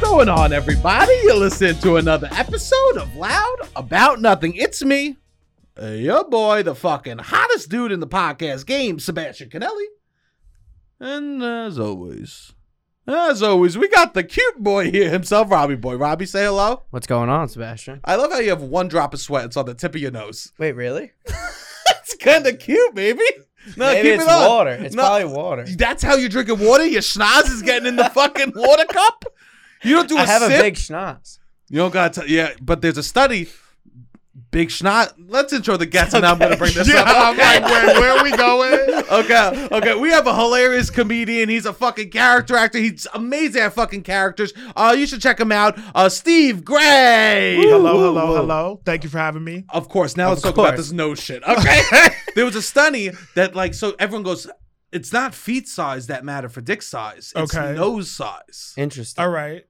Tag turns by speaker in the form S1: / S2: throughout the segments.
S1: going on, everybody? You listen to another episode of Loud About Nothing. It's me, your boy, the fucking hottest dude in the podcast game, Sebastian Canelli. And as always, as always, we got the cute boy here himself, Robbie Boy. Robbie, say hello.
S2: What's going on, Sebastian?
S1: I love how you have one drop of sweat. It's on the tip of your nose.
S2: Wait, really?
S1: It's kind of cute, baby. No,
S2: Maybe
S1: keep
S2: it's
S1: it on.
S2: water. It's
S1: No.
S2: probably water.
S1: That's how you're drinking water. Your schnoz is getting in the fucking water cup. You don't do a
S2: I have
S1: sip.
S2: a big schnoz.
S1: You don't got to. Yeah, but there's a study. Big schnoz. Let's intro the guests, and I'm going to bring this
S3: Yeah,
S1: up.
S3: I'm like, where, where are we going?
S1: Okay, okay. We have a hilarious comedian. He's a fucking character actor. He's amazing at fucking characters. Uh, you should check him out. Uh, Steve Gray.
S3: hello, hello, hello. Thank you for having me.
S1: Of course. Now let's talk about
S2: course.
S1: this no shit. Okay. there was a study that like so everyone goes. It's not feet size that matter for dick size. It's
S3: Okay.
S1: nose size.
S2: Interesting.
S3: All right.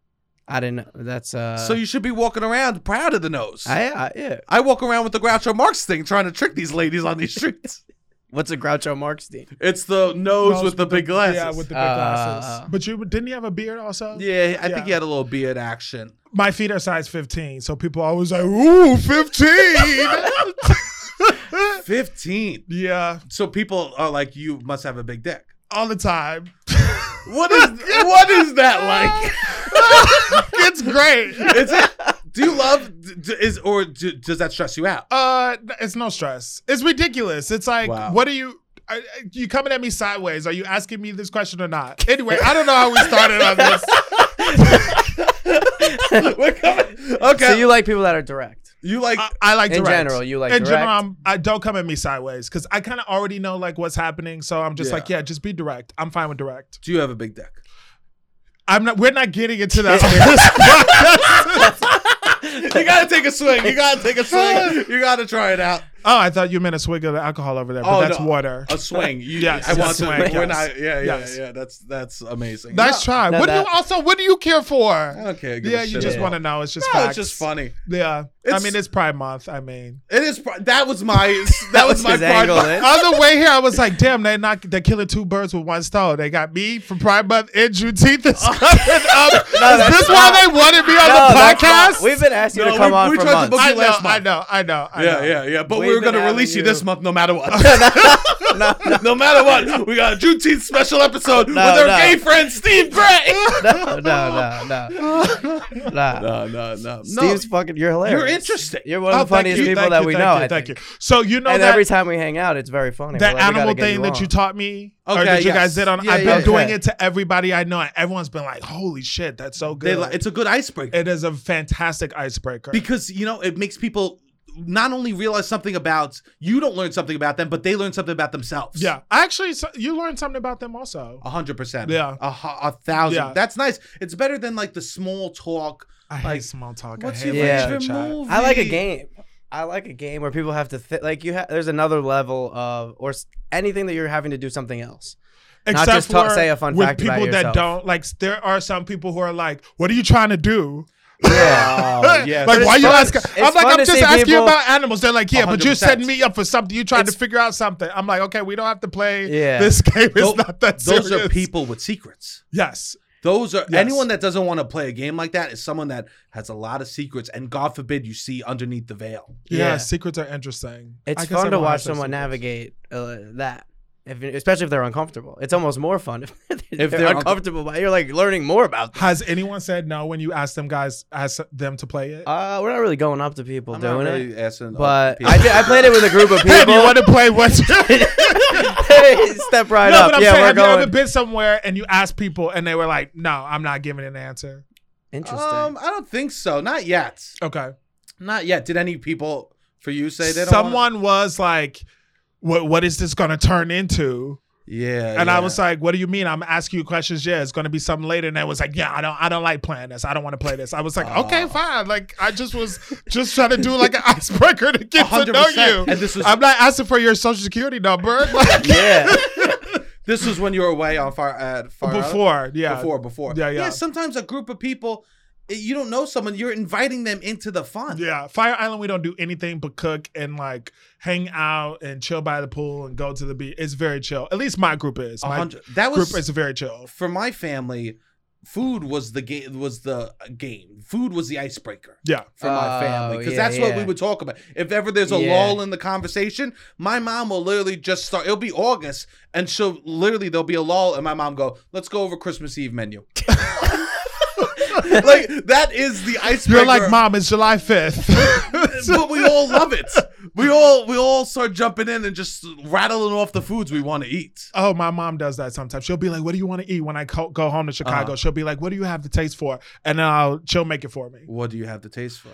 S2: I didn't know. That's uh.
S1: so you should be walking around proud of the nose. I,
S2: I, I yeah.
S1: walk around with the Groucho Marx thing, trying to trick these ladies on these streets.
S2: What's a Groucho Marx thing?
S1: it's the nose,
S3: Those
S1: with the big glasses.
S3: Yeah, with the big
S2: Uh,
S3: glasses. But you didn't you have a beard also?
S1: Yeah, I think
S3: Yeah.
S1: he had a little beard action.
S3: My feet are size 15, so people always like, ooh, 15.
S1: 15.
S3: yeah,
S1: So people are like, you must have a big dick.
S3: all the time.
S1: What is what is that
S3: it's great.
S1: like? Is it, do you love d- d- is or d does that stress you out?
S3: Uh, it's no stress. It's ridiculous. It's like,
S1: Wow.
S3: what are you? Are, are you coming at me sideways? Are you asking me this question or not? Anyway, I don't know how we started on this.
S1: We're coming- Okay,
S2: So
S1: you,
S2: you like people that are direct?
S1: like
S3: I, I like
S2: In
S3: direct.
S2: general, you like
S3: in
S2: direct.
S3: general. I'm, I don't come at me sideways because I kind of already know like what's happening. So I'm just
S1: Yeah.
S3: like, yeah, just be direct. I'm fine with direct.
S1: do you have a big dick?
S3: I'm not. We're not getting into that.
S1: You gotta take a swing. You gotta take a swing. You gotta try it out.
S3: oh, I thought you meant a swig of the alcohol over there, but
S1: Oh,
S3: that's
S1: no.
S3: water.
S1: A swing. You,
S3: Yes,
S1: I
S3: yes,
S1: want
S3: swing,
S1: to. We're
S3: yes.
S1: not. Yeah, yeah,
S3: Yes.
S1: yeah. That's that's amazing.
S3: Nice try.
S2: No,
S3: what do
S2: that-
S3: you also? What do you care
S1: No,
S3: for?
S1: I don't care. Give
S3: Yeah,
S1: a
S3: you
S1: shit
S3: just
S1: at
S3: want
S1: all.
S3: to know. It's just
S1: No,
S3: facts.
S1: it's just funny.
S3: Yeah, I
S1: It's-
S3: mean it's Pride Month. I mean,
S1: It is. pri- That was my. That, was,
S2: was
S1: my
S2: his
S1: pride.
S2: angle, eh?
S3: on the way here, I was like, damn, they're not. They're killing two birds with one stone. They got me from Pride Month and Juneteenth is coming up. is
S2: that's
S3: this why
S2: not-
S3: they wanted me on
S2: No,
S3: the
S2: that's
S3: podcast?
S2: not- We've been asking you
S1: No,
S2: to come
S1: we-
S2: on
S1: we
S2: for
S1: tried to
S2: months.
S1: book
S3: I
S1: you last
S3: know, I
S1: month.
S3: know, I know, I know.
S1: Yeah, yeah, yeah. But we were
S2: We've
S1: gonna
S2: been having
S1: release you
S2: you-
S1: this month, no matter what. no matter what, we got a Juneteenth special episode with our
S2: no.
S1: gay friend Steve Gray.
S2: no, no, no, no,
S1: no,
S2: no.
S1: no, no.
S2: Steve's fucking. You're hilarious.
S1: you're interesting.
S2: You're one of
S3: Oh,
S2: the funniest
S3: thank you,
S2: people
S3: thank
S2: that
S3: you,
S2: we
S3: thank
S2: know.
S3: You,
S2: I
S3: thank
S2: think.
S3: you. So you know
S2: And
S3: that
S2: every time we hang out, it's very funny.
S3: that
S2: We're like, we gotta
S3: animal
S2: get
S3: thing that
S2: on.
S3: you taught me,
S1: Okay,
S3: or that you
S1: yes.
S3: guys did on.
S1: Yeah,
S3: I've been
S2: yeah.
S3: doing
S2: Okay.
S3: it to everybody I know, and everyone's been like, "Holy shit, that's so
S1: They
S3: good!"
S1: li- it's a good icebreaker
S3: it is a fantastic icebreaker.
S1: because you know it makes people not only realize something about you don't learn something about them, but they learn something about themselves.
S3: yeah, actually, so, you learned something about them also.
S1: A hundred percent.
S3: Yeah.
S1: A, hu- a thousand.
S3: Yeah.
S1: That's nice. It's better than like the small talk.
S3: I
S1: Like,
S3: hate small talk.
S1: What's
S3: I hate
S1: your
S3: when
S2: Yeah.
S3: chit
S1: favorite
S3: chat.
S1: movie?
S2: I like a game. I like a game where people have to thi- like you. Ha- there's another level of or s- anything that you're having to do something else.
S3: Except
S2: just ta-
S3: for
S2: say a fun
S3: with
S2: fact about
S3: people that
S2: yourself.
S3: don't like. There are some people who are like, "What are you trying to do?"
S2: Yeah.
S1: Oh, yeah.
S3: like,
S2: it's
S3: why you
S2: fun.
S3: asking?
S2: It's
S3: I'm like,
S2: fun
S3: I'm
S2: to
S3: just
S2: see
S3: asking you
S2: people-
S3: about animals. They're like, yeah, but you're
S1: 100%.
S3: setting me up for something. You're trying
S2: It's-
S3: to figure out something. I'm like, okay, we don't have to play
S2: Yeah.
S3: this game. It's
S1: Tho-
S3: not that
S1: those
S3: serious.
S1: are people with secrets.
S3: Yes.
S1: Those are
S3: Yes.
S1: anyone that doesn't want to play a game like that is someone that has a lot of secrets, and God forbid you see underneath the veil.
S3: Yeah,
S2: Yeah.
S3: secrets are interesting.
S2: It's
S3: I
S2: fun
S3: guess
S2: to
S3: everyone
S2: watch
S3: has their
S2: someone
S3: secrets.
S2: navigate uh, that, if, especially if they're uncomfortable. It's almost more fun if, they're,
S1: they're uncom-
S2: uncomfortable. But you're like learning more about. Them.
S3: Has anyone said no when you ask them guys, ask them to play it?
S2: Uh, we're not really going up to people
S1: I'm not
S2: doing
S1: really
S2: it,
S1: asking other
S2: but
S1: people.
S2: I, did, I played it with a group of
S3: hey, do you
S2: people.
S3: want to play what's
S2: Hey, Step right
S3: No,
S2: up.
S3: but I'm
S2: yeah,
S3: saying,
S2: we're
S3: have you
S2: going.
S3: ever been somewhere and you ask people and they were like, no, I'm not giving an answer?
S2: Interesting.
S1: Um, I don't think so. Not yet.
S3: Okay.
S1: Not yet. Did any people for you say they don't? want-
S3: Someone was like, what, what is this going to turn into?
S1: Yeah.
S3: And
S1: yeah.
S3: I was like, "What do you mean? I'm asking you questions. Yeah, it's gonna be something later." And I was like, "Yeah, I don't, I don't like playing this. I don't want to play this." I was like, "Okay, fine." Like I just was just trying to do like an icebreaker to get to know
S1: 100%.
S3: you.
S1: And this was-
S3: I'm not asking for your social security number like,
S2: yeah.
S1: this was when you were away on far at far Island?
S3: before. Yeah,
S1: before before.
S3: Yeah, yeah.
S1: Sometimes a group of people, eh, you don't know someone, you're inviting them into the fun.
S3: Yeah, Fire Island, we don't do anything but cook and like hang out and chill by the pool and go to the beach. It's very chill. At least my group is.
S1: A
S3: My
S1: hundred- that was
S3: group is very chill.
S1: for my family, food was the game was the game. Food was the icebreaker
S3: Yeah.
S1: for my family
S2: Oh,
S1: because
S2: yeah,
S1: that's what we
S2: yeah.
S1: would talk about. If ever there's a
S2: Yeah.
S1: lull in the conversation, my mom will literally just start. It'll be August, and she'll literally there'll be a lull, and my mom go, "Let's go over Christmas Eve menu." like that is the icebreaker.
S3: You're like, mom, it's July 5th.
S1: but we all love it. We all we all start jumping in and just rattling off the foods we want to eat.
S3: Oh, my mom does that sometimes. She'll be like, "What do you want to eat?" When I co- go home to
S1: Uh-huh.
S3: Chicago, she'll be like, "What do you have the taste for?" And I'll she'll make it for me.
S1: What do you have the taste for?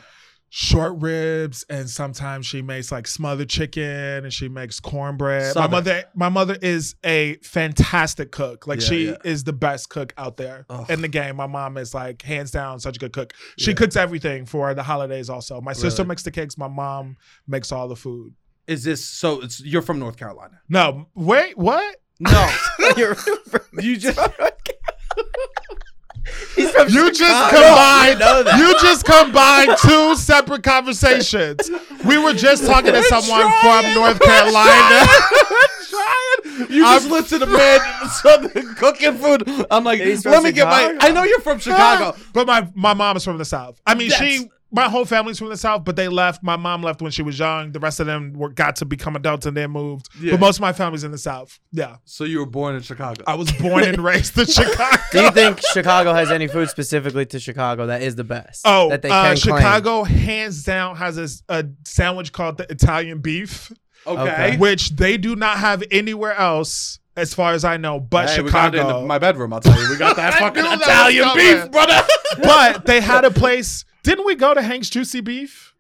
S3: Short ribs, and sometimes she makes like smothered chicken, and she makes cornbread.
S1: Southern.
S3: My mother, my mother is a fantastic cook. Like
S1: Yeah,
S3: she
S1: yeah.
S3: is the best cook out there
S1: Ugh.
S3: in the game. My mom is like hands down such a good cook. She
S1: Yeah.
S3: cooks everything for the holidays. Also, my sister
S1: Really?
S3: makes the cakes. My mom makes all the food.
S1: Is this so? It's you're from North Carolina.
S3: No, wait, what?
S1: No,
S2: You're from
S1: you just
S2: He's from
S3: You just
S2: Chicago.
S3: combined.
S2: You know that.
S3: You just combined two separate conversations. We were just talking to someone from North Carolina.
S1: trying. You just listen to man southern cooking food. I'm like,
S2: He's from
S1: let me get my.
S2: Chicago.
S1: I know you're from Chicago.
S3: But my my mom is from the South. I mean,
S1: Yes.
S3: she my whole family's from the South, but they left. My mom left when she was young. The rest of them were, got to become adults and then moved.
S1: Yeah.
S3: But most of my family's in the South. Yeah,
S1: So you were born in Chicago.
S3: I was born and raised in Chicago.
S2: Do you think Chicago has any food specifically to Chicago that is the best?
S3: Oh,
S2: that they
S3: uh,
S2: can claim?
S3: Chicago hands down has a s- a sandwich called the Italian beef.
S1: okay.
S2: Okay.
S3: which they do not have anywhere else, as far as I know, but
S1: Hey, we got it
S3: Chicago.
S1: in the- my bedroom. I'll tell you, we got that
S3: I
S1: fucking
S3: knew that was
S1: Italian
S3: coming.
S1: beef, brother.
S3: but they had a place. Didn't we go to Hank's Juicy Beef?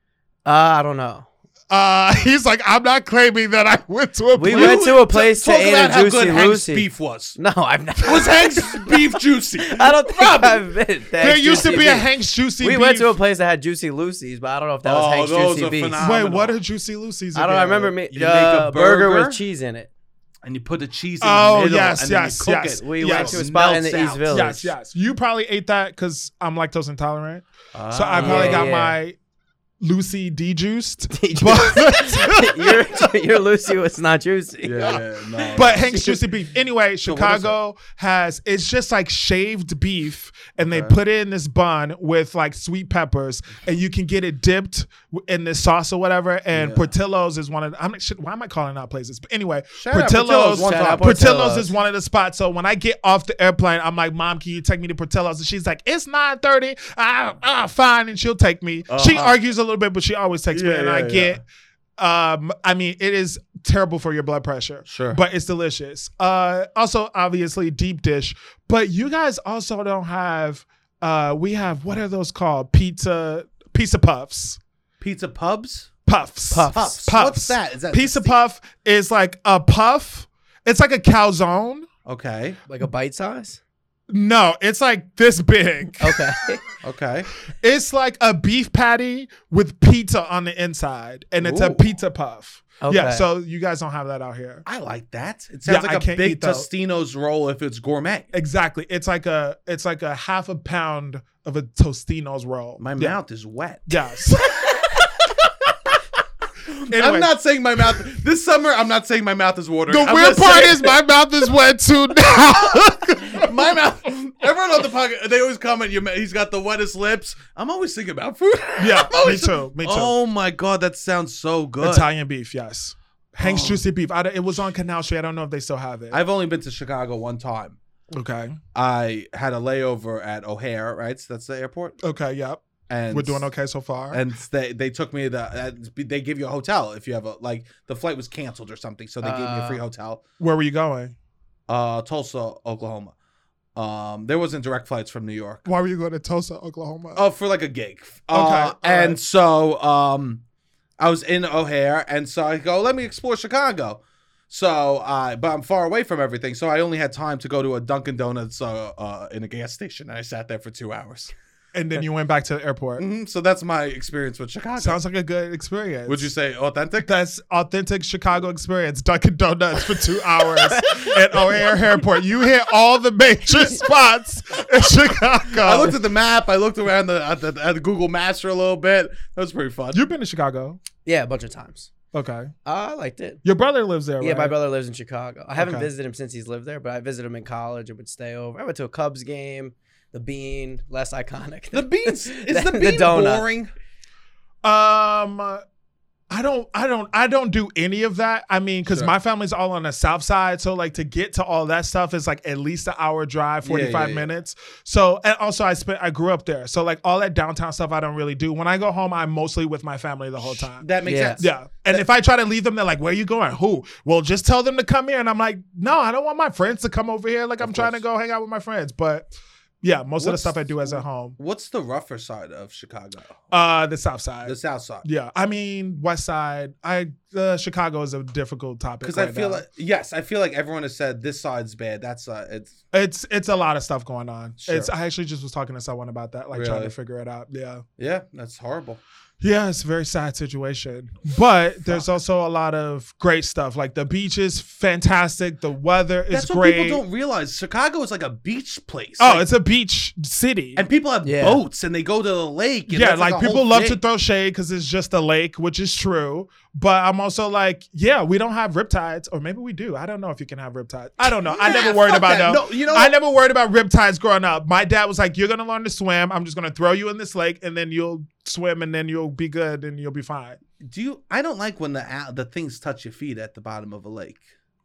S2: Uh, I don't know.
S3: Uh, he's like, I'm not claiming that I went to a
S2: We
S3: place.
S2: went to a place to
S1: Talk
S2: eat
S1: about
S2: a
S1: how
S2: juicy
S1: good Hank's
S2: Lucy.
S1: beef was.
S2: No, I've not.
S1: Was Hank's beef juicy?
S2: I don't think
S1: Robin,
S2: I've been. to
S3: There
S2: Hank's
S3: used to
S2: Juicy
S3: be a
S2: Beef.
S3: Hank's Juicy
S2: We
S3: Beef.
S2: went to a place that had Juicy Lucy's, but I don't know if that was
S1: Oh,
S2: Hank's
S1: those
S2: Juicy
S1: are
S2: Beef.
S1: phenomenal.
S3: Wait, what are Juicy Lucy's?
S2: I don't
S3: again?
S2: remember. Me,
S1: You make a
S2: uh, burger?
S1: burger?
S2: with cheese in it.
S1: and you put the cheese in
S3: Oh,
S1: the middle
S3: yes,
S1: and then
S3: yes,
S1: you cook
S3: yes.
S1: it.
S2: We
S3: Yes.
S2: went to a spot in
S1: Melts
S2: the
S1: out.
S2: East Village.
S3: Yes, yes. You probably ate that because I'm lactose intolerant, so I
S1: Ah.
S3: probably
S2: Yeah,
S3: got
S2: yeah.
S3: my Lucy de-juiced.
S2: yes.
S3: But-
S2: your, your Lucy was not juicy.
S1: Yeah, yeah, no.
S3: But Hank's Juicy Beef. Anyway,
S1: what is
S3: Chicago has it's just like shaved beef, and they
S1: Okay.
S3: put it in this bun with like sweet peppers, and you can get it dipped w- in this sauce or whatever. And
S1: Yeah.
S3: Portillo's is one of the, I'm not, shit, why am I calling out places? But anyway,
S1: Shout out
S3: Portillo's.
S1: Portillo's one
S2: Shout
S1: time.
S2: out
S3: Portillo's
S2: Portillo's.
S3: is one of the spots. So when I get off the airplane, I'm like, "Mom, can you take me to Portillo's?" And she's like, "It's 9:30. Ah, ah, fine." And she'll take me. She
S1: Uh-huh.
S3: argues a little bit, but she always takes me.
S1: Yeah,
S3: And
S1: yeah,
S3: I
S1: yeah.
S3: get, um, I mean, it is terrible for your blood pressure
S1: Sure.
S3: but it's delicious. Uh, also, obviously, deep dish. But you guys also don't have. Uh, we have what are those called? Pizza, pizza puffs,
S1: pizza pubs?
S3: puffs,
S2: Puffs.
S1: Puffs.
S3: Puffs.
S1: What's that? Is that
S3: Pizza puff is like a puff. It's like a calzone.
S1: Okay.
S2: Like a bite size?
S3: No, it's like this big.
S2: Okay.
S1: Okay.
S3: It's like a beef patty with pizza on the inside, and it's a
S1: Ooh.
S3: pizza puff. Yeah,
S2: Okay.
S3: so you guys don't have that out here.
S1: I like that. It sounds
S3: Yeah, I
S1: like a
S3: can't
S1: big
S3: eat those.
S1: Tostino's roll if it's gourmet.
S3: Exactly. It's like a it's like a half a pound of a Tostino's roll.
S1: My
S3: Yeah.
S1: mouth is wet.
S3: Yes. Anyway,
S1: I'm not saying my mouth. This summer, I'm not saying my mouth is watering.
S3: the
S1: I'm
S3: weird
S1: just
S3: part
S1: saying-
S3: is my mouth is wet too now.
S1: my mouth. Everyone on the podcast, they always comment. Your, ma- he's got the wettest lips. I'm always thinking about food.
S3: yeah,
S1: I'm always
S3: me too. Me too.
S1: Oh my god, that sounds so good.
S3: Italian beef, yes. Hank's
S1: Oh.
S3: Juicy Beef. I, don't- it was on Canal Street. I don't know if they still have it.
S1: I've only been to Chicago one time.
S3: okay.
S1: I had a layover at O'Hare, right? So that's the airport.
S3: Okay, yep.
S1: And
S3: We're doing okay so far.
S1: And they they took me the uh, they give you a hotel if you have a like the flight was canceled or something, so they gave me a free
S2: Uh.
S1: hotel.
S3: Where were you going?
S1: Uh, Tulsa, Oklahoma. Um, there wasn't direct flights from New York.
S3: Why were you going to Tulsa, Oklahoma?
S1: Oh, for like a gig. Uh,
S3: Okay,
S1: and
S3: alright.
S1: so um, I was in O'Hare, and so I go, let me explore Chicago. So I, but I'm far away from everything, so I only had time to go to a Dunkin' Donuts uh, uh, in a gas station, and I sat there for two hours.
S3: and then you went back to the airport.
S1: hmm So that's my experience with Chicago.
S3: Sounds like a good experience.
S1: Would you say authentic?
S3: That's authentic Chicago experience. Dunkin' Donuts for two hours at O'Hare Airport. You hit all the major spots in Chicago.
S1: I looked at the map. I looked around the at, the at the Google Maps for a little bit. That was pretty fun.
S3: You've been to Chicago.
S2: yeah, a bunch of times.
S3: Okay.
S2: I liked it.
S3: Your brother lives there,
S2: Yeah,
S3: right?
S2: my brother lives in Chicago. I haven't
S3: Okay.
S2: visited him since he's lived there, but I visited him in college and would stay over. I went to a Cubs game. the bean less iconic.
S1: The beans is the
S2: The
S1: bean
S2: donut.
S1: boring.
S3: Um, I don't, I don't, I don't do any of that. I mean, because
S1: Sure.
S3: my family's all on the south side, so like to get to all that stuff is like at least an hour drive,
S1: Yeah, yeah,
S3: forty five
S1: yeah.
S3: minutes. So, and also I spent, I grew up there, so like all that downtown stuff, I don't really do. When I go home, I'm mostly with my family the whole time.
S1: That makes
S2: Yeah.
S1: sense.
S3: Yeah. And if I try to leave them, they're like, where you going? Who? Well, just tell them to come here. And I'm like, no, I don't want my friends to come over here. Like, I'm trying to
S1: course.
S3: go hang out with my friends. But yeah, most of the
S1: What's-
S3: stuff I do is at home.
S1: What's the rougher side of Chicago?
S3: Uh, the South Side.
S1: the South Side.
S3: yeah. I mean, West Side. I, uh, Chicago is a difficult topic.
S1: Because I
S3: right
S1: feel
S3: now.
S1: like yes, I feel like everyone has said this side's bad. That side, it's
S3: it's, it's a lot of stuff going on.
S1: Sure.
S3: It's, I actually just was talking to someone about that, like trying
S1: Really?
S3: to figure it out. Yeah.
S1: yeah, that's horrible.
S3: Yeah, it's a very sad situation. But there's also a lot of great stuff. Like the beach is fantastic. The weather is
S1: that's
S3: great.
S1: what people don't realize. Chicago is like a beach place.
S3: Oh,
S1: Like,
S3: it's a beach city.
S1: and people have
S2: Yeah.
S1: boats and they go to the lake. And
S3: yeah,
S1: that's
S3: like,
S1: a whole
S3: people love to
S1: thing.
S3: throw shade because it's just a lake, which is true. But I'm also like, yeah, we don't have riptides, or maybe we do. I don't know if you can have riptides. I don't know. I
S1: Nah,
S3: never worried
S1: fuck
S3: about
S1: that.
S3: them.
S1: No, you know
S3: I
S1: what?
S3: never worried about riptides growing up. My dad was like, "You're gonna learn to swim. I'm just gonna throw you in this lake, and then you'll swim, and then you'll be good, and you'll be fine."
S1: Do you? I don't like when the al- the things touch your feet at the bottom of a lake.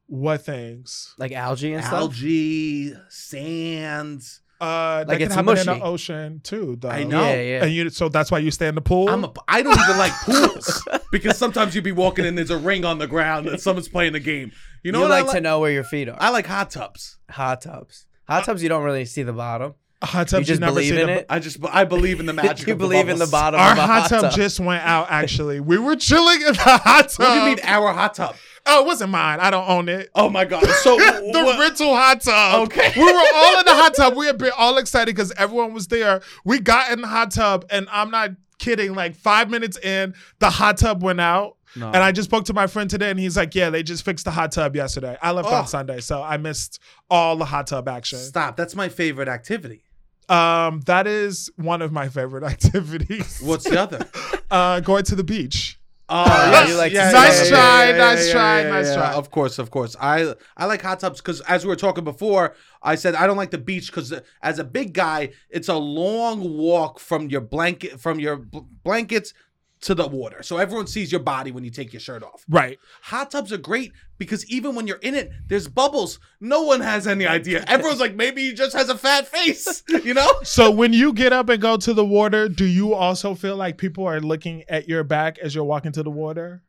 S3: What things?
S2: like algae and stuff.
S1: Algae, sand.
S3: Uh, that
S2: Like,
S3: can
S2: it's
S3: happen in
S2: mushy.
S3: the ocean too, though.
S1: I know. No.
S2: Yeah, yeah.
S3: And you, so that's why you stay in the pool.
S1: I'm a. I don't even like pools because sometimes you'd be walking and there's a ring on the ground and someone's playing a game. You
S2: you
S1: know what I
S2: like to
S1: like?
S2: know where your feet are.
S1: I like hot tubs.
S2: Hot tubs. Hot tubs, you don't really see the bottom.
S3: hot
S2: You
S3: tubs.
S2: just
S3: never
S2: believe
S3: see
S2: in
S3: the-
S2: it.
S1: I just I believe in the magic.
S2: you
S1: of
S2: believe in the
S1: bubbles.
S2: bottom
S3: Our
S2: of a
S3: hot tub, just went out. Actually, we were chilling in the hot tub.
S1: What do you mean our hot tub?
S3: Oh, it wasn't mine. I don't own it.
S1: Oh my god! So
S3: the
S1: what-
S3: rental hot tub.
S1: Okay.
S3: we were all in the hot tub. We had been all excited because everyone was there. We got in the hot tub, and I'm not kidding. Like five minutes in, the hot tub went out.
S1: No.
S3: And I just spoke to my friend today, and he's like, "Yeah, they just fixed the hot tub yesterday. I left
S1: Oh.
S3: on Sunday, so I missed all the hot tub action.
S1: stop. That's my favorite activity.
S3: Um, that is one of my favorite activities.
S1: What's the other?
S3: Uh, going to the beach.
S1: Oh,
S2: yeah, you like to- Nice
S3: try, nice try, nice try.
S1: Of course, of course. I I like hot tubs because as we were talking before, I said I don't like the beach because as a big guy, it's a long walk from your blanket from your bl- blankets to the water. So everyone sees your body when you take your shirt off.
S3: Right.
S1: Hot tubs are great because even when you're in it, there's bubbles. No one has any idea. Everyone's like, maybe he just has a fat face, you know?
S3: So when you get up and go to the water, do you also feel like people are looking at your back as you're walking to the water?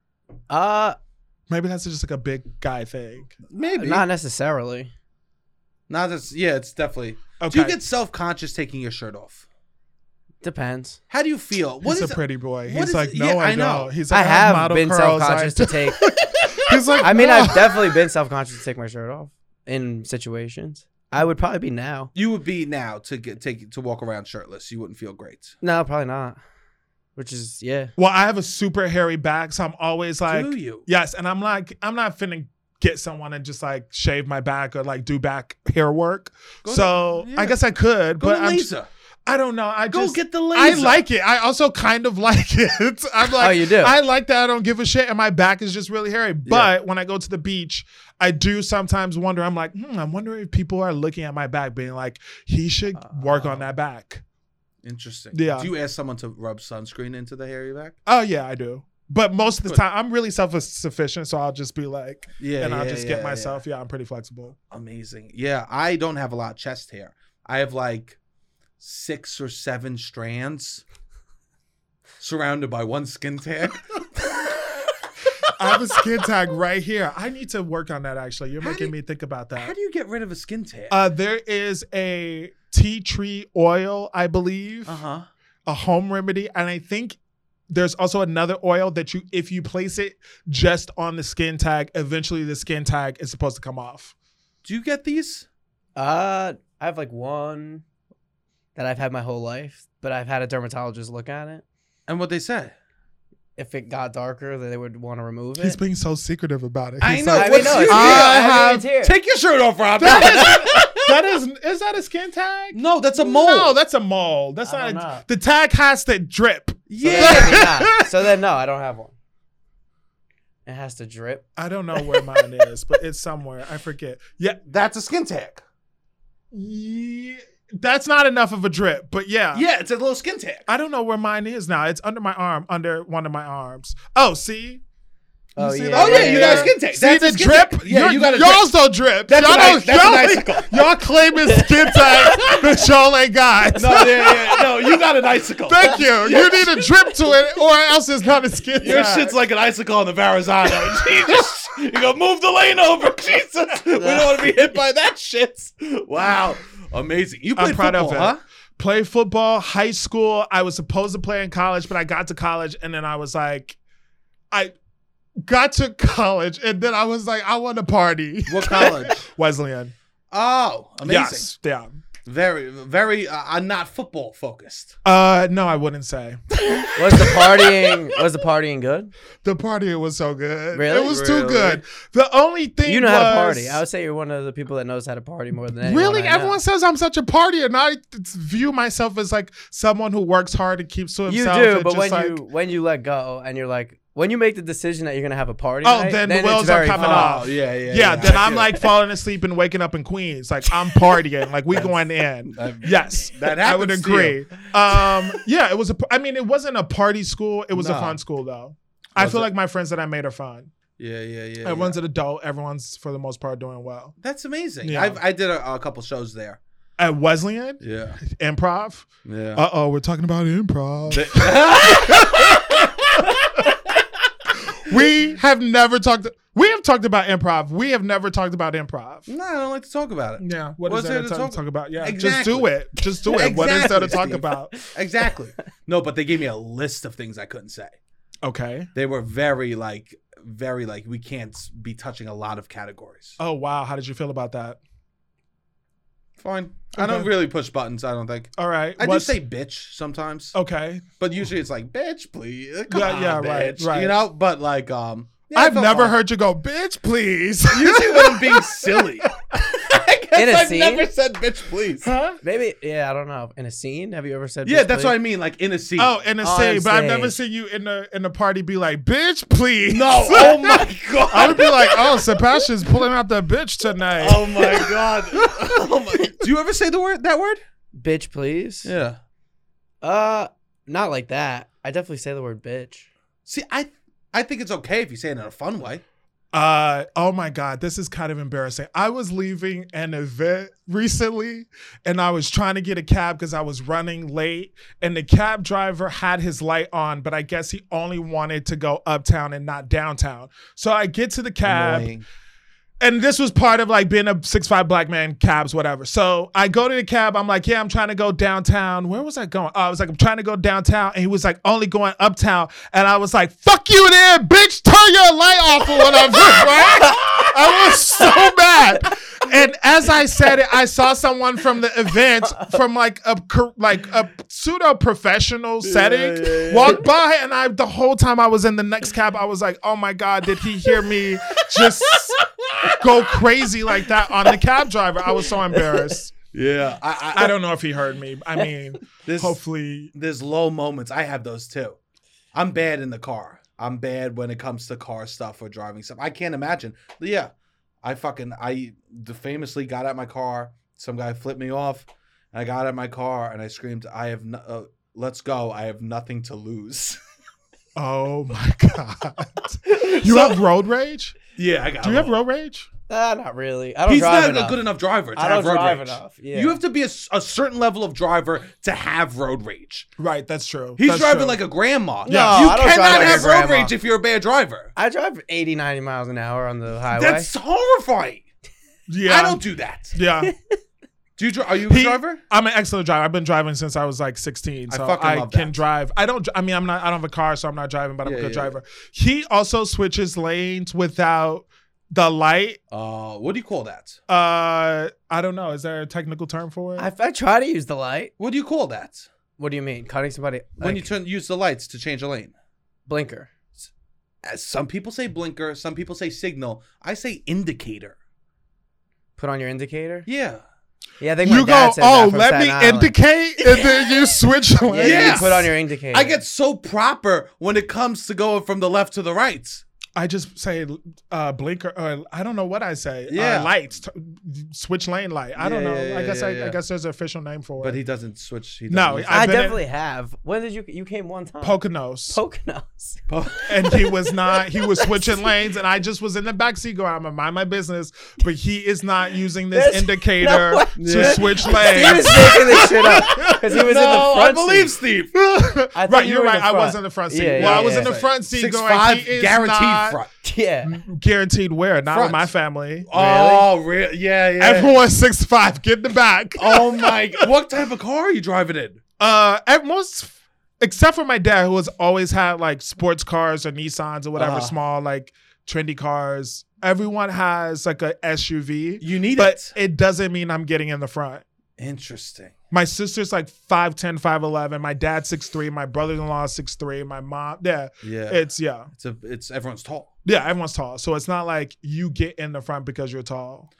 S2: Uh,
S3: Maybe that's just like a big guy thing.
S1: Maybe.
S2: not
S1: Not,
S2: necessarily.
S1: that's yeah, it's definitely.
S3: Okay,
S1: Do you get self conscious taking your shirt off?
S2: Depends.
S1: How do you feel? What
S3: he's
S1: is-
S3: a pretty boy.
S1: what
S3: He's
S1: is-
S3: like, no,
S1: yeah,
S3: I,
S1: I know.
S3: don't. He's
S2: I
S3: like,
S2: have
S3: model
S2: been
S3: curls.
S2: self-conscious
S3: I-
S2: to take.
S3: he's like, "Oh."
S2: I mean,
S3: no.
S2: I've definitely been self-conscious to take my shirt off in situations. I would probably be now.
S1: you would be now to get take to walk around shirtless. You wouldn't feel great.
S2: No, probably not. Which is yeah.
S3: Well, I have a super hairy back, so I'm always like,
S1: do you?
S3: yes, and I'm like, I'm not finna get someone and just like shave my back or like do back hair work.
S1: Go to-
S3: so
S1: yeah.
S3: I guess I could,
S1: Go
S3: but
S1: to
S3: I'm
S1: laser.
S3: I don't know. I
S1: Go
S3: just
S1: get the
S3: I
S1: laser.
S3: like it. I also kind of like it. I'm like,
S2: oh, you do.
S3: I like that I don't give a shit and my back is just really hairy. But when I go to the beach, I do sometimes wonder, I'm like, hmm, I'm wondering if people are looking at my back being like, he should work on that back.
S1: Interesting.
S3: Yeah.
S1: Do you ask someone to rub sunscreen into the hairy back?
S3: Oh, yeah, I do. But most of the
S1: Good.
S3: time, I'm really self sufficient. So I'll just be like,
S1: Yeah.
S3: and I'll
S1: yeah,
S3: just
S1: yeah,
S3: get myself. Yeah. I'm pretty flexible.
S1: yeah. Amazing. Yeah, I don't have a lot of chest hair. I have like six or seven strands surrounded by one skin tag.
S3: I have a skin tag right here. I need to work on that actually. You're
S1: How do
S3: making
S1: you-
S3: me think about that.
S1: How do you get rid of a skin tag?
S3: Uh, there is a tea tree oil, I believe,
S1: huh.
S3: a home remedy, and I think there's also another oil that you, if you place it just on the skin tag, eventually the skin tag is supposed to come off.
S1: Do you get these?
S2: Uh, I have like one that I've had my whole life, but I've had a dermatologist look at it.
S1: And what they say?
S2: If it got darker, they would want to remove it.
S3: He's being so secretive about it.
S1: I
S3: He's
S1: know.
S3: like,
S2: I
S1: What's
S2: mean, no,
S1: your-
S2: it's here.
S3: I
S2: I mean, it's here.
S1: Take your shirt off, Rob.
S3: that is is that a skin tag?
S1: no, that's a mole.
S3: No, that's a mole. That's
S2: I
S3: not.
S2: don't
S3: A,
S2: know.
S3: the tag has to drip.
S2: So then
S1: yeah.
S2: maybe not. So then, no, I don't have one. It has to drip.
S3: I don't know where mine is, but it's somewhere. I forget. Yeah.
S1: That's a skin tag.
S3: Ye- That's not enough of a drip, but yeah.
S1: Uh, Yeah, it's a little skin tag.
S3: I don't know where mine is now. It's under my arm, under one of my arms. Oh, see?
S2: Oh,
S3: see
S2: yeah.
S3: that?
S1: Oh yeah, you got a
S3: Yeah.
S1: skin tag.
S3: See the
S1: a skin tag.
S3: drip?
S1: Yeah,
S3: You're-
S1: you got a drip.
S3: Y'all's don't drip.
S1: That's
S3: y'all
S1: an ice-
S3: don't-
S1: that's an
S3: y'all-
S1: icicle.
S3: Y'all claiming skin tag that y'all ain't got.
S1: No, yeah, yeah, no, you got an icicle.
S3: Thank you. You need a drip to it, or else it's not a skin
S1: Your
S3: tag.
S1: shit's like an icicle on the Verrazano. Jesus. You go, move the lane over. Jesus. We don't want to be hit by that shit. Wow. Amazing. You played
S3: I'm proud
S1: football,
S3: of it.
S1: huh?
S3: Play football, high school. I was supposed to play in college, but I got to college and then I was like, I got to college and then I was like, I want to party.
S1: What college?
S3: Wesleyan.
S1: oh, amazing.
S3: Yes. Yeah.
S1: Very, very, uh, I'm not football focused.
S3: Uh, no, I wouldn't say.
S2: Was the partying was the partying good?
S3: The party was so good.
S2: Really?
S3: It was too
S2: Really?
S3: good. The only thing
S2: You know how to party.
S3: was-
S2: I would say you're one of the people that knows how to party more than anyone.
S3: Really,
S2: I know.
S3: everyone says I'm such a partier, and I t- view myself as like someone who works hard and keeps to
S2: You
S3: himself.
S2: do,
S3: and
S2: but
S3: just,
S2: when
S3: like-
S2: you when you let go and you're like when you make the decision that you're gonna have a party.
S3: Oh,
S2: night,
S3: then the
S2: it's
S3: wheels are
S2: very
S3: coming
S2: fun.
S3: off. Oh,
S1: yeah, yeah.
S3: yeah, then I'm like falling asleep and waking up in Queens, like I'm partying, like we going in. Yes,
S1: That
S3: I would
S1: happens to you.
S3: agree. Um, yeah, it was a. p- I mean, it wasn't a party school. It was
S1: No.
S3: a fun school though. I
S1: Was
S3: feel
S1: it?
S3: like my friends that I made are fun.
S1: Yeah, yeah, yeah. yeah.
S3: Everyone's an adult. Everyone's for the most part doing well.
S1: That's amazing.
S3: Yeah.
S1: I've, I did a, a couple shows there.
S3: At Wesleyan
S1: Yeah.
S3: improv.
S1: Yeah.
S3: Uh oh, we're talking about improv. we have never talked. We have talked about improv. We have never talked about improv.
S1: no, I don't like to talk about it.
S3: Yeah. What is
S1: What's
S3: there to talk,
S1: talk
S3: about? Yeah. Just
S1: Exactly.
S3: do it. Just do it. What is there to
S1: Exactly,
S3: talk
S1: Steve.
S3: about?
S1: Exactly. No, but they gave me a list of things I couldn't say.
S3: Okay.
S1: They were very like, very like, we can't be touching a lot of categories.
S3: Oh wow. How did you feel about that?
S1: Fine. I don't
S3: Okay.
S1: really push buttons. I don't think.
S3: All right.
S1: I
S3: What's-
S1: do say bitch sometimes,
S3: Okay.
S1: but usually it's like bitch, please. Come
S3: Yeah,
S1: on,
S3: yeah, right,
S1: bitch.
S3: right.
S1: You know, but like, um, yeah, I
S3: I've
S1: felt
S3: never
S1: fine.
S3: heard you go, bitch, please.
S1: Usually when I'm being silly. I guess
S2: In a
S1: I've
S2: scene?
S1: never said bitch, please.
S3: huh?
S2: Maybe yeah, I don't know. In a scene, have you ever said?
S1: Yeah,
S2: bitch,
S1: that's
S2: please?
S1: what I mean. Like in a scene.
S3: Oh, in a
S2: Oh,
S3: scene,
S2: I'm
S3: but I've never
S2: saying.
S3: seen you in the in the party be like, bitch, please.
S1: no! Oh my
S3: I
S1: god!
S3: would be like, oh, Sebastian's pulling out the bitch tonight.
S1: Oh my god! Oh my. Do you ever say the word that word?
S2: Bitch, please.
S1: Yeah.
S2: Uh, not like that. I definitely say the word bitch.
S1: See, I I think it's okay if you say it in a fun way.
S3: Uh oh my god, this is kind of embarrassing. I was leaving an event recently and I was trying to get a cab because I was running late and the cab driver had his light on, but I guess he only wanted to go uptown and not downtown. So I get to the cab and this was part of like being a six five black man cabs whatever. So I go to the cab. I'm like, yeah, I'm trying to go downtown. Where was I going? Oh, I was like, I'm trying to go downtown, and he was like, only going uptown. And I was like, fuck you there, bitch. Turn your light off for what I'm doing, right? I was so mad. And as I said it, I saw someone from the event, from like a cor- like a pseudo professional setting,
S1: yeah, yeah.
S3: walk by, and I the whole time I was in the next cab, I was like, oh my god, did he hear me? Just go crazy like that on the cab driver. I was so embarrassed.
S1: Yeah, I I,
S3: I don't know if he heard me. I mean,
S1: This
S3: hopefully.
S1: there's low moments. I have those too. I'm bad in the car. I'm bad when it comes to car stuff or driving stuff. I can't imagine. But yeah, I fucking I d- famously got out my car. Some guy flipped me off, and I got out my car and I screamed, "I have no, uh, let's go! I have nothing to lose."
S3: Oh my god! You have road rage?
S1: yeah, I got.
S3: Do you have road rage?
S2: Uh, not really. I don't
S1: He's
S2: drive
S1: not
S2: enough.
S1: a good enough driver. To
S2: I
S1: have
S2: don't
S1: road
S2: drive
S1: rage.
S2: enough. Yeah.
S1: You have to be a, s- a certain level of driver to have road rage.
S3: Right, that's true.
S1: He's
S3: That's
S1: driving
S3: true.
S1: like a grandma.
S3: No,
S1: you
S2: I don't drive
S1: cannot
S2: like a
S1: have road
S2: grandma.
S1: rage if you're a bad driver.
S2: I drive 80, 90 miles an hour on the highway.
S1: That's horrifying.
S3: yeah.
S1: I don't do that.
S3: yeah.
S1: Do you? dri- Are you a
S3: He-
S1: driver?
S3: I'm an excellent driver. I've been driving since I was like 16,
S1: I
S3: so
S1: fucking
S3: I,
S1: love
S3: can
S1: that.
S3: drive. I don't. I mean, I'm not. I don't have a car, so I'm not driving, but I'm
S1: Yeah,
S3: a good
S1: yeah, yeah.
S3: driver. He also switches lanes without the light.
S1: Uh, what do you call that?
S3: Uh, I don't know. Is there a technical term for it?
S2: I, I try to use the light.
S1: What do you call that
S2: What do you mean? Cutting somebody
S1: when
S2: like,
S1: you turn use the lights to change a lane?
S2: blinker.
S1: Uh, Some people say blinker. Some people say signal. I say indicator.
S2: Put on your indicator.
S1: Yeah.
S2: Yeah, I think my
S3: you
S2: dad
S3: go.
S2: says that
S3: Oh,
S2: from
S3: let
S2: Staten
S3: me
S2: Island.
S3: indicate, and then you switch
S2: Yeah,
S3: lanes.
S2: you
S1: Yes.
S2: put on your indicator.
S1: I get so proper when it comes to going from the left to the right.
S3: I just say uh, blinker. Uh, I don't know what I say. Uh,
S1: Yeah.
S3: lights. T- switch lane light. I don't
S4: Yeah,
S3: know.
S4: yeah,
S3: I guess
S4: yeah,
S3: I,
S4: yeah.
S3: I guess there's an official name for
S4: But
S3: it.
S4: he doesn't switch. He doesn't
S3: No,
S4: use-
S3: I've
S2: I,
S3: been in-
S2: definitely have. When did you? You came one time.
S3: Poconos.
S2: Poconos.
S3: and he was not. He was switching lanes, and I just was in the backseat going, "I'm gonna mind my business," but he is not using this
S2: There's
S3: indicator
S2: no way.
S3: to
S4: Yeah.
S3: switch
S2: he was
S3: lanes.
S2: making this shit up because he was in the front.
S1: I believe
S2: seat.
S1: Steve.
S2: I thought
S3: right,
S2: you
S3: you're
S2: were in
S3: right.
S2: the
S3: I
S2: front.
S3: was in the front seat.
S2: Yeah,
S3: well,
S2: yeah,
S3: I was
S2: yeah.
S3: in the front seat
S1: Six
S3: going,
S1: five
S3: "He is
S1: guaranteed
S3: not
S1: front.
S2: Yeah.
S3: guaranteed where." Not with
S1: Front.
S3: my family.
S1: Oh, real? Yeah, yeah.
S3: Everyone six five. Get in the back.
S1: Oh my! What type of car are you driving in?
S3: uh at most except for my dad who has always had like sports cars or nissans or whatever
S2: Uh-huh.
S3: small like trendy cars everyone has like a suv
S1: You need
S3: but
S1: it.
S3: it doesn't mean i'm getting in the front
S1: Interesting.
S3: my sister's like 5'10 5'11 my dad's 6'3 my brother-in-law is 6'3 my mom yeah
S4: yeah.
S3: it's yeah
S1: It's a. It's everyone's tall.
S3: yeah everyone's tall so it's not like you get in the front because you're tall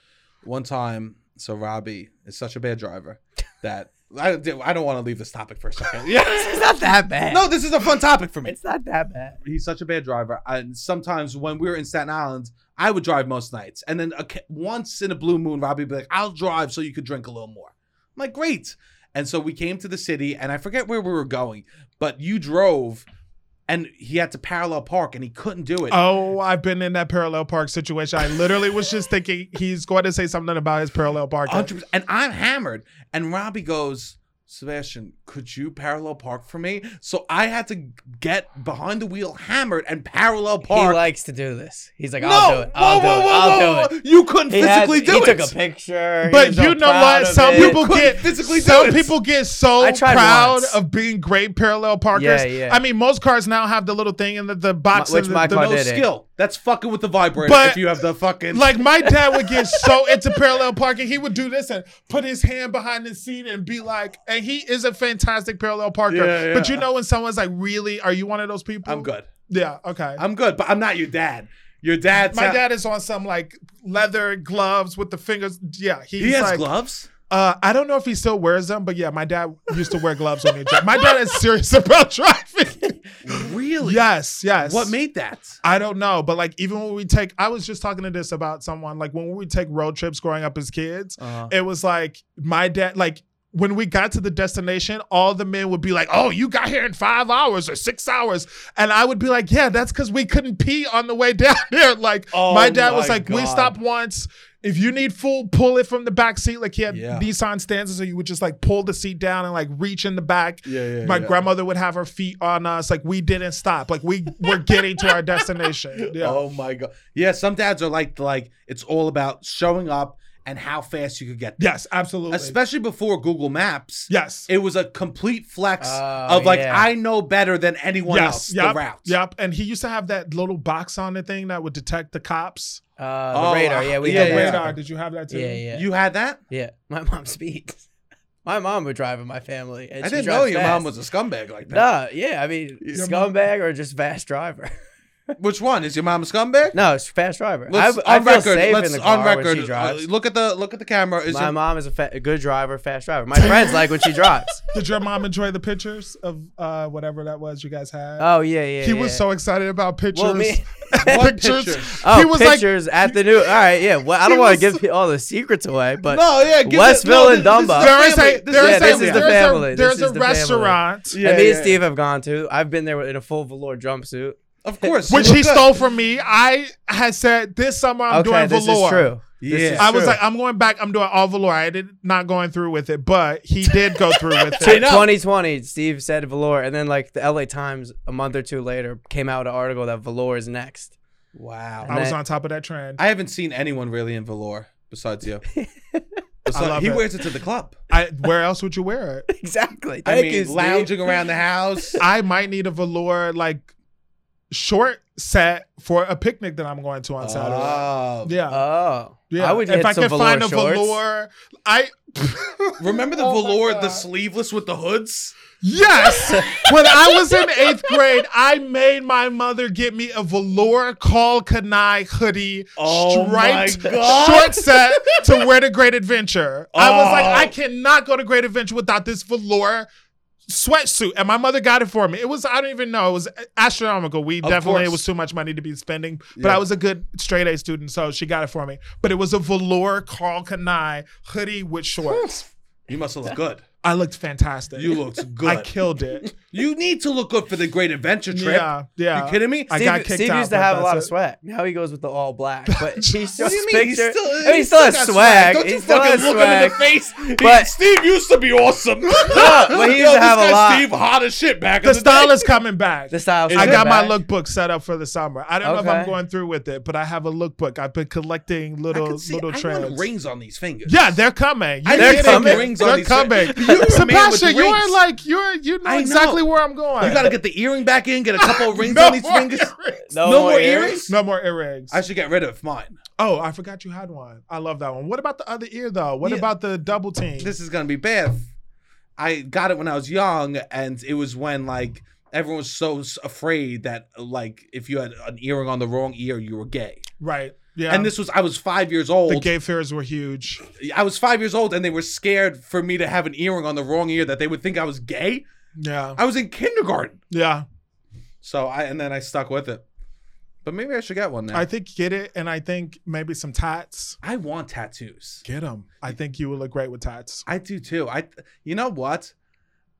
S1: one time so robbie is such a bad driver that i, I don't want to leave this topic for a second yeah
S2: It's not that bad.
S1: no this is a fun topic for me
S2: it's not that bad.
S1: he's such a bad driver and sometimes when we were in staten island i would drive most nights and then oca- once in a blue moon robbie would be like i'll drive so you could drink a little more i'm like great and so we came to the city and i forget where we were going but you drove and he had to parallel park and he couldn't do it
S3: oh i've been in that parallel park situation i literally was just thinking he's going to say something about his parallel park
S1: 100%. And I'm hammered. And Robbie goes, Sebastian, could you parallel park for me? So I had to get behind the wheel hammered and parallel
S2: He
S1: park.
S2: likes to do this. He's like,
S1: no,
S2: I'll do it. I'll
S1: whoa, whoa,
S2: do
S1: whoa,
S2: it. I'll
S1: whoa,
S2: do it.
S1: whoa. You couldn't
S2: He, had-
S1: physically
S2: he
S1: do
S2: took
S1: it.
S2: a picture. he
S3: But
S2: was so
S3: you know
S2: proud
S3: what?
S2: of
S3: Some
S2: it.
S3: people
S1: couldn't
S3: get
S1: physically do
S3: some
S1: it.
S3: people get so
S2: I tried
S3: proud
S2: once.
S3: of being great parallel
S2: Yeah,
S3: parkers.
S2: yeah.
S3: I mean, most cars now have the little thing in the, the box.
S2: which
S3: and the-
S2: my
S3: the
S2: car
S1: no
S3: little-
S2: did it.
S1: skill. That's fucking with the vibrator
S3: But-
S1: if you have the fucking.
S3: Like my dad would get so into parallel parking, he would do this and put his hand behind the seat and be like, and he is a fantastic parallel parker.
S1: Yeah,
S3: But
S1: yeah.
S3: you know when someone's like, really, are you one of those people?
S1: I'm good.
S3: Yeah, okay.
S1: I'm good, but I'm not your dad. Your dad's.
S3: my dad is on some like leather gloves with the fingers. Yeah, he's
S1: He has
S3: like,
S1: gloves?
S3: Uh, I don't know if he still wears them, but yeah, my dad used to wear gloves when he drove. My dad is serious about driving.
S1: Really?
S3: yes, yes.
S1: What made that?
S3: I don't know, but like even when we take, I was just talking to this about someone. Like when we would take road trips growing up as kids,
S2: Uh-huh.
S3: it was like my dad, like. When we got to the destination, all the men would be like, "Oh, you got here in five hours or six hours," and I would be like, "Yeah, that's because we couldn't pee on the way down there." Like
S1: Oh
S3: my dad was
S1: my
S3: like, "We
S1: God.
S3: stopped once. If you need full, pull it from the back seat." Like he had
S1: Yeah.
S3: Nissan Stanza, so you would just like pull the seat down and like reach in the back.
S1: Yeah, yeah.
S3: My grandmother would have her feet on us. Like we didn't stop. Like we were getting to our destination. Yeah.
S1: Oh my god. Yeah, some dads are like like it's all about showing up and how fast you could get there.
S3: Yes, absolutely.
S1: Especially before Google Maps.
S3: yes.
S1: It was a complete flex
S2: Oh,
S1: of like
S2: yeah.
S1: I know better than anyone else
S3: yes. Yep.
S1: the route.
S3: Yep. And he used to have that little box on the thing that would detect the cops.
S2: Uh, the
S1: Oh,
S2: radar. Yeah, we
S1: yeah,
S2: had
S3: the
S2: that.
S3: radar. Did you have that too?
S2: Yeah, yeah,
S1: You had that?
S2: yeah. My mom speeds. My mom would drive in my family. And
S1: I
S2: she
S1: didn't
S2: drives
S1: know your
S2: fast.
S1: mom was a scumbag like that.
S2: Nah, yeah. I mean,
S3: Your mom-
S2: scumbag or just fast driver.
S1: Which one? Is your mom a scumbag?
S2: no, it's fast driver.
S1: Let's-
S2: I, I
S1: on
S2: feel
S1: record,
S2: safe
S1: let's
S2: in the car
S1: on
S2: when
S1: record.
S2: she drives.
S1: uh, look at the look at the camera. Is
S2: my
S1: your,
S2: mom is a, fa- a good driver, fast driver. My friends like when she drives.
S3: Did your mom enjoy the pictures of uh, whatever that was you guys had?
S2: Oh yeah, yeah.
S3: he was
S2: yeah.
S3: so excited about pictures.
S2: Well, me-
S1: What
S3: pictures.
S1: pictures?
S2: Oh,
S3: he was like,
S2: pictures at the new. All right, yeah. Well, I
S3: He
S2: don't want
S3: was
S2: to give pe- all the secrets away, but
S1: no, yeah, give it-
S2: Westville
S1: no, this- this
S2: and Dumbo.
S1: is the
S3: There is
S1: family.
S3: a
S2: Oh, Yeah,
S3: there is
S2: this
S3: a
S2: is the
S3: there's
S2: family.
S3: a
S2: This
S3: there's
S2: is
S3: a
S2: the family.
S3: restaurant
S1: Yeah,
S2: and me
S1: yeah,
S2: and
S1: yeah.
S2: Steve have gone to. I've been there in a full velour jumpsuit,
S1: Of course.
S3: which
S1: you
S3: he
S1: look good.
S3: stole from me. I had said this summer I'm
S2: okay,
S3: doing
S2: this
S3: velour.
S2: is true. This
S1: Yeah.
S2: is
S3: I was
S2: true.
S3: like, I'm going back. I'm doing all velour. I did not going through with it, but he did go through with
S2: Tw-
S3: it.
S2: 2020, Steve said velour, and then like the LA Times a month or two later came out an article that velour is next.
S1: Wow.
S3: I was on top of that trend.
S1: I haven't seen anyone really in velour besides you.
S3: I
S1: Besides,
S3: love
S1: he
S3: it.
S1: wears it to the club.
S3: I, where else would you wear it?
S2: Exactly.
S1: I
S2: Thank
S1: mean,
S2: you, Steve.
S1: lounging around the house.
S3: I might need a velour like short set for a picnic that I'm going to on Saturday.
S1: Oh.
S3: Yeah,
S2: Oh,
S3: yeah.
S2: I would
S3: if
S2: hit
S3: I
S2: some
S3: could find a
S2: shorts.
S3: velour, I
S1: Remember the
S3: Oh my
S1: velour, the
S3: God.
S1: sleeveless with the hoods?
S3: Yes. when I was in eighth grade, I made my mother get me a velour call Kanai hoodie,
S1: Oh my
S3: striped
S1: God.
S3: short set to wear to Great Adventure. I was like,
S1: Oh.
S3: I cannot go to Great Adventure without this velour sweatsuit, and my mother got it for me. It was I don't even know. It was astronomical. We
S1: Of
S3: definitely
S1: course.
S3: it was too much money to be spending, but
S1: Yeah.
S3: I was a good straight A student, so she got it for me. But it was a velour Carl Kanai hoodie with shorts.
S1: You must have looked good.
S3: I looked fantastic.
S1: You looked good.
S3: I killed it.
S1: you need to look good for the great adventure trip.
S3: Yeah, yeah.
S1: You kidding me?
S3: I got kicked
S2: Steve
S3: out,
S2: used to
S3: but
S2: have a
S3: that's
S2: lot of
S3: it.
S2: sweat. Now he goes with the all black. But
S1: What
S2: he's just
S1: do you mean? He's
S2: picture-
S1: still-
S2: I mean, he
S1: he's
S2: still
S1: still
S2: has
S1: got swag.
S2: swag.
S1: Don't
S2: he
S1: you
S2: still
S1: fucking
S2: has
S1: look him in
S2: swag.
S1: the face? He-
S2: But-
S1: Steve used to be awesome.
S2: but he used
S1: Yo,
S2: to have
S1: this guy
S2: a lot-
S1: Steve hot as shit back
S3: The
S1: in the day.
S3: style is coming back.
S2: The style's
S3: I
S2: coming
S3: got my
S2: back.
S3: lookbook set up for the summer. I don't know if I'm
S2: Okay.
S3: going through with it, but I have a lookbook. I've been collecting
S1: I
S3: little
S1: can see,
S3: little
S1: I want
S3: trends.
S1: rings on these fingers.
S3: Yeah, they're coming.
S1: I
S3: You
S1: they're
S3: kidding
S1: coming.
S3: me?
S1: Rings on
S3: They're
S1: these-
S3: coming.
S1: You're a man with
S3: Sebastian, you are
S1: rings.
S3: like you're. You know
S1: I know.
S3: exactly where I'm going.
S1: You gotta get the earring back in, get a couple of rings
S3: no
S1: on these
S3: more
S1: fingers.
S3: earrings.
S1: No, more earrings?
S3: No more earrings.
S1: I should get rid of mine.
S3: oh, I forgot you had one. I love that one. What about the other ear though? What
S1: Yeah.
S3: about the double team?
S1: This is gonna be bad. I got it when I was young, and it was when like everyone was so s- afraid that like if you had an earring on the wrong ear, you were gay.
S3: right. Yeah.
S1: And this was I was five years
S3: the
S1: old.
S3: gay fairs were huge.
S1: I was five years old, and they were scared for me to have an earring on the wrong ear that they would think I was gay.
S3: Yeah.
S1: I was in kindergarten,
S3: Yeah.
S1: so I and then I stuck with it. But maybe I should get one now.
S3: I
S1: I,
S3: think get it, and I think maybe some tats.
S1: want tattoos.
S3: Get them. I think you would look great with tats.
S1: I do too. I you know what?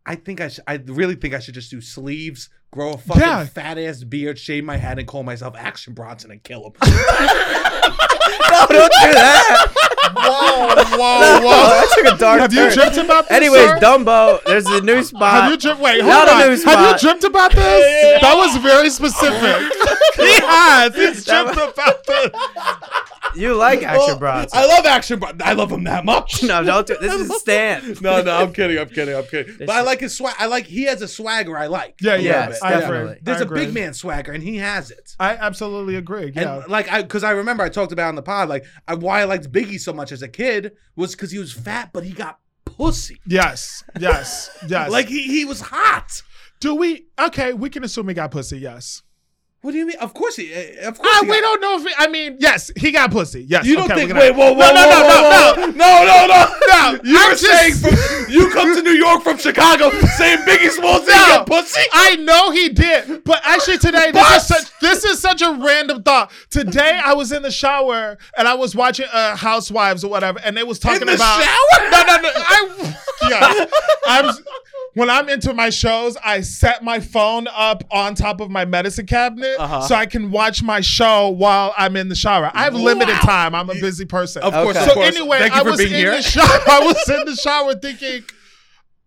S1: I think I should. I really think I should just do sleeves, grow a fucking
S3: Yeah.
S1: fat ass beard, shave my head, and call myself Action Bronson and kill him.
S2: No, don't do that.
S3: Whoa!
S2: No,
S3: Whoa!
S2: that took a dark
S3: Have you
S2: turn.
S3: dreamt about this?
S2: Anyways,
S3: sir?
S2: Dumbo, there's a new spot.
S3: Have you dreamt? Wait, hold
S2: Not a
S3: on.
S2: new
S3: Have
S2: spot.
S3: you dreamt about this? That was very specific. he has. He's
S2: That
S3: dreamt about this.
S2: You like
S1: Well,
S2: action Bronson.
S1: I love Action Bronson. I love him that much.
S2: No, don't do This is a stand.
S1: no, no, I'm kidding. I'm kidding. I'm kidding. But I
S2: shit-
S1: like his swag. I like he has a swagger. I like. a
S3: Yeah,
S1: little
S2: Yes,
S3: yeah.
S1: bit.
S3: I agree.
S2: definitely.
S1: There's
S3: I
S1: a
S3: agree.
S1: big man swagger, and he has it.
S3: I absolutely agree. Yeah.
S1: And like I, because I remember I talked about it on the pod, like I, why I liked Biggie so much as a kid was because he was fat, but he got pussy.
S3: yes. Yes. Yes.
S1: Like he, he was hot.
S3: do we? Okay, we can assume he got pussy. Yes.
S1: What do you mean? Of course he. eh, Of course.
S3: Ah,
S1: he got-
S3: we don't know if. He, I mean, yes, he got pussy. Yes.
S1: You don't
S3: okay,
S1: think?
S3: we're
S1: Wait, whoa,
S3: gonna-
S1: whoa,
S3: no, no,
S1: whoa,
S3: no,
S1: whoa,
S3: no,
S1: whoa. no, no, no, no.
S3: no.
S1: You
S3: I'm
S1: were
S3: just-
S1: saying from, you come to New York from Chicago saying Biggie Smalls didn't
S3: No.
S1: get pussy.
S3: I know he did, but actually today this
S1: But-
S3: is such this is such a random thought. Today I was in the shower and I was watching uh, Housewives or whatever, and they was talking
S1: In the
S3: about
S1: shower?
S3: no no no. I yeah, I'm when I'm into my shows, I set my phone up on top of my medicine cabinet
S1: Uh-huh.
S3: so I can watch my show while I'm in the shower. I have limited
S1: Wow.
S3: time. I'm a busy person.
S1: Of course.
S2: Okay.
S1: Of
S3: So
S1: course.
S3: anyway,
S1: Thank you
S3: I
S1: for
S3: was
S1: being
S3: in
S1: here.
S3: the shower. I was in the shower thinking,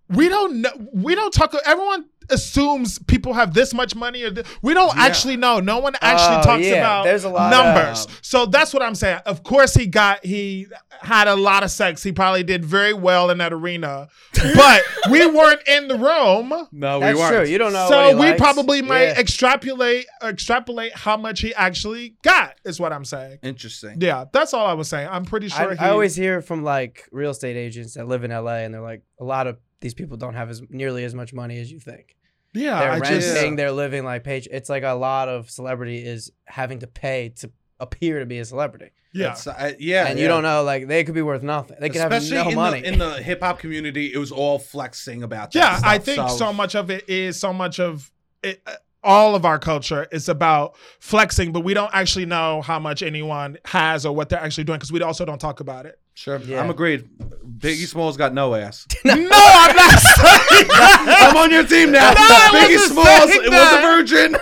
S3: we don't know. We don't talk. Everyone assumes people have this much money, or th- we don't actually know. No one actually
S2: Oh,
S3: talks
S2: yeah.
S3: about
S2: There's a lot
S3: numbers.
S2: of- um,
S3: so that's what I'm saying. Of course, he got he had a lot of sex. He probably did very well in that arena, but we weren't in the room.
S1: no, we
S2: That's
S1: weren't.
S2: true. You don't know. what
S3: So
S2: he
S3: we
S2: likes.
S3: probably might
S2: Yeah.
S3: extrapolate extrapolate how much he actually got is what I'm saying.
S1: Interesting.
S3: Yeah, that's all I was saying. I'm pretty
S2: I,
S3: sure. he,
S2: I always hear from like real estate agents that live in LA, and they're like, a lot of these people don't have as nearly as much money as you think.
S3: yeah.
S2: They're
S3: I just-
S2: renting, they're living like page. It's like a lot of celebrity is having to pay to appear to be a celebrity,
S3: yeah.
S1: That's- I- yeah.
S2: and
S1: yeah.
S2: you don't know like they could be worth nothing. They could
S1: Especially
S2: have no
S1: in,
S2: money.
S1: The, in the hip hop community, it was all flexing about that.
S3: yeah i
S1: stuff,
S3: think so. much of it is so much of it, uh, all of our culture is about flexing but we don't actually know how much anyone has or what they're actually doing because we also don't talk about it
S1: Sure,
S2: Yeah.
S1: I'm agreed. Biggie Smalls got no ass.
S3: no i'm not saying that
S1: I'm on your team now.
S3: No, I
S1: Biggie
S3: wasn't
S1: Smalls
S3: saying
S1: it was a
S3: that.
S1: virgin.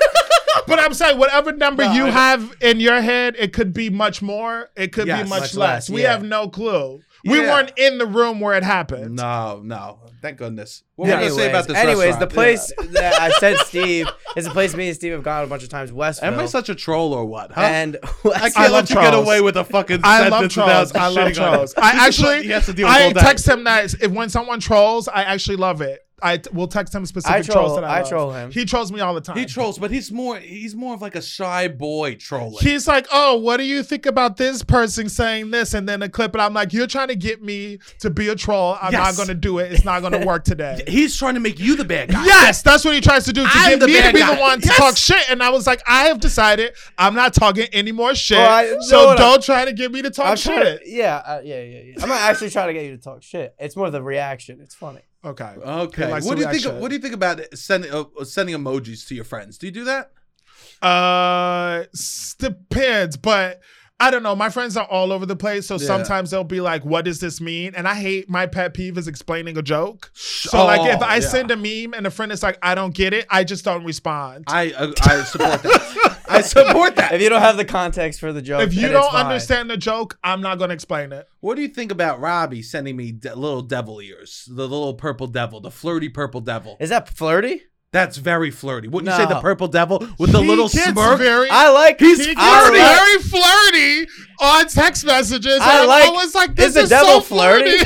S3: but i'm saying whatever number
S1: No,
S3: you
S1: I-
S3: have in your head it could be much more it could
S1: Yes,
S3: be much,
S2: much
S3: less
S2: less,
S3: we
S2: yeah.
S3: have no clue we
S1: Yeah.
S3: weren't in the room where it happened
S1: no, no. Thank goodness. What were you gonna say
S2: Anyways-
S1: about this?
S2: Anyways, the
S1: restaurant?
S2: place that I said Steve is a place me and Steve have gone a bunch of times. Westville.
S1: Am I such a troll or what? Huh?
S2: and
S1: I
S2: West-
S1: can't
S3: I love
S1: let you get
S3: trolls.
S1: away with a fucking
S3: I love
S1: sentence
S3: trolls.
S1: without
S3: I love
S1: shitting on
S3: trolls.
S1: it.
S3: I
S1: This is what
S3: actually,
S1: he has to deal with
S3: I
S1: all day.
S3: text him that if when someone trolls, I actually love it. I t- will text him specific
S2: I troll-
S3: trolls that
S2: I
S3: I, love.
S2: troll him.
S3: He trolls me all the time.
S1: He trolls, but he's more he's more of like a shy boy trolling.
S3: He's like, oh, what do you think about this person saying this? And then a clip, and I'm like, you're trying to get me to be a troll. I'm
S1: Yes.
S3: not going to do it. It's not going to work today.
S1: he's trying to make you the bad guy.
S3: Yes, that's what he tries to do to
S1: I'm
S3: get
S1: the
S3: me to
S1: bad
S3: be
S1: guy.
S3: the one to
S1: Yes.
S3: talk shit. And I was like, I have decided I'm not talking any more shit.
S2: Oh, I know
S3: so
S2: what I-
S3: don't try to get me to talk
S2: I'm
S3: shit.
S2: trying to- yeah, uh, yeah, yeah, yeah. I'm not actually trying to get you to talk shit. It's more the reaction. It's funny.
S3: Okay.
S1: Okay.
S3: like, so
S1: what do
S3: we
S1: you think?
S3: actually-
S1: What do you think about sending uh, sending emojis to your friends? Do you do that?
S3: Uh, s- depends, but I don't know. My friends are all over the place, so
S1: Yeah.
S3: sometimes they'll be like, "What does this mean?" And I hate my pet peeve is explaining a joke. So
S1: Oh,
S3: like, if I
S1: yeah.
S3: send a meme and a friend is like, "I don't get it," I just don't respond.
S1: I uh, I support that. I support that.
S2: If you don't have the context for the joke,
S3: if you
S2: then
S3: don't
S2: it's fine.
S3: understand the joke, I'm not gonna explain it.
S1: What do you think about Robbie sending me de- little devil ears, the little purple devil, the flirty purple devil?
S2: is that flirty?
S1: That's very flirty. Wouldn't you say the
S2: No.
S1: purple devil with the
S3: He
S1: little
S3: gets
S1: smirk?
S3: Very,
S2: I like
S1: He's
S3: he gets
S2: I
S1: flirty.
S2: like-
S3: very flirty on text messages.
S2: I
S3: I and
S2: like-
S3: I'm always like,
S2: is
S3: "This
S2: the
S3: is,
S2: devil
S3: so flirty."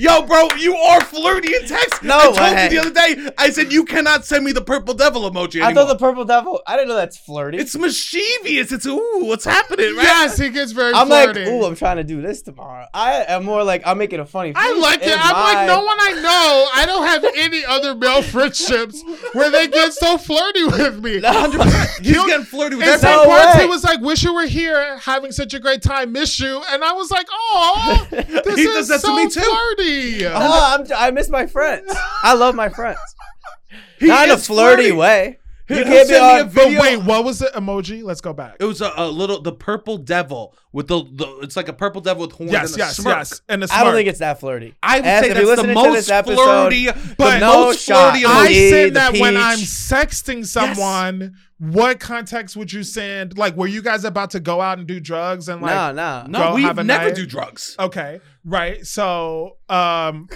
S1: Yo, bro, you are flirty in text.
S2: No
S1: I told
S2: way.
S1: you the other day. I said you cannot send me the purple devil emoji
S2: I
S1: anymore.
S2: thought the purple devil. I didn't know that's flirty.
S1: it's mischievous. It's ooh, what's happening? Right?
S3: Yes, he gets very
S2: I'm like,
S3: flirty.
S2: ooh, I'm trying to do this tomorrow. I am more like, I'm making a funny.
S3: I
S2: face
S3: like it.
S2: in
S3: I'm like,
S2: my-
S3: no one I know. I don't have any other male friendships where they get so flirty with me.
S2: No.
S1: He's
S3: You-
S1: getting flirty with
S3: In
S1: everyone.
S3: St.
S2: No
S3: Bart's,
S2: way.
S3: he was like, "Wish you were here, having such a great time. Miss you." And I was like, "Oh, this
S1: He does
S3: is
S1: that to
S3: so
S1: me too.
S3: flirty."
S2: No, I'm, I miss my friends. I love my friends.
S1: He
S2: Not in a
S1: is
S2: flirty, way.
S1: He-
S2: You
S1: he'll
S2: can't be
S1: send me
S2: on-
S1: a
S3: But
S1: video-
S3: wait, what was the emoji? Let's go back.
S1: It was a, a little the purple devil with the, the it's like a purple devil with horns
S3: Yes,
S1: and a
S3: yes,
S1: smirk.
S3: yes. And the smirk.
S2: I don't think it's that flirty.
S1: I would
S2: As
S1: say
S2: if you're
S1: that's the
S2: listening to
S1: most
S2: this episode,
S1: flirty,
S3: but
S1: the
S2: no
S1: most
S2: shot.
S1: flirty
S3: I
S1: emoji.
S2: Lee,
S3: said
S2: the
S3: that when
S2: peach.
S3: I'm sexting someone. What context would you send? Like, were you guys about to go out and do drugs and like?
S2: no, no,
S1: No,
S3: Go
S1: we
S3: have
S1: never
S3: a night.
S1: do drugs.
S3: Okay, right. So, um,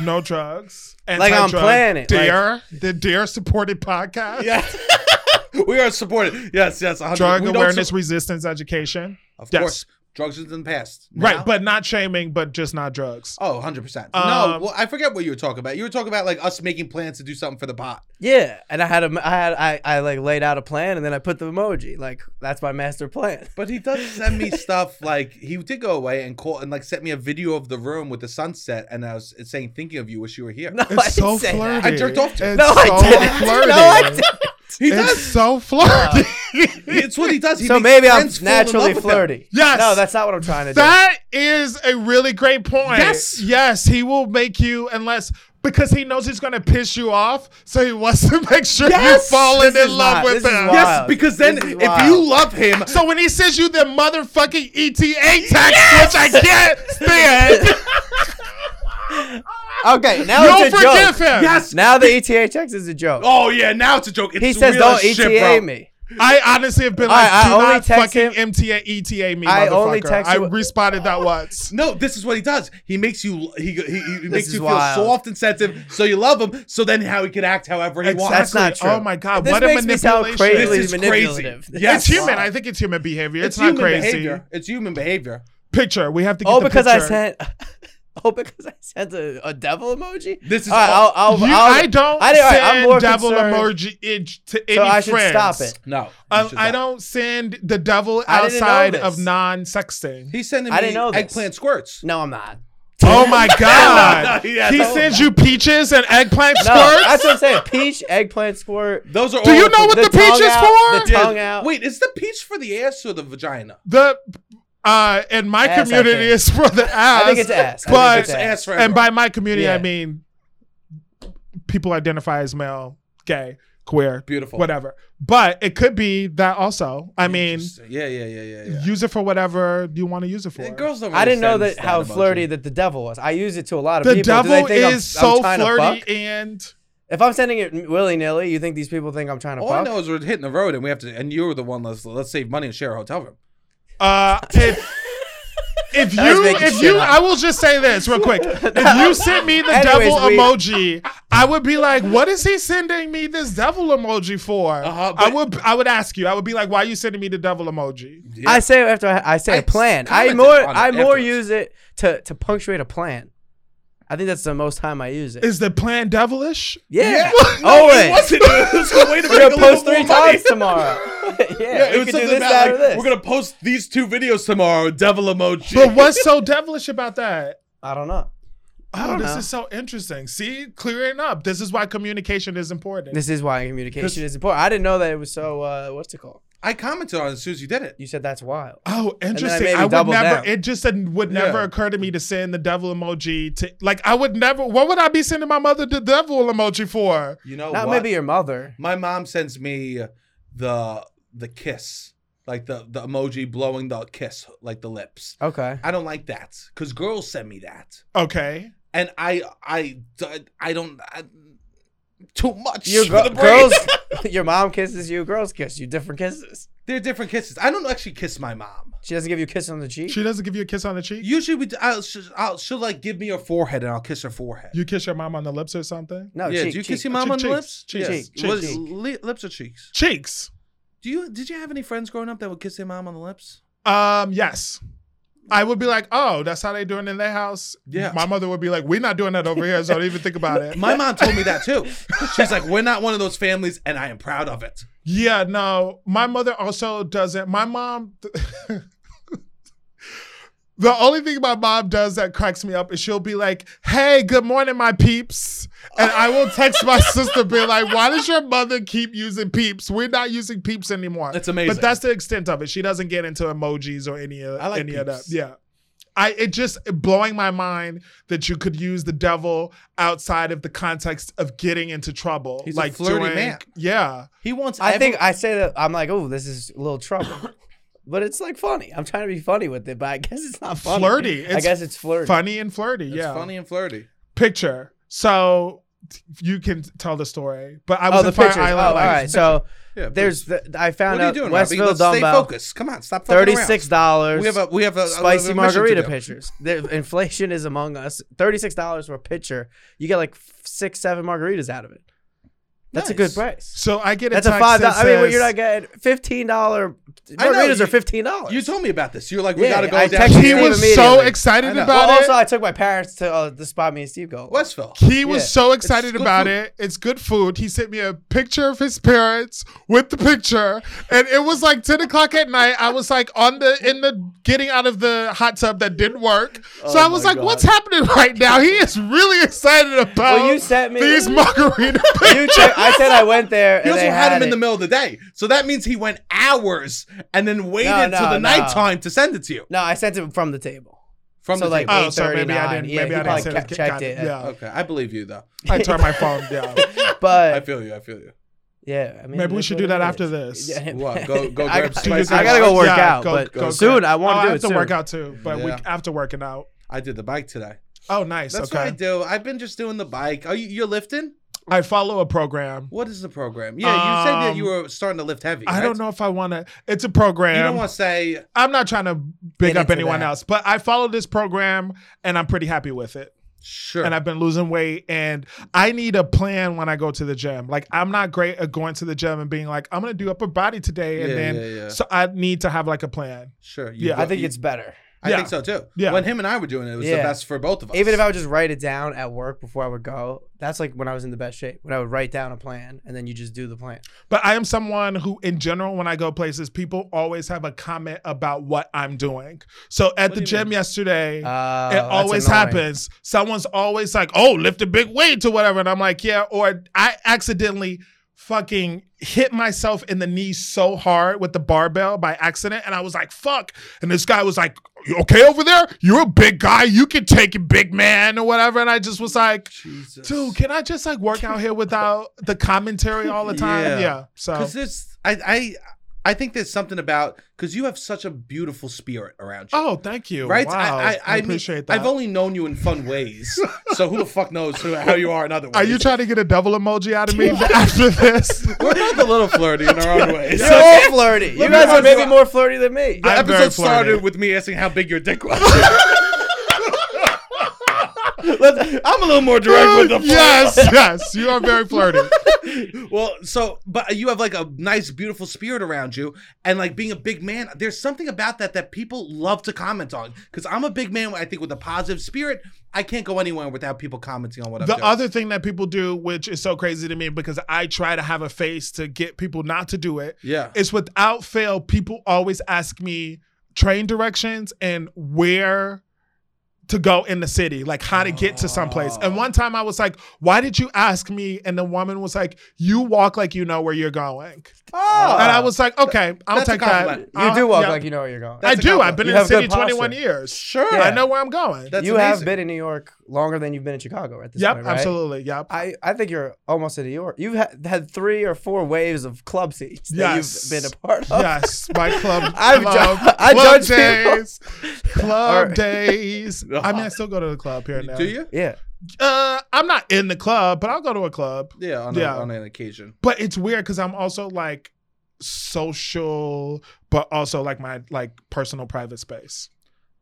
S3: no drugs.
S2: Like, I'm
S3: anti-drug.
S2: playing it, like-
S3: Dare the Dare supported podcast.
S1: Yeah. we are supported. Yes, yes. 100.
S3: Uh, Drug
S1: We don't
S3: awareness,
S1: su-
S3: resistance, education.
S1: of
S3: yes.
S1: course. Drugs is in the past. Now-
S3: Right, but not shaming, but just not drugs.
S1: Oh, 100%. no,
S3: Um,
S1: well, I forget what you were talking about. You were talking about like us making plans to do something for the pot.
S2: yeah. And I had a, I had, I, I like laid out a plan, and then I put the emoji. Like that's my master plan.
S1: But he does send me stuff like he did go away and call and like sent me a video of the room with the sunset and I was saying thinking of you wish you were here.
S2: No, I
S3: It's so
S2: didn't say
S3: flirty.
S2: that.
S1: I jerked off to it.
S3: It's
S2: No, I
S3: so
S2: didn't.
S3: flirty.
S2: No, I didn't. Uh,
S1: He
S3: It's
S1: does.
S3: so flirty.
S1: It's what he does. He
S2: So
S1: makes
S2: maybe I'm
S1: friends fall in love
S2: naturally
S1: with him.
S2: flirty.
S3: Yes.
S2: No, that's not what I'm trying to do.
S3: That is a really great point.
S1: Yes.
S3: Yes, he will make you unless because he knows he's gonna piss you off, so he wants to make sure
S1: Yes!
S3: you're falling
S2: This
S3: in
S2: is
S3: love
S2: wild.
S3: with
S2: This is
S3: him.
S2: wild.
S1: Yes, because then
S2: This is
S1: if you love him,
S3: So when he sends you the motherfucking E ETA text, which I can't stand,
S2: Okay, now
S3: you'll
S2: it's a joke.
S3: forgive him.
S1: yes.
S2: Now the E ETA text is a joke.
S1: Oh yeah, now it's a joke. It's
S2: he says,
S1: real
S2: "Don't
S1: as shit,
S2: ETA
S1: bro.
S2: me."
S3: I honestly have been
S2: I-
S3: like,
S2: I
S3: do
S2: only
S3: not
S2: text
S3: fucking
S2: him-
S3: MTA ETA E me,
S2: I
S3: motherfucker.
S2: only text
S3: I
S2: you-
S3: responded that once.
S1: No, this is what he does. He makes you he he, he makes
S2: is
S1: you
S2: wild.
S1: feel soft and sensitive, so you love him. So then how he can act however he wants.
S2: That's not true.
S3: Oh my god,
S2: This
S3: what
S2: makes
S3: a
S2: me sound
S3: manipulation!
S2: crazy.
S1: This is
S2: manipulative.
S1: crazy. Yes.
S3: it's human. I think it's human behavior. It's, not
S1: human
S3: crazy.
S1: behavior. It's human behavior.
S3: Picture. We have to. Get
S2: Oh,
S3: the
S2: because I
S3: picture.
S2: sent. Oh, because I sent a, a devil emoji.
S1: This is
S2: All right,
S1: all-
S2: I'll, I'll,
S3: You,
S2: I'll,
S3: I don't
S2: I didn't- all right,
S3: send
S2: I'm more
S3: devil
S2: concerned-
S3: emoji itch to any
S2: So I should
S3: friends.
S2: stop it.
S1: No, you
S3: I,
S1: should
S3: I
S1: not.
S3: don't send the devil
S2: I didn't know
S3: outside
S2: this.
S3: of non-sexting.
S1: He's sending me
S2: I didn't know this.
S1: eggplant squirts.
S2: No, I'm not.
S3: Oh my
S1: No,
S3: god!
S1: no, yeah,
S3: he
S1: no.
S3: sends you peaches and eggplant
S2: No,
S3: squirts.
S2: that's what I'm saying. Peach, eggplant squirt.
S1: Those are
S3: Do
S1: all
S3: you know
S1: for-
S3: what the peach
S2: tongue
S3: is
S2: out,
S3: for?
S2: The
S1: Yeah.
S2: tongue out.
S1: Wait, is the peach for the ass or the vagina?
S3: the uh in my
S2: Ass, I
S3: community
S2: think.
S3: is for the ass.
S2: I think it's ass. I think
S3: But-
S2: it's
S1: It's
S2: ass.
S1: ass for
S3: and by my community I
S2: Yeah.
S3: mean people identify as male, gay, queer,
S1: beautiful.
S3: whatever. But it could be that also. I mean,
S1: Interesting. yeah, yeah, yeah, yeah. yeah.
S3: use it for whatever you want to use it for.
S1: Yeah, girls don't.
S2: I
S1: really
S2: didn't know
S1: send
S2: that how
S1: emoji.
S2: flirty that the devil was. I use it to a lot of
S3: the
S2: people. Do they
S3: devil
S2: think I'm-
S3: is
S2: I'm
S3: so
S2: trying to fuck?
S3: flirty and
S2: If I'm sending it willy nilly, you think these people think I'm trying to
S1: All Oh, I
S2: fuck?
S1: know is we're hitting the road, and we have to. And you were the one. Let's let's save money and share a hotel room.
S3: uh if If
S2: That was
S3: you,
S2: making
S3: if
S2: shit
S3: you,
S2: up.
S3: I will just say this real quick. If you sent me the
S2: Anyways,
S3: devil
S2: we-
S3: emoji, I would be like, "What is he sending me this devil emoji for?"
S1: Uh-huh,
S3: I
S1: but-
S3: would, I would ask you. I would be like, "Why are you sending me the devil emoji?"
S1: Yeah.
S2: I say it after I, I say
S1: I
S2: a plan. I
S1: commented
S2: more
S1: on it
S2: I more
S1: afterwards.
S2: use it to to punctuate a plan. I think that's the most time I use it.
S3: Is the plan devilish?
S2: yeah.
S1: No, it
S2: Always.
S1: wasn't. It was a way to
S2: We're
S1: make a
S2: gonna
S1: little
S2: post three
S1: more money.
S2: times tomorrow. yeah,
S1: Yeah, it
S2: we
S1: was
S2: could do
S1: something
S2: this,
S1: about
S2: that, or
S1: like,
S2: this.
S1: we're gonna post these two videos tomorrow. Devil emoji.
S3: But what's so devilish about that?
S2: I don't know.
S3: Oh,
S2: don't
S3: this
S2: know.
S3: is so interesting. See, clearing up. This is why communication is important.
S2: This is why communication is important. I didn't know that it was so. Uh, what's it called?
S1: I commented on it as soon as you did it.
S2: You said that's wild.
S3: Oh,
S2: maybe
S3: interesting. I, would
S2: double
S3: never.
S2: down.
S3: It just didn't- would never
S1: Yeah.
S3: occur to me to send the devil emoji to like. I would never. What would I be sending my mother the devil emoji for?
S1: You know
S2: Not
S1: what?
S2: maybe your mother.
S1: My mom sends me the the kiss, like the the emoji blowing the kiss, like the lips.
S2: Okay.
S1: I don't like that because girls send me that,
S3: Okay.
S1: and I I I don't I, too much.
S2: Your
S1: for
S2: gir-
S1: the brain.
S2: girls, your mom kisses you. Girls kiss you. Different kisses.
S1: They're different kisses. I don't actually kiss my mom.
S2: She doesn't give you a kiss on the cheek.
S3: She doesn't give you a kiss on the cheek.
S1: Usually, we I'll, she'll, I'll, she'll like give me her forehead, and I'll kiss her forehead.
S3: You kiss your mom on the lips or something.
S2: no,
S1: yeah,
S2: cheek, uh,
S1: do you
S2: cheek.
S1: kiss your mom on the
S3: Cheeks,
S1: lips?
S3: cheeks,
S1: yes.
S2: cheeks.
S1: Was-
S2: Cheek.
S1: li- lips or cheeks?
S3: Cheeks.
S1: Do you did you have any friends growing up that would kiss their mom on the lips?
S3: Um. Yes. I would be like, oh, that's how they doing in their house.
S1: Yeah.
S3: My mother would be like, we're not doing that over here, so don't even think about it.
S1: My mom told me that too. She's like, "We're not one of those families, and I am proud of it."
S3: Yeah, no. My mother also doesn't. My mom. the only thing my mom does that cracks me up is she'll be like, "Hey, good morning, my peeps," and I will text my sister, be like, "Why does your mother keep using peeps? We're not using peeps anymore."
S1: That's amazing.
S3: But that's the extent of it. She doesn't get into emojis or any of
S1: I like
S3: any of that.
S1: peeps.
S3: Yeah. I it just it blowing my mind that you could use the devil outside of the context of getting into trouble.
S1: He's a flirty man.
S3: Yeah.
S1: he wants.
S2: I
S1: every-
S2: think I say that I'm like, oh, this is a little trouble. But it's like funny. I'm trying to be funny with it, but I guess it's not funny.
S3: Flirty.
S2: I
S3: It's
S2: guess it's flirty.
S3: Funny and flirty.
S1: it's
S3: yeah.
S1: funny and flirty.
S3: Picture. So you can tell the story. But I was
S2: Oh, the
S3: at Fire
S2: pictures. Oh,
S3: Island.
S2: all
S3: like-
S2: right. So
S1: Yeah,
S2: there's the, I
S1: What
S2: found
S1: are you
S2: out
S1: doing, Robbie?
S2: Westville
S1: Let's Stay
S2: dumbbell,
S1: focused. Come on, stop. fucking
S2: thirty
S1: around.
S2: six dollars.
S1: We have a we have a
S2: spicy
S1: a mission to
S2: margarita
S1: do.
S2: pitchers. The inflation is among us. Thirty six dollars for a pitcher. You get like f- six, seven margaritas out of it. That's a good
S1: Nice.
S2: price.
S3: So I get a
S2: That's a
S3: text
S2: five.
S3: that
S2: I mean, what
S3: says,
S2: you're not getting fifteen dollar
S1: I know,
S2: margaritas
S1: you-
S2: are fifteen dollars.
S1: You told me about this. You're like, we
S2: Yeah,
S1: gotta go
S2: I
S1: down.
S2: texted
S3: He
S2: Steve
S3: was so
S2: immediately.
S3: excited
S1: I know.
S3: about
S2: well,
S3: it.
S2: also, I took my parents to uh, the spot me and Steve go.
S1: Westville.
S3: he was
S2: Yeah.
S3: so excited
S1: good
S3: about
S1: food.
S3: it. It's good food. He sent me a picture of his parents with the picture, and it was like ten o'clock at night. I was like on the in the getting out of the hot tub that didn't work. So
S2: Oh
S3: I was like, "What's happening right now?" He is really excited about
S2: you sent me-
S3: these margarita
S2: You check- I said I went there. And
S1: He also
S2: they
S1: had, him in
S2: it.
S1: the middle of the day, so that means he went hours and then waited
S2: no,
S1: till the
S2: no.
S1: nighttime to send it to you
S2: No, I sent it from the table.
S1: from
S2: So
S1: the
S2: like, uh,
S1: table.
S3: Oh, so maybe I
S2: 8:39.
S3: didn't.
S2: Yeah,
S3: maybe
S2: he
S3: I didn't
S2: probably
S3: send
S2: kept-
S3: it.
S2: checked
S3: Got
S2: it.
S3: Yeah,
S1: okay, I believe you though.
S3: I turned my phone down.
S1: I
S2: But
S1: feel you. I feel you.
S2: yeah, I mean,
S3: Maybe we
S2: that's
S3: should
S2: what
S3: do
S2: it
S3: that
S2: is.
S3: after this.
S2: Yeah.
S1: What? Go- go
S2: I,
S1: grab
S2: got-
S1: spicy
S2: I gotta go work
S3: Yeah,
S2: out,
S3: go-
S2: but
S3: go
S2: soon
S3: grab-
S2: I want
S3: Oh,
S2: to do
S3: I
S2: it
S3: have to
S2: soon.
S3: work out too, but we
S1: Yeah.
S3: after working out.
S1: I did the bike today.
S3: Oh, nice.
S1: That's what I
S3: okay,
S1: do. I've been just doing the bike. Are you you're lifting?
S3: I follow a program.
S1: What is the program? Yeah, you said that you
S3: Um,
S1: were starting to lift heavy.
S3: I
S1: right?
S3: don't know if I want to. It's a
S1: You
S3: program.
S1: don't want to say
S3: I'm not trying to big
S2: Get
S3: up
S2: into
S3: anyone
S2: that.
S3: else, but I follow this program and I'm pretty happy with it.
S1: sure.
S3: And I've been losing weight and I need a plan when I go to the gym. Like I'm not great at going to the gym and being like, I'm gonna do upper body today. And
S1: Yeah,
S3: then
S1: yeah, yeah.
S3: so I need to have like a plan.
S1: sure. you
S3: Yeah.
S1: go-
S2: I think
S1: you-
S2: it's better.
S1: I
S3: yeah.
S1: think so too.
S3: Yeah.
S1: When him and I were doing it, it was the
S2: Yeah.
S1: best for both of us.
S2: Even if I would just write it down at work before I would go, that's like when I was in the best shape. When I would write down a plan and then you just do the plan.
S3: But I am someone who in general when I go places, people always have a comment about what I'm doing. So
S1: What
S3: at
S1: do
S3: the
S1: you
S3: gym
S1: mean?
S3: yesterday,
S2: Uh,
S3: it always happens. Someone's always like, "Oh, lift a big weight or whatever," and I'm like, "Yeah." Or I accidentally fucking hit myself in the knee so hard with the barbell by accident, and I was like, "Fuck!" And this guy was like, "You okay over there? You're a big guy. You can take it, big man, or whatever." And I just was like.
S1: Jesus,
S3: Dude, can I just like work out here without the commentary all the time?
S1: Yeah.
S3: Yeah. So
S1: because there's I I I think there's something about because you have such a beautiful spirit around you.
S3: Oh, thank you.
S1: Right,
S3: Wow.
S1: I, I, I mean,
S3: appreciate that.
S1: I've only known you in fun ways, so who the fuck knows who, how you are in other ways?
S3: Are you trying to get a double emoji out of me after this?
S1: We're both a little flirty in our own ways.
S2: You're
S1: So-
S2: so flirty. You
S1: me
S2: guys are
S1: ask
S2: maybe
S1: you-
S2: more flirty than me.
S1: The
S3: I'm very
S1: episode started
S3: flirty.
S1: with me asking how big your dick was. Let's- I'm a little more direct with the flirt.
S3: yes, yes, you are very flirty.
S1: Well, so but you have like a nice, beautiful spirit around you, and like being a big man, there's something about that that people love to comment on. Because I'm a big man, I think, with a positive spirit, I can't go anywhere without people commenting on what I'm
S3: The
S1: doing.
S3: other thing that people do, which is so crazy to me because I try to have a face to get people not to do it,
S1: yeah,
S3: is without fail, people always ask me train directions and where to go in the city, like how to get to someplace. And one time I was like, why did you ask me? And the woman was like, you walk like you know where you're going.
S5: Oh,
S3: and I
S2: Uh,
S3: was like, okay, I'll
S1: that's a
S3: take that.
S1: compliment.
S2: You do
S3: I'll-
S2: walk
S3: Uh, yeah.
S2: like you know where you're going.
S3: I
S1: That's a
S3: do.
S1: compliment.
S3: I've been
S2: You
S3: in the
S2: have good
S3: city 21
S2: posture.
S3: years.
S1: Sure.
S2: Yeah.
S3: I know where I'm going.
S1: That's
S2: you have
S1: amazing.
S2: been in New York longer than you've been in Chicago at this
S3: yep,
S2: point, right?
S3: absolutely. Yep.
S2: I, I think you're almost in New York. You've had, had three or four waves of club seats that
S3: Yes.
S2: you've been a part of.
S3: Yes, my club.
S2: I've
S3: club,
S2: ju- I
S3: club
S2: judge people.
S3: days. Club
S2: Alright.
S3: days. I mean, I still go to the club here and there.
S1: Do you?
S2: Yeah.
S3: Uh, I'm not in the club, but I'll go to a club.
S1: Yeah, on,
S3: Yeah.
S1: A, on an occasion.
S3: But it's weird because I'm also like social, but also like my like personal private space.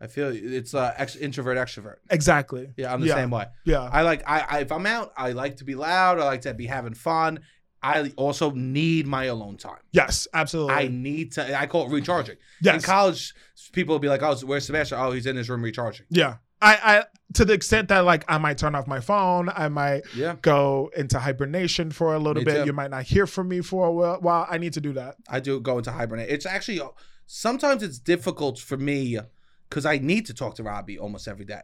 S1: I feel you. it's uh, ex- introvert extrovert.
S3: Exactly.
S1: Yeah, I'm the
S3: Yeah.
S1: same way.
S3: Yeah.
S1: I like I, I if I'm out, I like to be loud. I like to be having fun. I also need my alone time.
S3: Yes, absolutely.
S1: I need to. I call it recharging. In
S3: yes.
S1: college, people will be like, "Oh, where's Sebastian? Oh, he's in his room recharging."
S3: yeah. I, I to the extent that like I might turn off my phone, I might
S1: Yeah,
S3: go into hibernation for a little
S1: Me
S3: bit.
S1: too.
S3: You might not hear from me for a while. while. I need to do that.
S1: I do go into hibernate. It's actually sometimes it's difficult for me because I need to talk to Robbie almost every day,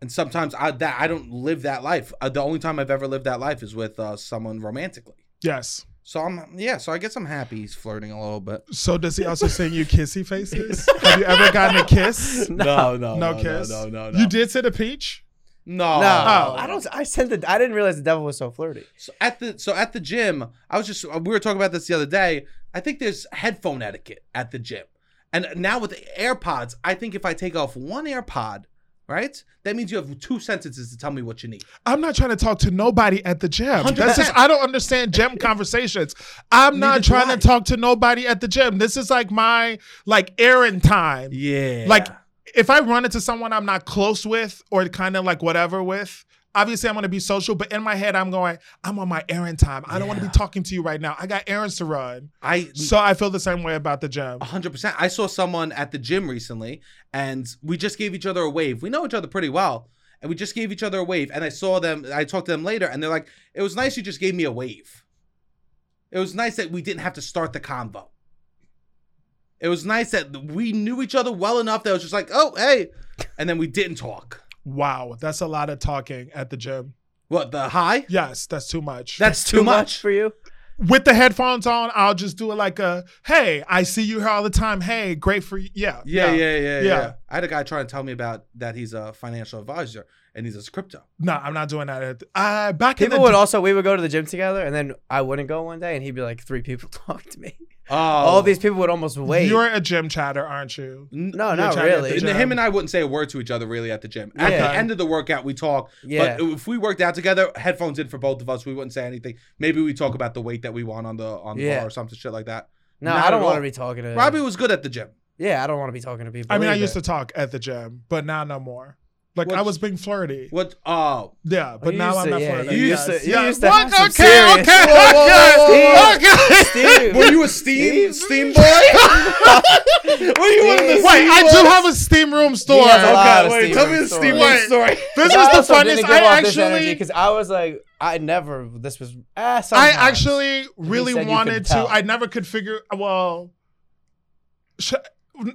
S1: and sometimes I that I don't live that life. Uh, the only time I've ever lived that life is with uh, someone romantically.
S3: Yes.
S1: So I'm yeah. So I guess I'm happy he's flirting a little bit.
S3: So does he also send you kissy faces? Have you ever gotten a kiss?
S1: No, no,
S3: No kiss. You did send a peach.
S1: No.
S2: No,
S3: Oh.
S2: I don't. I said that. I didn't realize the devil was so flirty.
S1: So at the so at the gym, I was just we were talking about this the other day. I think there's headphone etiquette at the gym, and now with the AirPods, I think if I take off one AirPod, right, that means you have two sentences to tell me what you need.
S3: I'm not trying to talk to nobody at the gym. That's
S1: 100%.
S3: just I don't understand gym conversations. I'm not
S1: Neither do
S3: trying
S1: I.
S3: to talk to nobody at the gym. This is like my like errand time.
S1: Yeah,
S3: Like if I run into someone I'm not close with or kind of like whatever with, obviously I'm gonna be social, but in my head I'm going, I'm on my errand time. I don't want to
S1: Yeah. Mm.
S3: be talking to you right now. I got errands to run.
S1: I
S3: So I feel the same way about the gym.
S1: 100%. I saw someone at the gym recently and we just gave each other a wave. We know each other pretty well. And we just gave each other a wave. And I saw them, I talked to them later and they're like, it was nice you just gave me a wave. It was nice that we didn't have to start the convo. It was nice that we knew each other well enough that it was just like, oh, hey. And then we didn't talk.
S3: Wow, that's a lot of talking at the gym.
S1: What, the high?
S3: Yes, that's too much.
S1: That's too, much.
S2: for you.
S3: With the headphones on, I'll just do it like a, hey, I see you here all the time. Hey, great for you. Yeah.
S1: Yeah, yeah, yeah, yeah,
S3: Yeah.
S1: I had a guy trying to tell me about that he's a financial advisor and he's a crypto.
S3: No, I'm not doing that. at- Uh, back in
S2: People
S3: the
S2: would
S3: d-
S2: also. We would go to the gym together, and then I wouldn't go one day, and he'd be like, three people talk to me.
S1: Oh,
S2: All these people would almost wait.
S3: You're a gym chatter, aren't you?
S1: Oh.
S2: no,
S3: you're
S2: not
S3: trying to
S2: really.
S3: at the
S1: And
S3: gym.
S1: him and I wouldn't say a word to each other really at the gym. At
S2: Yeah.
S1: the end of the workout, we talk.
S2: Yeah.
S1: But if we worked out together, headphones in for both of us, we wouldn't say anything. Maybe we talk about the weight that we want on the on the
S2: Yeah.
S1: bar or something shit like that.
S2: No,
S1: Not
S2: I don't
S1: at
S2: want
S1: all.
S2: to be talking to.
S1: Robbie was good at the gym.
S2: Yeah, I don't want to be talking to people.
S3: I mean, I
S2: either.
S3: used to talk at the gym, but now no more. Like I
S1: What's-
S3: was being flirty.
S1: What? Oh,
S3: Yeah, but
S2: you
S3: now
S2: used
S3: I'm
S2: to-
S3: not
S2: yeah,
S3: flirty.
S2: you
S3: yes.
S2: used to- you
S3: yeah.
S2: used to
S3: what?
S2: have some
S3: okay,
S2: serious-
S3: okay,
S2: Whoa, whoa, whoa, whoa.
S3: okay,
S2: Steve.
S1: were you a steam steam boy? were you one of the
S3: Wait, I do have a steam room store.
S2: has a
S1: Okay,
S2: lot. of
S1: wait.
S2: steam
S1: Tell
S2: room
S1: me the steam
S2: stories.
S1: room story.
S3: This
S2: I
S3: is the
S2: also didn't
S3: funnest.
S2: give
S3: I
S2: off this energy
S3: actually.
S2: because I was like, I never. This was. Ah,
S3: I
S2: sometimes.
S3: actually
S2: said
S3: really
S2: you
S3: wanted
S2: could
S3: to.
S2: tell.
S3: I never could figure. Well, sh-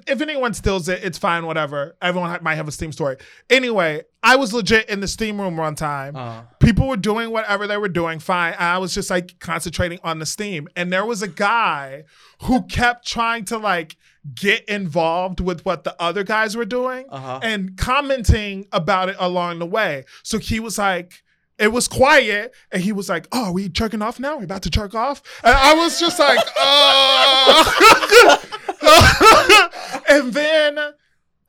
S3: if anyone steals it, it's fine. Whatever. Everyone ha- might have a Steam story. Anyway, I was legit in the Steam room one time.
S2: Uh-huh.
S1: Uh,
S3: People were doing whatever they were doing. Fine. I was just like concentrating on the Steam, and there was a guy who kept trying to like get involved with what the other guys were doing
S1: uh-huh.
S3: and commenting about it along the way. So he was like, it was quiet, and he was like, "Oh, are we jerking off now? Are we about to jerk off?" And I was just like, "Oh." and then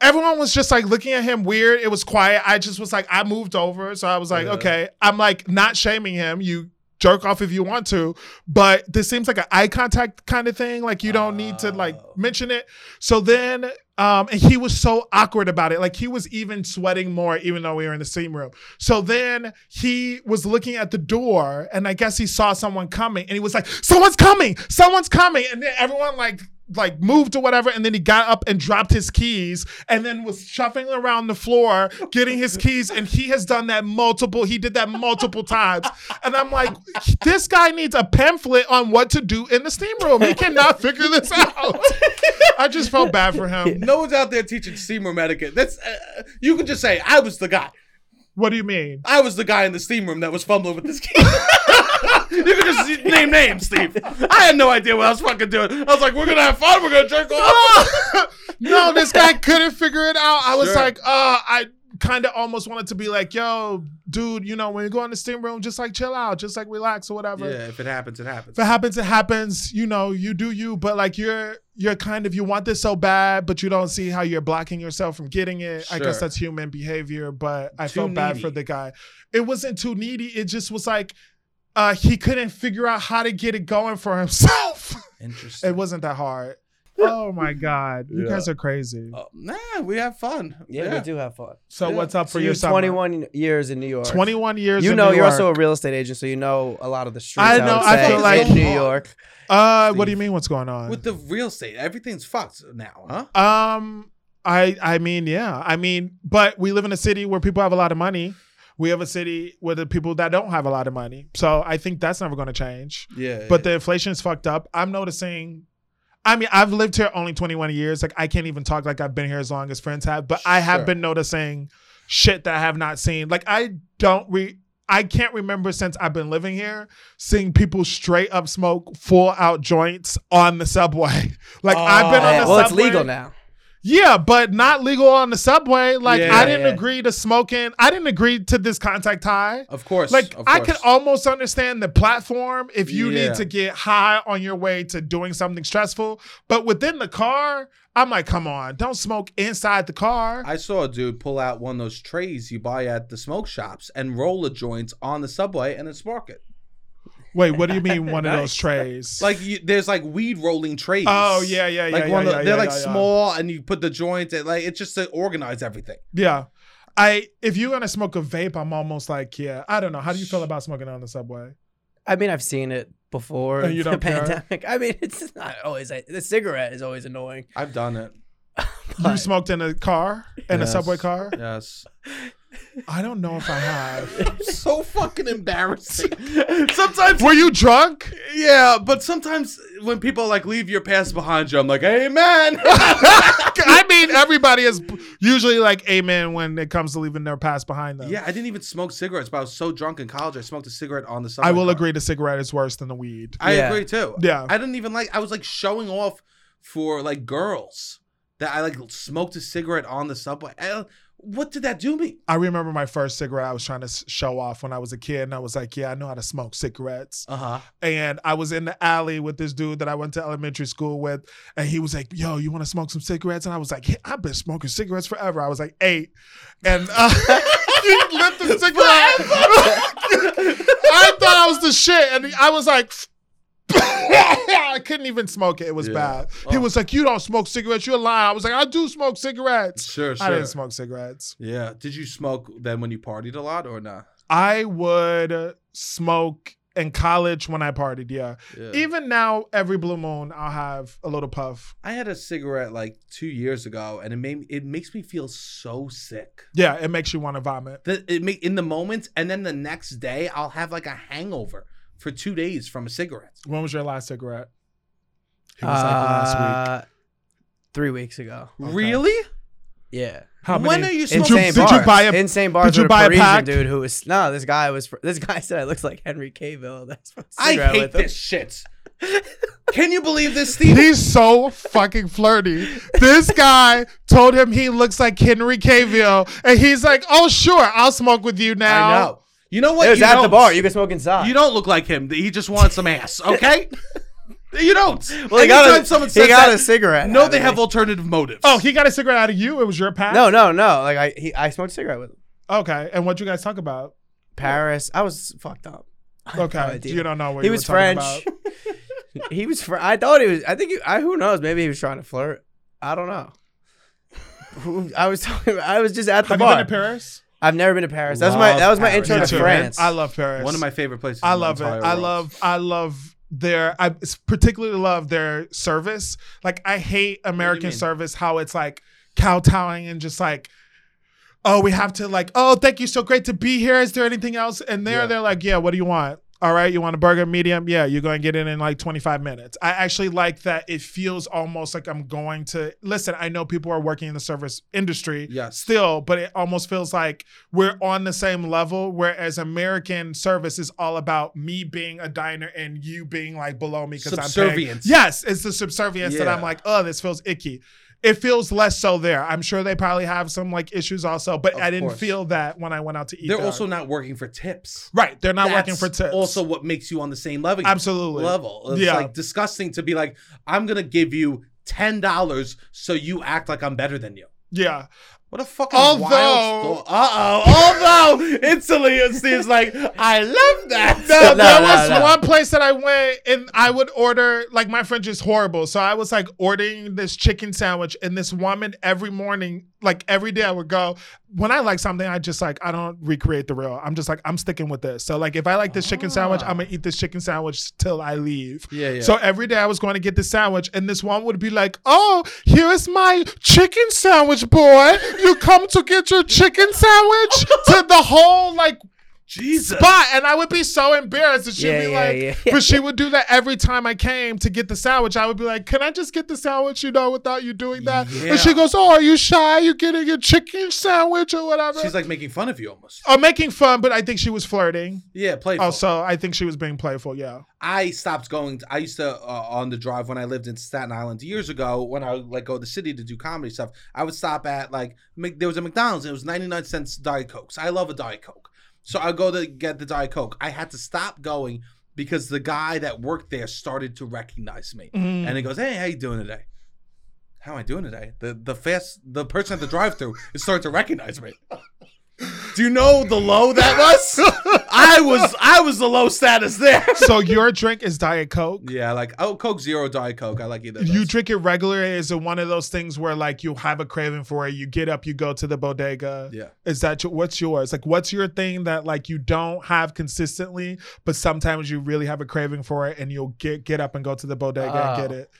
S3: everyone was just like looking at him weird. It was quiet. I just was like, I moved over, so I was like,
S1: Yeah.
S3: "Okay." I'm like not shaming him. You jerk off if you want to, but this seems like an eye contact kind of thing. Like you don't need to like
S1: Oh.
S3: mention it. So then, um, and he was so awkward about it. Like he was even sweating more, even though we were in the same room. So then he was looking at the door, and I guess he saw someone coming, and he was like, "Someone's coming! Someone's coming!" And then everyone like like moved or whatever, and then he got up and dropped his keys, and then was shuffling around the floor getting his keys, and he has done that multiple. He did that multiple times, and I'm like, this guy needs a pamphlet on what to do in the steam room. He cannot figure this out. I just felt bad for him.
S1: No one's out there teaching steam room etiquette. That's uh, you can just say I was the guy.
S3: What do you mean?
S1: I was the guy in the steam room that was fumbling with this key. you can just name names, Steve. I had no idea what I was fucking doing. I was like, we're gonna have fun. We're gonna jerk off.
S3: no, this guy couldn't figure it out. I was
S1: Sure.
S3: like, uh, I kind of almost wanted to be like, yo, dude, you know, when you go in the steam room, just like chill out, just like relax or whatever.
S1: yeah, if it happens, it happens.
S3: If it happens, it happens. You know, you do you, but like you're you're kind of you want this so bad, but you don't see how you're blocking yourself from getting it. I guess
S1: Sure.
S3: that's human behavior, but I
S1: Too
S3: felt bad
S1: needy.
S3: for the guy. It wasn't too needy. It just was like uh, he couldn't figure out how to get it going for himself.
S1: Interesting.
S3: It wasn't that hard. Oh my God. You
S5: Yeah.
S3: guys are crazy.
S2: Uh,
S1: Oh, nah, we have fun.
S2: Yeah, we do have fun.
S3: So
S1: Yeah.
S3: what's up
S2: So
S3: for your
S2: you're
S3: summer?
S2: 21 years in New York.
S3: 21 years.
S2: You
S3: in
S2: know,
S3: New
S2: you're
S3: York.
S2: also a real estate agent, so you know a lot of the streets.
S3: I
S2: I
S3: know,
S2: know.
S3: I feel
S1: like-
S2: in New York.
S3: Uh, what do you mean? What's going on?
S1: With the real estate, everything's fucked now, huh?
S3: um, I I mean, yeah, I mean, but we live in a city where people have a lot of money. We have a city where the people that don't have a lot of money. So I think that's never going to change.
S1: Yeah.
S3: But the inflation is fucked up. I'm noticing. I mean, I've lived here only 21 years. Like, I can't even talk like I've been here as long as friends have. But I have
S1: Sure.
S3: been noticing shit that I have not seen. Like, I don't re. I can't remember since I've been living here seeing people straight up smoke full out joints on the subway. Like I've been on
S2: Yeah,
S3: the
S2: Oh. well, it's
S3: subway.
S2: legal now.
S3: Yeah, but not legal on the subway. Like
S1: Yeah,
S3: I didn't
S2: yeah.
S3: agree to smoking. I didn't agree to this contact high.
S1: of course,
S3: Like
S1: of
S3: I
S1: course.
S3: could almost understand the platform if you
S1: Yeah.
S3: need to get high on your way to doing something stressful, but within the car, I'm like, come on, don't smoke inside the car.
S1: I saw a dude pull out one of those trays you buy at the smoke shops and roll the joints on the subway and then spark it.
S3: Wait, what do you mean one of
S2: Nice.
S3: those trays?
S1: Like you, there's like weed rolling trays.
S3: oh yeah, yeah, yeah,
S1: Like
S3: yeah,
S1: one of
S3: yeah,
S1: the, they're
S3: yeah,
S1: like
S3: yeah, yeah.
S1: small and you put the joints and like it's just to organize everything.
S3: Yeah. I if you're gonna smoke a vape, I'm almost like, yeah, I don't know. How do you feel about smoking on the subway?
S2: I mean, I've seen it before.
S3: And you
S2: the
S3: don't care?
S2: pandemic. I mean, it's not always. The cigarette is always annoying.
S1: I've done it.
S3: You
S2: but-
S3: smoked in a car, in
S1: Yes.
S3: a subway car?
S1: Yes.
S3: I don't know if I have.
S1: so fucking embarrassing.
S3: Sometimes Were you drunk?
S1: yeah, but sometimes when people like leave your past behind you, I'm like, hey man.
S3: I mean everybody is usually like amen when it comes to leaving their past behind them.
S1: yeah, I didn't even smoke cigarettes, but I was so drunk in college, I smoked a cigarette on the subway.
S3: I will
S1: car.
S3: agree the cigarette is worse than the weed.
S1: I
S2: Yeah.
S1: agree too.
S3: Yeah.
S1: I didn't even like. I was like showing off for like girls that I like smoked a cigarette on the subway. I, what did that do me?
S3: I remember my first cigarette I was trying to s- show off when I was a kid and I was like, yeah, I know how to smoke cigarettes.
S1: Uh huh.
S3: and I was in the alley with this dude that I went to elementary school with, and he was like, "Yo, you want to smoke some cigarettes?" And I was like, "Yeah, "I've been smoking cigarettes forever." I was like eight, and uh, he lit the cigarette. I thought I was the shit, and I was like. I couldn't even smoke it. It was
S1: Yeah.
S3: bad. He
S1: Oh.
S3: was like, "You don't smoke cigarettes. You're lying." I was like, "I do smoke cigarettes."
S1: Sure, sure.
S3: I didn't smoke cigarettes.
S1: Yeah. Did you smoke then when you partied a lot or not?
S3: I would smoke in college when I partied. Yeah,
S1: Yeah.
S3: even now, every blue moon, I'll have a little puff.
S1: I had a cigarette like two years ago, and it made it makes me feel so sick.
S3: Yeah, it makes you want to vomit.
S1: The, it make, in the moment, and then the next day, I'll have like a hangover for two days from a cigarette.
S3: When was your last cigarette? It was like last week.
S2: Uh, Three weeks ago.
S3: Okay.
S1: Really?
S2: Yeah.
S3: How
S1: when
S3: many?
S1: are you
S3: Did
S1: smoking?
S3: you,
S2: Insane
S3: did you
S2: bars.
S3: buy a?
S2: Insane bars
S3: did you
S2: with
S3: buy a
S2: a Parisian
S3: pack?
S2: dude who was no. This guy was. This guy said I looks like Henry Cavill. That's what
S1: I
S2: cigarette
S1: hate
S2: with him.
S1: this shit. Can you believe this, Steve?
S3: He's so fucking flirty. This guy told him he looks like Henry Cavill, and he's like, "Oh sure, I'll smoke with you now."
S1: I know. You know what?
S2: It was
S1: you
S2: at
S1: don't.
S2: the bar. You can smoke inside.
S1: You don't look like him. He just wants some ass. Okay. you don't.
S2: Well, he got,
S1: Anytime
S2: a,
S1: someone
S2: he
S1: says
S2: got
S1: that,
S2: a cigarette.
S1: no,
S2: out of
S1: they
S2: it.
S1: have alternative motives.
S3: Oh, he got a cigarette out of you. It was your pack.
S2: No, no, no. Like I, he, I smoked a cigarette with him.
S3: Okay, and what you guys talk about?
S2: Paris. I was fucked up. I had no
S3: Okay,
S2: idea.
S3: you don't know what
S2: he
S3: you
S2: was
S3: were talking
S2: French.
S3: about.
S2: he was. Fr- I thought he was. I think. He, I who knows? Maybe he was trying to flirt. I don't know. Who- I was talking. I was just at the
S3: Have you
S2: bar.
S3: been to Paris?
S2: I've never been to Paris. That was my.
S1: Love
S2: That was my
S1: Paris.
S2: intro
S1: Me
S2: to
S1: too,
S2: France.
S3: I love Paris.
S1: One of my favorite places.
S3: I
S1: in the
S3: love it.
S1: entire
S3: I
S1: world.
S3: love I love their I s- particularly love their service. Like I hate American
S1: mean?
S3: service how it's like kowtowing and just like oh we have to like oh thank you so great to be here. Is there anything else? And there
S5: Yeah.
S3: they're like yeah what do you want? All right, you want a burger medium? Yeah, you're going to get it in like 25 minutes. I actually like that it feels almost like I'm going to listen. I know people are working in the service industry
S1: Yes.
S3: still, but it almost feels like we're on the same level. Whereas American service is all about me being a diner and you being like below me because I'm paying.
S1: Subservience.
S3: Yes, it's the subservience that I'm
S1: Yeah.
S3: like, oh, this feels icky. It feels less so there. I'm sure they probably have some like issues also, but
S1: Of
S3: I didn't
S1: course.
S3: feel that when I went out to eat.
S1: They're
S3: there.
S1: also not working for tips.
S3: right. They're not working
S1: That's
S3: for tips.
S1: Also, what makes you on the same level?
S3: absolutely.
S1: Level. It's
S3: Yeah.
S1: like disgusting to be like, I'm gonna give you ten dollars so you act like I'm better than you.
S3: Yeah.
S1: What a fucking
S3: Although-
S1: wild. Uh oh. Although instantly it seems like I love that.
S3: No,
S2: No,
S3: there
S2: no,
S3: was
S2: no.
S3: one place that I went and I would order like my French is horrible. So I was like ordering this chicken sandwich and this woman every morning, like every day I would go. When I like something, I just like I don't recreate the real. I'm just like, I'm sticking with this. So like if I like this chicken sandwich,
S2: Ah.
S3: I'm gonna eat this chicken sandwich till I leave.
S1: Yeah, yeah.
S3: So every day I was going to get this sandwich, and this one would be like, "Oh, here is my chicken sandwich, boy. You come to get your chicken sandwich." to the whole like
S1: Jesus.
S3: spot, and I would be so embarrassed. And she'd
S2: Yeah,
S3: be
S2: yeah,
S3: like,
S2: yeah, yeah.
S3: but she would do that every time I came to get the sandwich. I would be like, can I just get the sandwich, you know, without you doing that?
S1: Yeah.
S3: And she goes, oh, are you shy? You getting your chicken sandwich or whatever?
S1: She's like making fun of you almost.
S3: or making fun, but I think she was flirting.
S1: Yeah, playful.
S3: Also, I think she was being playful. Yeah.
S1: I stopped going. I used to uh, on the drive when I lived in Staten Island years ago. When I would like go to the city to do comedy stuff, I would stop at like Mc- there was a McDonald's. and It was ninety nine cents diet cokes. I love a diet coke, so I go to get the diet coke. I had to stop going because the guy that worked there started to recognize me,
S3: Mm.
S1: and he goes, "Hey, how you doing today?" How am I doing today? The the fast the person at the drive through is starting to recognize me. Do you know the low that was? I was I was the low status there.
S3: so your drink is Diet Coke.
S1: Yeah, like oh, Coke Zero, Diet Coke. I like either. of
S3: You
S1: those.
S3: drink it regularly. Is it one of those things where like you have a craving for it? You get up, you go to the bodega.
S1: yeah.
S3: is that your, what's yours like what's your thing that like you don't have consistently but sometimes you really have a craving for it and you'll get get up and go to the bodega
S2: Oh.
S3: and get it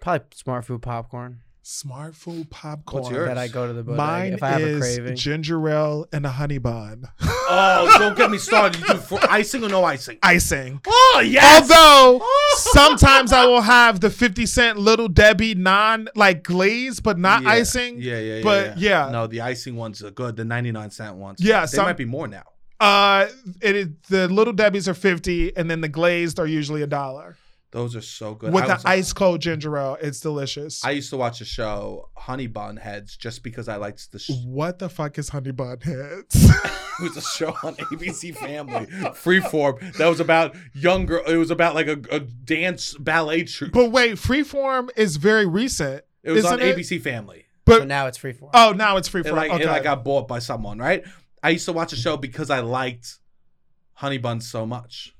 S2: Probably smart food popcorn.
S3: smart food popcorn
S1: What's yours?
S2: That I go to the bodega
S3: mine
S2: if I have a
S3: is
S2: craving.
S3: ginger ale and a honey bun
S1: Oh, don't get me started. You do for icing or no icing?
S3: icing
S1: Oh yes.
S3: although sometimes i will have the 50 cent little debbie non like glaze but not
S1: Yeah,
S3: icing
S1: Yeah, yeah, yeah.
S3: but yeah.
S1: No, the icing ones are good. The ninety nine cent ones.
S3: Yeah,
S1: They
S3: some-
S1: might be more now.
S3: uh it is the little debbies are 50 and then the glazed are usually a dollar
S1: Those are so good.
S3: with
S1: I
S3: the
S1: was-
S3: ice cold ginger ale it's delicious
S1: I used to watch the show Honey Bun Heads just because I liked the. Sh-
S3: What the fuck is honey bun heads?
S1: it was a show on ABC Family, Freeform. That was about young girl. It was about like a, a dance ballet troupe.
S3: but wait, freeform is very recent.
S1: It was on
S3: isn't it?
S1: ABC Family.
S2: so
S3: But
S2: now it's free for.
S3: oh, now it's freeform.
S1: it like
S3: okay.
S1: it like got bought by someone, right? I used to watch the show because I liked Honey Buns so much.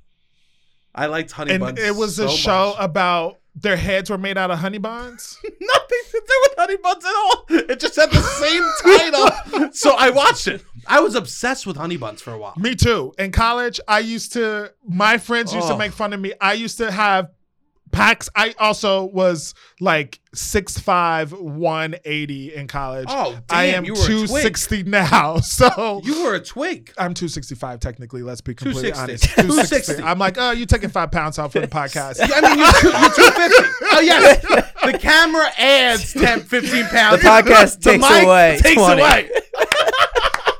S1: I liked Honey
S3: and
S1: Buns.
S3: it was a
S1: so
S3: show
S1: much.
S3: about their heads were made out of honey buns.
S1: nothing to do with Honey Buns at all. It just had the same title, so I watched it. I was obsessed with Honey Buns for a while.
S3: me too. In college, I used to. My friends used to
S1: Oh.
S3: make fun of me. I used to have packs. I also was like 6'5", 180 in college.
S1: Oh, damn!
S3: I am
S1: you were a twig.
S3: 260 now. So
S1: You were a twig.
S3: I'm 265 technically. Let's be
S1: 260.
S3: completely honest. 260.
S1: 260.
S3: I'm like, oh, you taking five pounds off for the podcast.
S1: I mean, you're, two, you're 250. Oh, yes. The camera adds 10, 15
S2: The
S1: pounds.
S2: podcast
S1: The
S2: takes
S1: mic
S2: away
S1: Takes
S2: 20.
S1: away.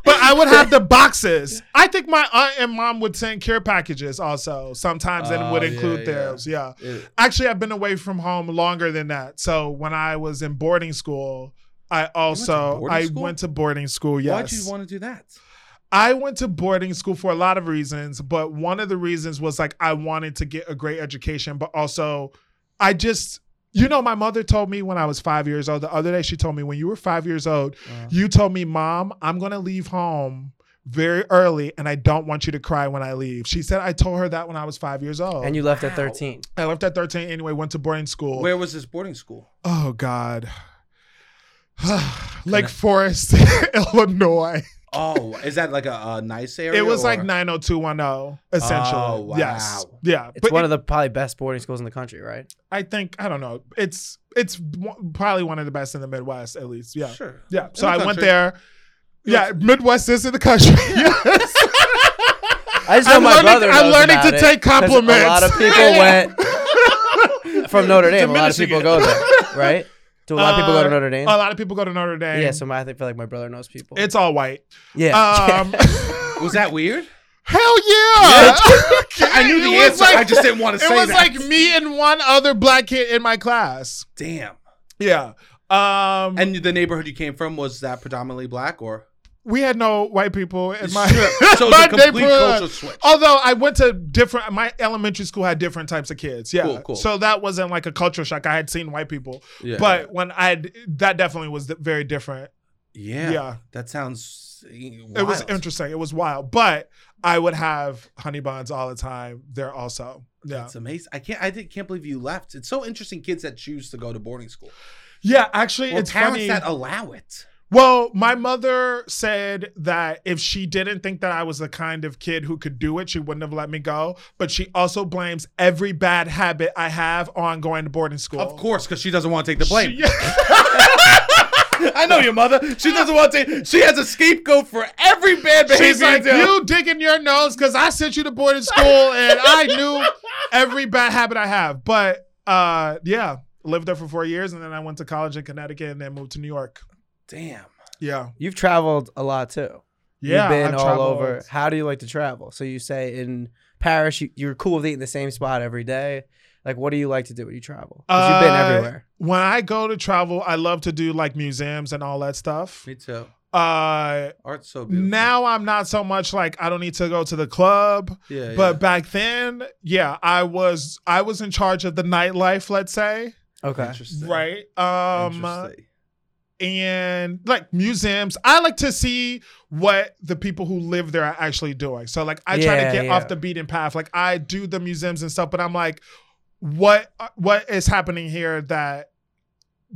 S3: But I would have the boxes. I think my aunt and mom would send care packages also sometimes, and it would
S1: Oh, yeah,
S3: include
S1: yeah.
S3: theirs. Yeah. Actually, I've been away from home longer than that. So when I was in boarding school, I also
S1: boarding
S3: I
S1: school?
S3: went to boarding school. Yes.
S1: Why'd you want to do that?
S3: I went to boarding school for a lot of reasons, but one of the reasons was like I wanted to get a great education, but also I just you know, my mother told me when I was five years old, the other day she told me, when you were five years old,
S2: Uh.
S3: you told me, Mom, I'm gonna leave home very early and I don't want you to cry when I leave. She said I told her that when I was five years old.
S2: And you left at 13.
S3: I left at 13 anyway, went to boarding school.
S1: Where was this boarding school?
S3: Oh God. Lake Forest, Illinois.
S1: Oh, is that like a, a nice area?
S3: It was
S1: or-
S3: like 90210, essentially.
S1: Oh, wow.
S3: Yes. Yeah.
S2: It's
S3: but
S2: one
S3: it-
S2: of the probably best boarding schools in the country, right?
S3: I think, I don't know. It's it's one- probably one of the best in the Midwest, at least. Yeah.
S1: Sure.
S3: Yeah. So
S1: the
S3: I went
S1: country.
S3: there. Yeah. Midwest is in the country. Yes.
S2: I just know
S3: I'm
S2: my
S3: learning,
S2: brother.
S3: I'm
S2: knows
S3: learning
S2: about
S3: to
S2: it,
S3: take
S2: 'cause
S3: compliments.
S2: A lot of people went from Notre Dame. A lot of
S3: Diminishing
S2: people
S3: it.
S2: go there, right? Do a lot of people go to
S3: Uh,
S2: Notre Dame?
S3: A lot of people go to Notre Dame.
S2: Yeah, so my, I think- feel like my brother knows people.
S3: it's all white.
S2: yeah.
S3: Um,
S1: Was that weird?
S3: hell yeah!
S1: I knew the
S3: It was
S1: answer.
S3: like-
S1: I just didn't want to
S3: it
S1: say
S3: was
S1: that.
S3: like me and one other black kid in my class.
S1: Damn.
S3: Yeah. Um, and
S1: And the neighborhood you came from was that predominantly black or?
S3: we had no white people in my,
S1: Sure. So it's
S3: my
S1: a complete culture
S3: neighborhood. uh,
S1: switch.
S3: Although I went to different, my elementary school had different types of kids. Yeah.
S1: Cool, cool.
S3: So that wasn't like a culture shock. I had seen white people,
S1: Yeah.
S3: oh, but when I that definitely was very different.
S1: yeah,
S3: yeah.
S1: that sounds. Wild.
S3: It was interesting. It was wild, but I would have honey buns all the time there also. Yeah.
S1: It's amazing. I can't. I did, can't believe you left. It's so interesting. Kids that choose to go to boarding school,
S3: yeah, actually
S1: or
S3: it's
S1: parents
S3: funny.
S1: that allow it.
S3: well, my mother said that if she didn't think that I was the kind of kid who could do it, she wouldn't have let me go, but she also blames every bad habit I have on going to boarding school.
S1: Of course, because she doesn't want to take the blame.
S3: She- yeah.
S1: I know your mother. She doesn't want to. She has a scapegoat for every bad behavior.
S3: She's like, you digging your nose because I sent you to boarding school and I knew every bad habit I have. But uh, yeah, lived there for four years and then I went to college in Connecticut and then moved to New York.
S1: Damn.
S3: Yeah.
S2: You've traveled a lot too.
S3: Yeah.
S2: You've been
S3: I've
S2: all
S3: traveled.
S2: over. How do you like to travel? So you say in Paris, you, you're cool with eating the same spot every day. Like, what do you like to do when you travel? 'Cause you've been
S3: Uh,
S2: everywhere.
S3: When I go to travel, I love to do like museums and all that stuff.
S1: Me too.
S3: Uh,
S1: Art's so beautiful.
S3: now I'm not so much like I don't need to go to the club.
S1: yeah, yeah.
S3: But back then, yeah, I was I was in charge of the nightlife, let's say,
S2: Okay.
S1: Interesting.
S3: right? Um,
S1: Interesting.
S3: and like museums. I like to see what the people who live there are actually doing. So like I try
S2: Yeah,
S3: to get
S2: yeah.
S3: off the beaten path. Like I do the museums and stuff, but I'm like, what what is happening here that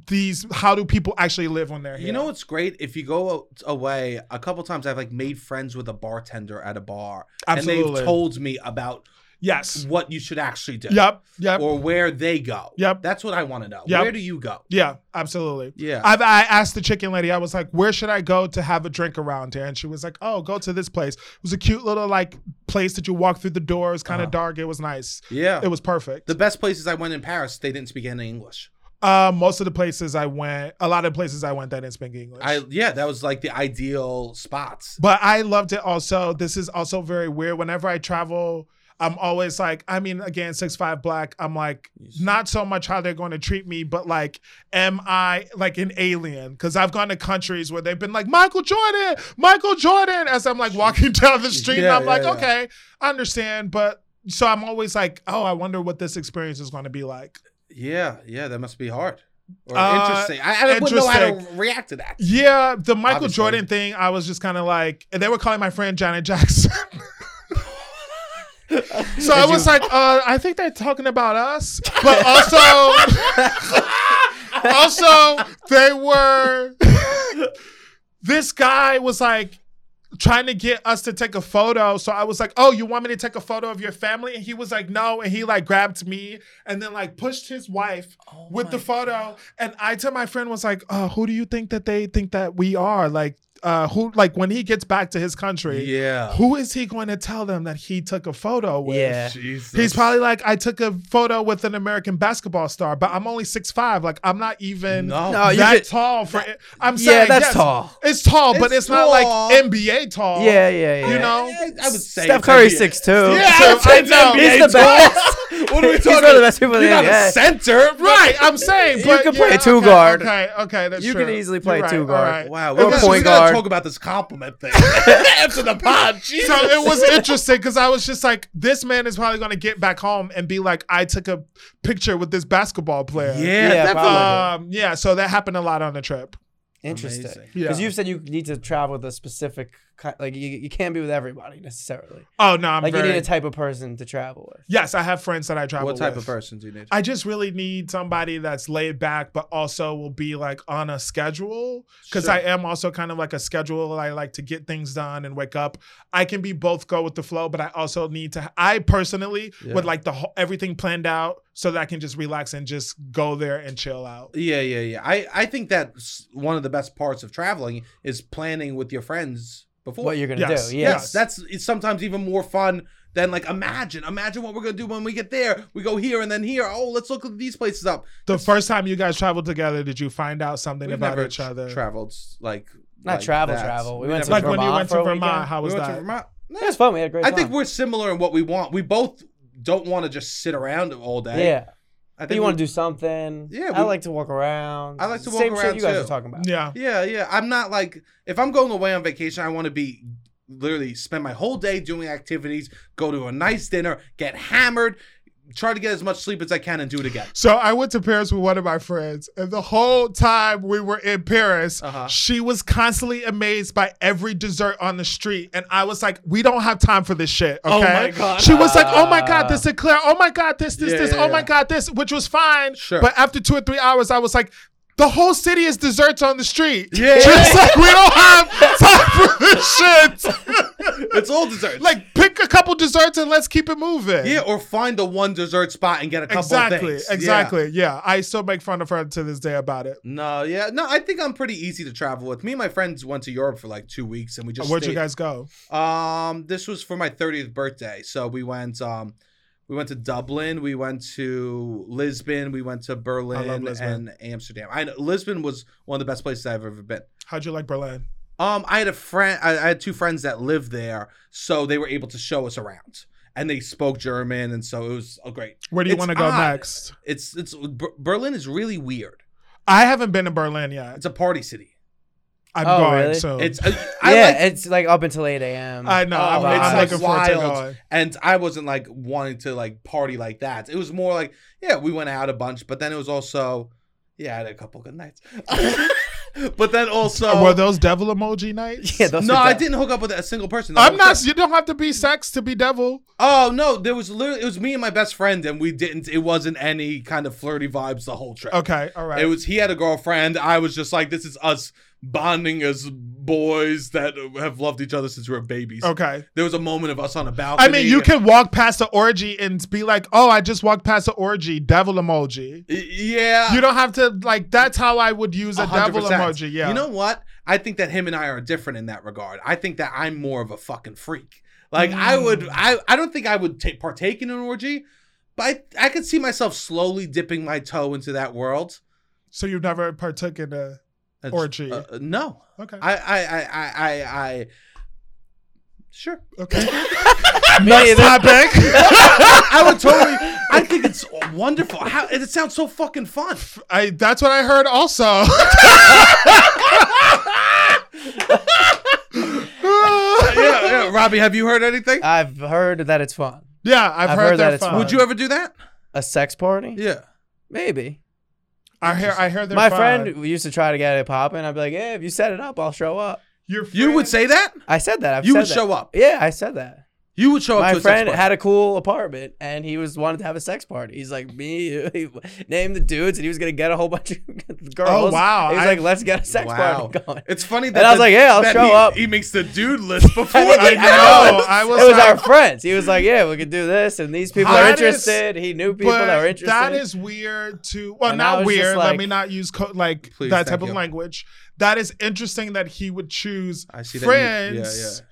S3: these how do people actually live when they're here?
S1: You know what's great? If you go o- away a couple times, I've like made friends with a bartender at a bar, and
S3: Absolutely.
S1: they've told me about
S3: yes.
S1: what you should actually do,
S3: Yep. Yep.
S1: or where they go.
S3: Yep.
S1: That's what I want to know.
S3: Yep.
S1: Where do you go?
S3: yeah, absolutely.
S1: Yeah.
S3: I've, I asked the chicken lady, I was like, where should I go to have a drink around here? And she was like, oh, go to this place. It was a cute little like place that you walk through the door. It was kind of
S1: Uh-huh.
S3: dark. It was nice.
S1: yeah.
S3: It was perfect.
S1: the best places I went in Paris, they didn't speak any English.
S3: Uh, most of the places I went, a lot of places I went that didn't speak English.
S1: I yeah, that was like the ideal spots.
S3: but I loved it also. This is also very weird. Whenever I travel, I'm always like, I mean, again, six five black. I'm like, not so much how they're going to treat me, but like, am I like an alien? Because I've gone to countries where they've been like, Michael Jordan, Michael Jordan, as I'm like walking down the street, and
S1: Yeah,
S3: I'm like,
S1: yeah, yeah.
S3: okay, I understand, but. So I'm always like, oh, I wonder what this experience is going to be like.
S1: Yeah, yeah, that must be hard or
S3: Uh,
S1: interesting. I, I wouldn't know how to
S3: interesting.
S1: react to that.
S3: Yeah, the Michael
S1: Obviously.
S3: Jordan thing, I was just kind of like, and they were calling my friend Janet Jackson. so I was like, uh, I think they're talking about us, but also, also they were. this guy was like trying to get us to take a photo. So I was like, "Oh, you want me to take a photo of your family?" And he was like, "No," and he like grabbed me and then like pushed his wife
S2: Oh
S3: with the photo. And I to my friend was like, uh, "Who do you think that they think that we are? Like, uh, who like when he gets back to his country,
S1: Yeah.
S3: who is he going to tell them that he took a photo with?"
S2: Yeah.
S1: Jesus.
S3: He's probably like, I took a photo with an American basketball star, but I'm only six five. Like, I'm not even
S1: no.
S2: No, you
S3: that
S2: could-
S3: tall for. I'm saying
S2: Yeah, that's
S3: yes,
S2: tall.
S3: It's tall, but
S1: It's
S3: it's not like
S1: tall.
S3: NBA tall.
S2: Yeah, yeah, yeah.
S3: you know.
S1: I, I would say
S2: Steph
S1: it's
S2: Curry's
S1: NBA.
S2: six two.
S3: Yeah,
S1: It's
S3: I know.
S1: NBA
S2: He's the
S1: tall.
S2: best.
S1: what are we
S2: He's
S1: talking?
S2: one of the best people in
S1: You're
S2: the
S1: not
S2: NBA.
S1: a center,
S3: Right, I'm saying
S2: You
S3: but
S2: can play
S3: yeah,
S2: two
S3: okay,
S2: guard.
S3: Okay, okay, that's
S2: You
S3: true.
S2: can easily
S3: You're
S2: play
S3: right,
S2: two
S3: all
S2: guard.
S3: right.
S1: Wow,
S2: Or
S1: we gotta,
S2: point
S1: we gotta
S2: guard.
S1: talk about this compliment thing after the pod. Jesus.
S3: So it was interesting because I was just like, this man is probably going to get back home and be like, I took a picture with this basketball player.
S1: yeah,
S2: Yeah,
S1: definitely.
S2: probably.
S3: Um, yeah, so that happened a lot on the trip.
S2: Interesting.
S1: Amazing.
S3: Yeah.
S2: Because you've said you need to travel with a specific ki- like you, you can't be with everybody necessarily.
S3: Oh no, I'm
S2: like
S3: very.
S2: you need a type of person to travel with.
S3: yes, I have friends that I travel.
S1: What type
S3: with.
S1: of person do you need?
S3: I just really need somebody that's laid back, but also will be like on a schedule. Because
S1: Sure.
S3: I am also kind of like a schedule. I like to get things done and wake up. I can be both go with the flow, but I also need to. I personally
S1: Yeah.
S3: would like the whole, everything planned out so that I can just relax and just go there and chill out.
S1: Yeah, yeah, yeah. I, I think that's one of the best parts of traveling is planning with your friends before.
S2: What you're gonna
S3: Yes,
S2: do.
S3: yes.
S2: Yes.
S1: that's it's sometimes even more fun than like imagine. Imagine what we're gonna do when we get there. We go here and then here. Oh, let's look these places up.
S3: The first time you guys traveled together, did you find out something
S1: We've
S3: about
S1: never
S3: each
S1: tr-
S3: other?
S1: traveled like
S2: Not
S1: like
S2: travel,
S1: that.
S2: travel. We,
S1: We
S2: went to
S1: never-
S3: like
S2: Vermont
S3: when you went
S2: for
S3: to
S2: a
S3: Vermont,
S2: weekend.
S3: how
S1: We
S3: was
S1: went to
S3: that?
S1: Vermont. No,
S2: It was fun. We had a great
S1: I think
S2: time.
S1: we're similar in what we want. We both don't want to just sit around all day.
S2: yeah.
S1: I
S2: But
S1: think
S2: you want
S1: we-
S2: to do something.
S1: Yeah,
S2: I
S1: we-
S2: like to walk around.
S1: I like to walk
S2: Same
S1: around
S2: shit you guys
S1: too.
S2: are talking about.
S3: Yeah.
S1: Yeah, yeah. I'm not like if I'm going away on vacation, I want to be literally spend my whole day doing activities, go to a nice dinner, get hammered, try to get as much sleep as I can, and do it again.
S3: So I went to Paris with one of my friends, and the whole time we were in Paris,
S1: Uh-huh.
S3: she was constantly amazed by every dessert on the street, and I was like, "We don't have time for this shit." Okay?
S1: Oh my God.
S3: She was like, "Oh my god,
S2: Ah.
S3: this eclair! Oh my god, this, this,
S1: Yeah,
S3: this!
S1: yeah,
S3: oh my
S1: yeah.
S3: god, this!" Which was fine,
S1: Sure.
S3: but after two or three hours, I was like. The whole city is desserts on the street.
S1: Yeah.
S3: Just like we don't have time for this shit.
S1: It's all dessert.
S3: like pick a couple desserts and let's keep it moving.
S1: yeah, or find the one dessert spot and get a couple
S3: Exactly.
S1: things. Yeah.
S3: Exactly. Yeah. I still make fun of her to this day about it.
S1: No, yeah, no. I think I'm pretty easy to travel with. Me and my friends went to Europe for like two weeks, and we just
S3: Where'd you
S1: stayed-
S3: guys go?
S1: Um, this was for my 30th birthday. So we went um we went to Dublin, we went to Lisbon, we went to Berlin,
S3: Lisbon.
S1: and Amsterdam. I know, Lisbon was one of the best places I've ever been.
S3: How'd you like Berlin?
S1: Um, I had a friend I, I had two friends that lived there, so they were able to show us around. And they spoke German, and so it was oh, great.
S3: Where do you
S1: It's
S3: want to go
S1: odd.
S3: next?
S1: It's it's Ber- Berlin is really weird.
S3: I haven't been to Berlin yet.
S1: It's a party city.
S3: I'm
S2: Oh,
S3: going
S2: really?
S3: soon.
S1: It's I, I
S2: yeah,
S1: like
S2: it's like up until 8 a.m.
S3: I know. I'm,
S1: Oh,
S3: I'm
S1: it's, like,
S3: looking forward to
S1: wild.
S3: going.
S1: and I wasn't like wanting to like party like that. It was more like, yeah, we went out a bunch, but then it was also, yeah, I had a couple good nights. but then also,
S3: Uh, Were those devil emoji nights?
S2: Yeah, those
S1: no,
S2: were
S1: I
S2: dumb.
S1: didn't hook up with a single person. the
S3: I'm
S1: whole
S3: not.
S1: trip.
S3: You don't have to be sex to be devil.
S1: Oh no, there was literally it was me and my best friend, and we didn't. It wasn't any kind of flirty vibes the whole trip.
S3: Okay. All right.
S1: It was he had a girlfriend. I was just like, this is us bonding as boys that have loved each other since we were babies.
S3: okay.
S1: There was a moment of us on a balcony.
S3: I mean, you can walk past the orgy and be like, "Oh, I just walked past the orgy." Devil emoji.
S1: Yeah,
S3: You don't have to like. That's how I would use a devil
S1: 100%.
S3: emoji. Yeah.
S1: You know what? I think that him and I are different in that regard. I think that I'm more of a fucking freak. Like I
S3: Mm.
S1: would, I, I don't think I would ta- partake in an orgy, but I, I could see myself slowly dipping my toe into that world.
S3: So you've never partook in a
S1: And-
S3: Orgy.
S1: uh, no,
S3: okay.
S1: I, I, I, I, I, I sure.
S3: okay.
S2: Me either.
S1: I would totally. I think it's wonderful. How it sounds so fucking fun.
S3: I that's what I heard also.
S1: yeah, yeah. Robbie, have you heard anything?
S2: I've heard that it's fun.
S3: yeah, I've, heard, that. it's fun.
S1: would you ever do that?
S2: A sex party?
S1: Yeah.
S2: Maybe.
S3: I hear. I hear. they're
S2: My
S3: fun.
S2: friend used to try to get it popping. I'd be like, "Yeah, if you set it up, I'll show up."
S3: Your friend,
S1: You would say that?
S2: I said that. I've
S1: You
S2: said
S1: would
S2: that.
S1: show up.
S2: Yeah, I said that.
S1: You would show up. to
S2: My
S1: a sex
S2: friend
S1: party.
S2: had a cool apartment, and he was wanted to have a sex party. He's like, "Me, he named the dudes, and he was gonna get a whole bunch of girls."
S3: Oh, wow.
S2: He was
S3: I-
S2: like, "Let's get a sex party going."
S1: It's funny that
S2: And I was
S1: the-
S2: like, yeah, I'll
S1: that
S2: show
S1: he,
S2: up.
S1: He makes the dude list before.
S3: I
S1: the-
S3: know. I was.
S2: it was
S3: like,
S2: our friends. He was like, "Yeah, we could do this, and these people are
S3: That is-
S2: interested." he knew people that
S3: but
S2: were interested.
S3: That is weird to well,
S2: And I
S3: not
S2: was just
S3: weird. Let
S2: like-
S3: me not use co- like
S1: Please,
S3: that
S1: thank
S3: type of
S1: you.
S3: language. That is interesting that he would choose
S1: I see that you- yeah,
S3: friends
S1: yeah.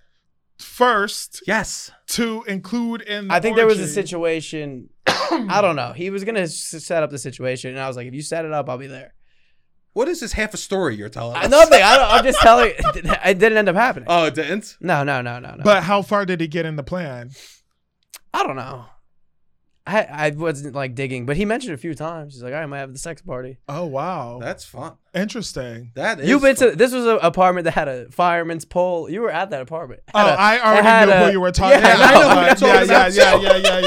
S3: first
S1: yes.
S3: to include in.
S2: I
S3: the
S2: think there was a
S3: orgy.
S2: situation. I don't know. He was gonna s- set up the situation, and I was like, "If you set it up, I'll be there."
S1: What is this half a story you're telling
S2: I-
S1: us?
S2: Nothing. I don't, I'm just telling. It didn't end up happening.
S1: Oh, it didn't.
S2: No, no, no, no, no.
S3: Uh, But how far did he get in the plan?
S2: I don't know. I I wasn't like digging, but he mentioned it a few times. He's like, "I might have the sex party."
S3: Oh wow.
S1: That's fun.
S3: Interesting.
S1: That is
S2: You've been to
S1: fu-
S2: this was an apartment that had a fireman's pole. You were at that apartment.
S3: Oh, I
S2: had
S3: already knew
S2: a-
S3: who you were talking
S2: yeah, I know who
S3: about.
S2: you're
S3: Yeah,
S2: talking
S3: yeah,
S2: about.
S3: yeah, yeah, yeah,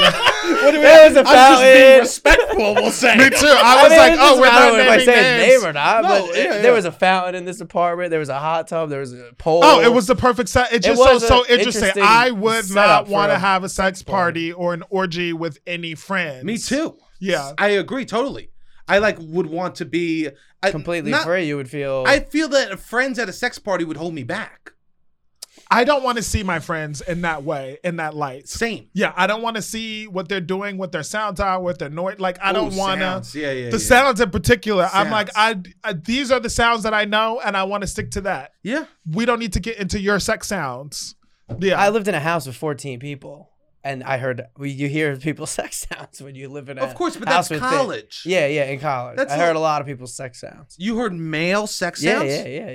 S3: yeah.
S1: What do we
S2: There was a
S1: I'm just being
S2: fountain.
S1: respectful, we'll say.
S3: Me too. I was
S2: mean,
S3: like,
S2: it
S3: oh,
S2: doesn't
S3: we're
S2: matter
S3: not
S2: if I
S3: naming
S2: say his
S3: names.
S2: name or not,
S1: No,
S2: but it-
S1: yeah, yeah.
S2: there was a fountain in this apartment. There was a hot tub. There was a pole.
S3: Oh, it was the perfect set. It
S2: It
S3: just sounds
S2: was
S3: so
S2: a
S3: interesting.
S2: interesting
S3: I would
S2: setup
S3: not
S2: for
S3: want to
S2: a
S3: have a sex party or an orgy with any friends.
S1: Me too.
S3: Yeah.
S1: I agree totally. I like would want to be I,
S2: completely
S1: not-
S2: free. You would feel.
S1: I feel that friends at a sex party would hold me back.
S3: I don't want to see my friends in that way, in that light.
S1: Same.
S3: Yeah, I don't want to see what they're doing, what their sounds are, what their noise. Like, I don't
S1: Ooh,
S3: want to.
S1: sounds. Yeah, yeah. yeah.
S3: The sounds in particular, I'm like, I,
S1: Sounds.
S3: I these are the sounds that I know, and I want to stick to that.
S1: Yeah.
S3: We don't need to get into your sex sounds. Yeah,
S2: I lived in a house with 14 people, and I heard well, you hear people's sex sounds when you live in a
S1: Of course, but
S2: house
S1: that's
S2: with it.
S1: college.
S2: Yeah, yeah, in college,
S1: That's
S2: I
S1: not-
S2: heard a lot of people's sex sounds.
S1: You heard male sex
S2: Yeah,
S1: sounds?
S2: yeah, yeah,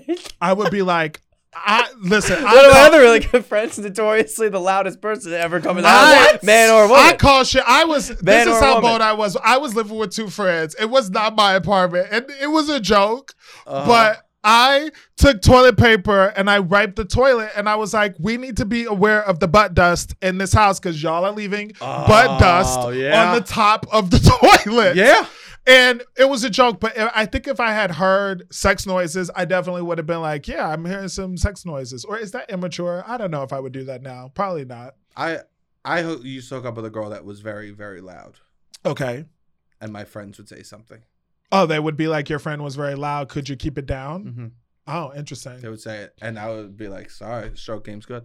S2: yeah.
S3: I would be like, I listen. I
S2: One of my
S3: know-
S2: other really good friends, notoriously the loudest person to ever come in the
S3: I-
S2: house, man or woman.
S3: I call shit. I was.
S2: Man
S3: this is
S2: or
S3: how
S2: woman.
S3: bold I was. I was living with two friends. It was not my apartment, and it was a joke.
S1: Uh, Uh-huh.
S3: But I took toilet paper and I wiped the toilet, and I was like, "We need to be aware of the butt dust in this house because y'all are leaving butt dust
S1: uh, oh, yeah.
S3: on the top of the toilet."
S1: Yeah.
S3: And it was a joke, but I I think if I had heard sex noises, I definitely would have been like, "Yeah, I'm hearing some sex noises." Or is that immature? I don't know if I would do that now. Probably not.
S1: I I ho- used to hook up with a girl that was very, very loud.
S3: Okay.
S1: And my friends would say something.
S3: Oh, they would be like, your friend was very loud. Could you keep it down?
S1: Mm-hmm.
S3: Oh, interesting.
S1: They would say it. And I would be like, sorry, stroke game's good.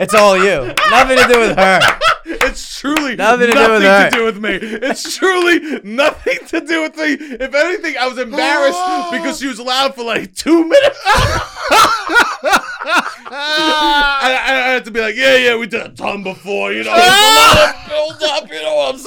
S2: it's all you, nothing to do with her.
S1: It's truly
S2: Nothing to do with
S1: nothing
S2: her.
S1: to do with me. It's truly nothing to do with me. If anything, I was embarrassed because she was loud for like two minutes. I, I, I had to be like, yeah, yeah, we did a ton before, you know. It's a lot of build up, you know what I'm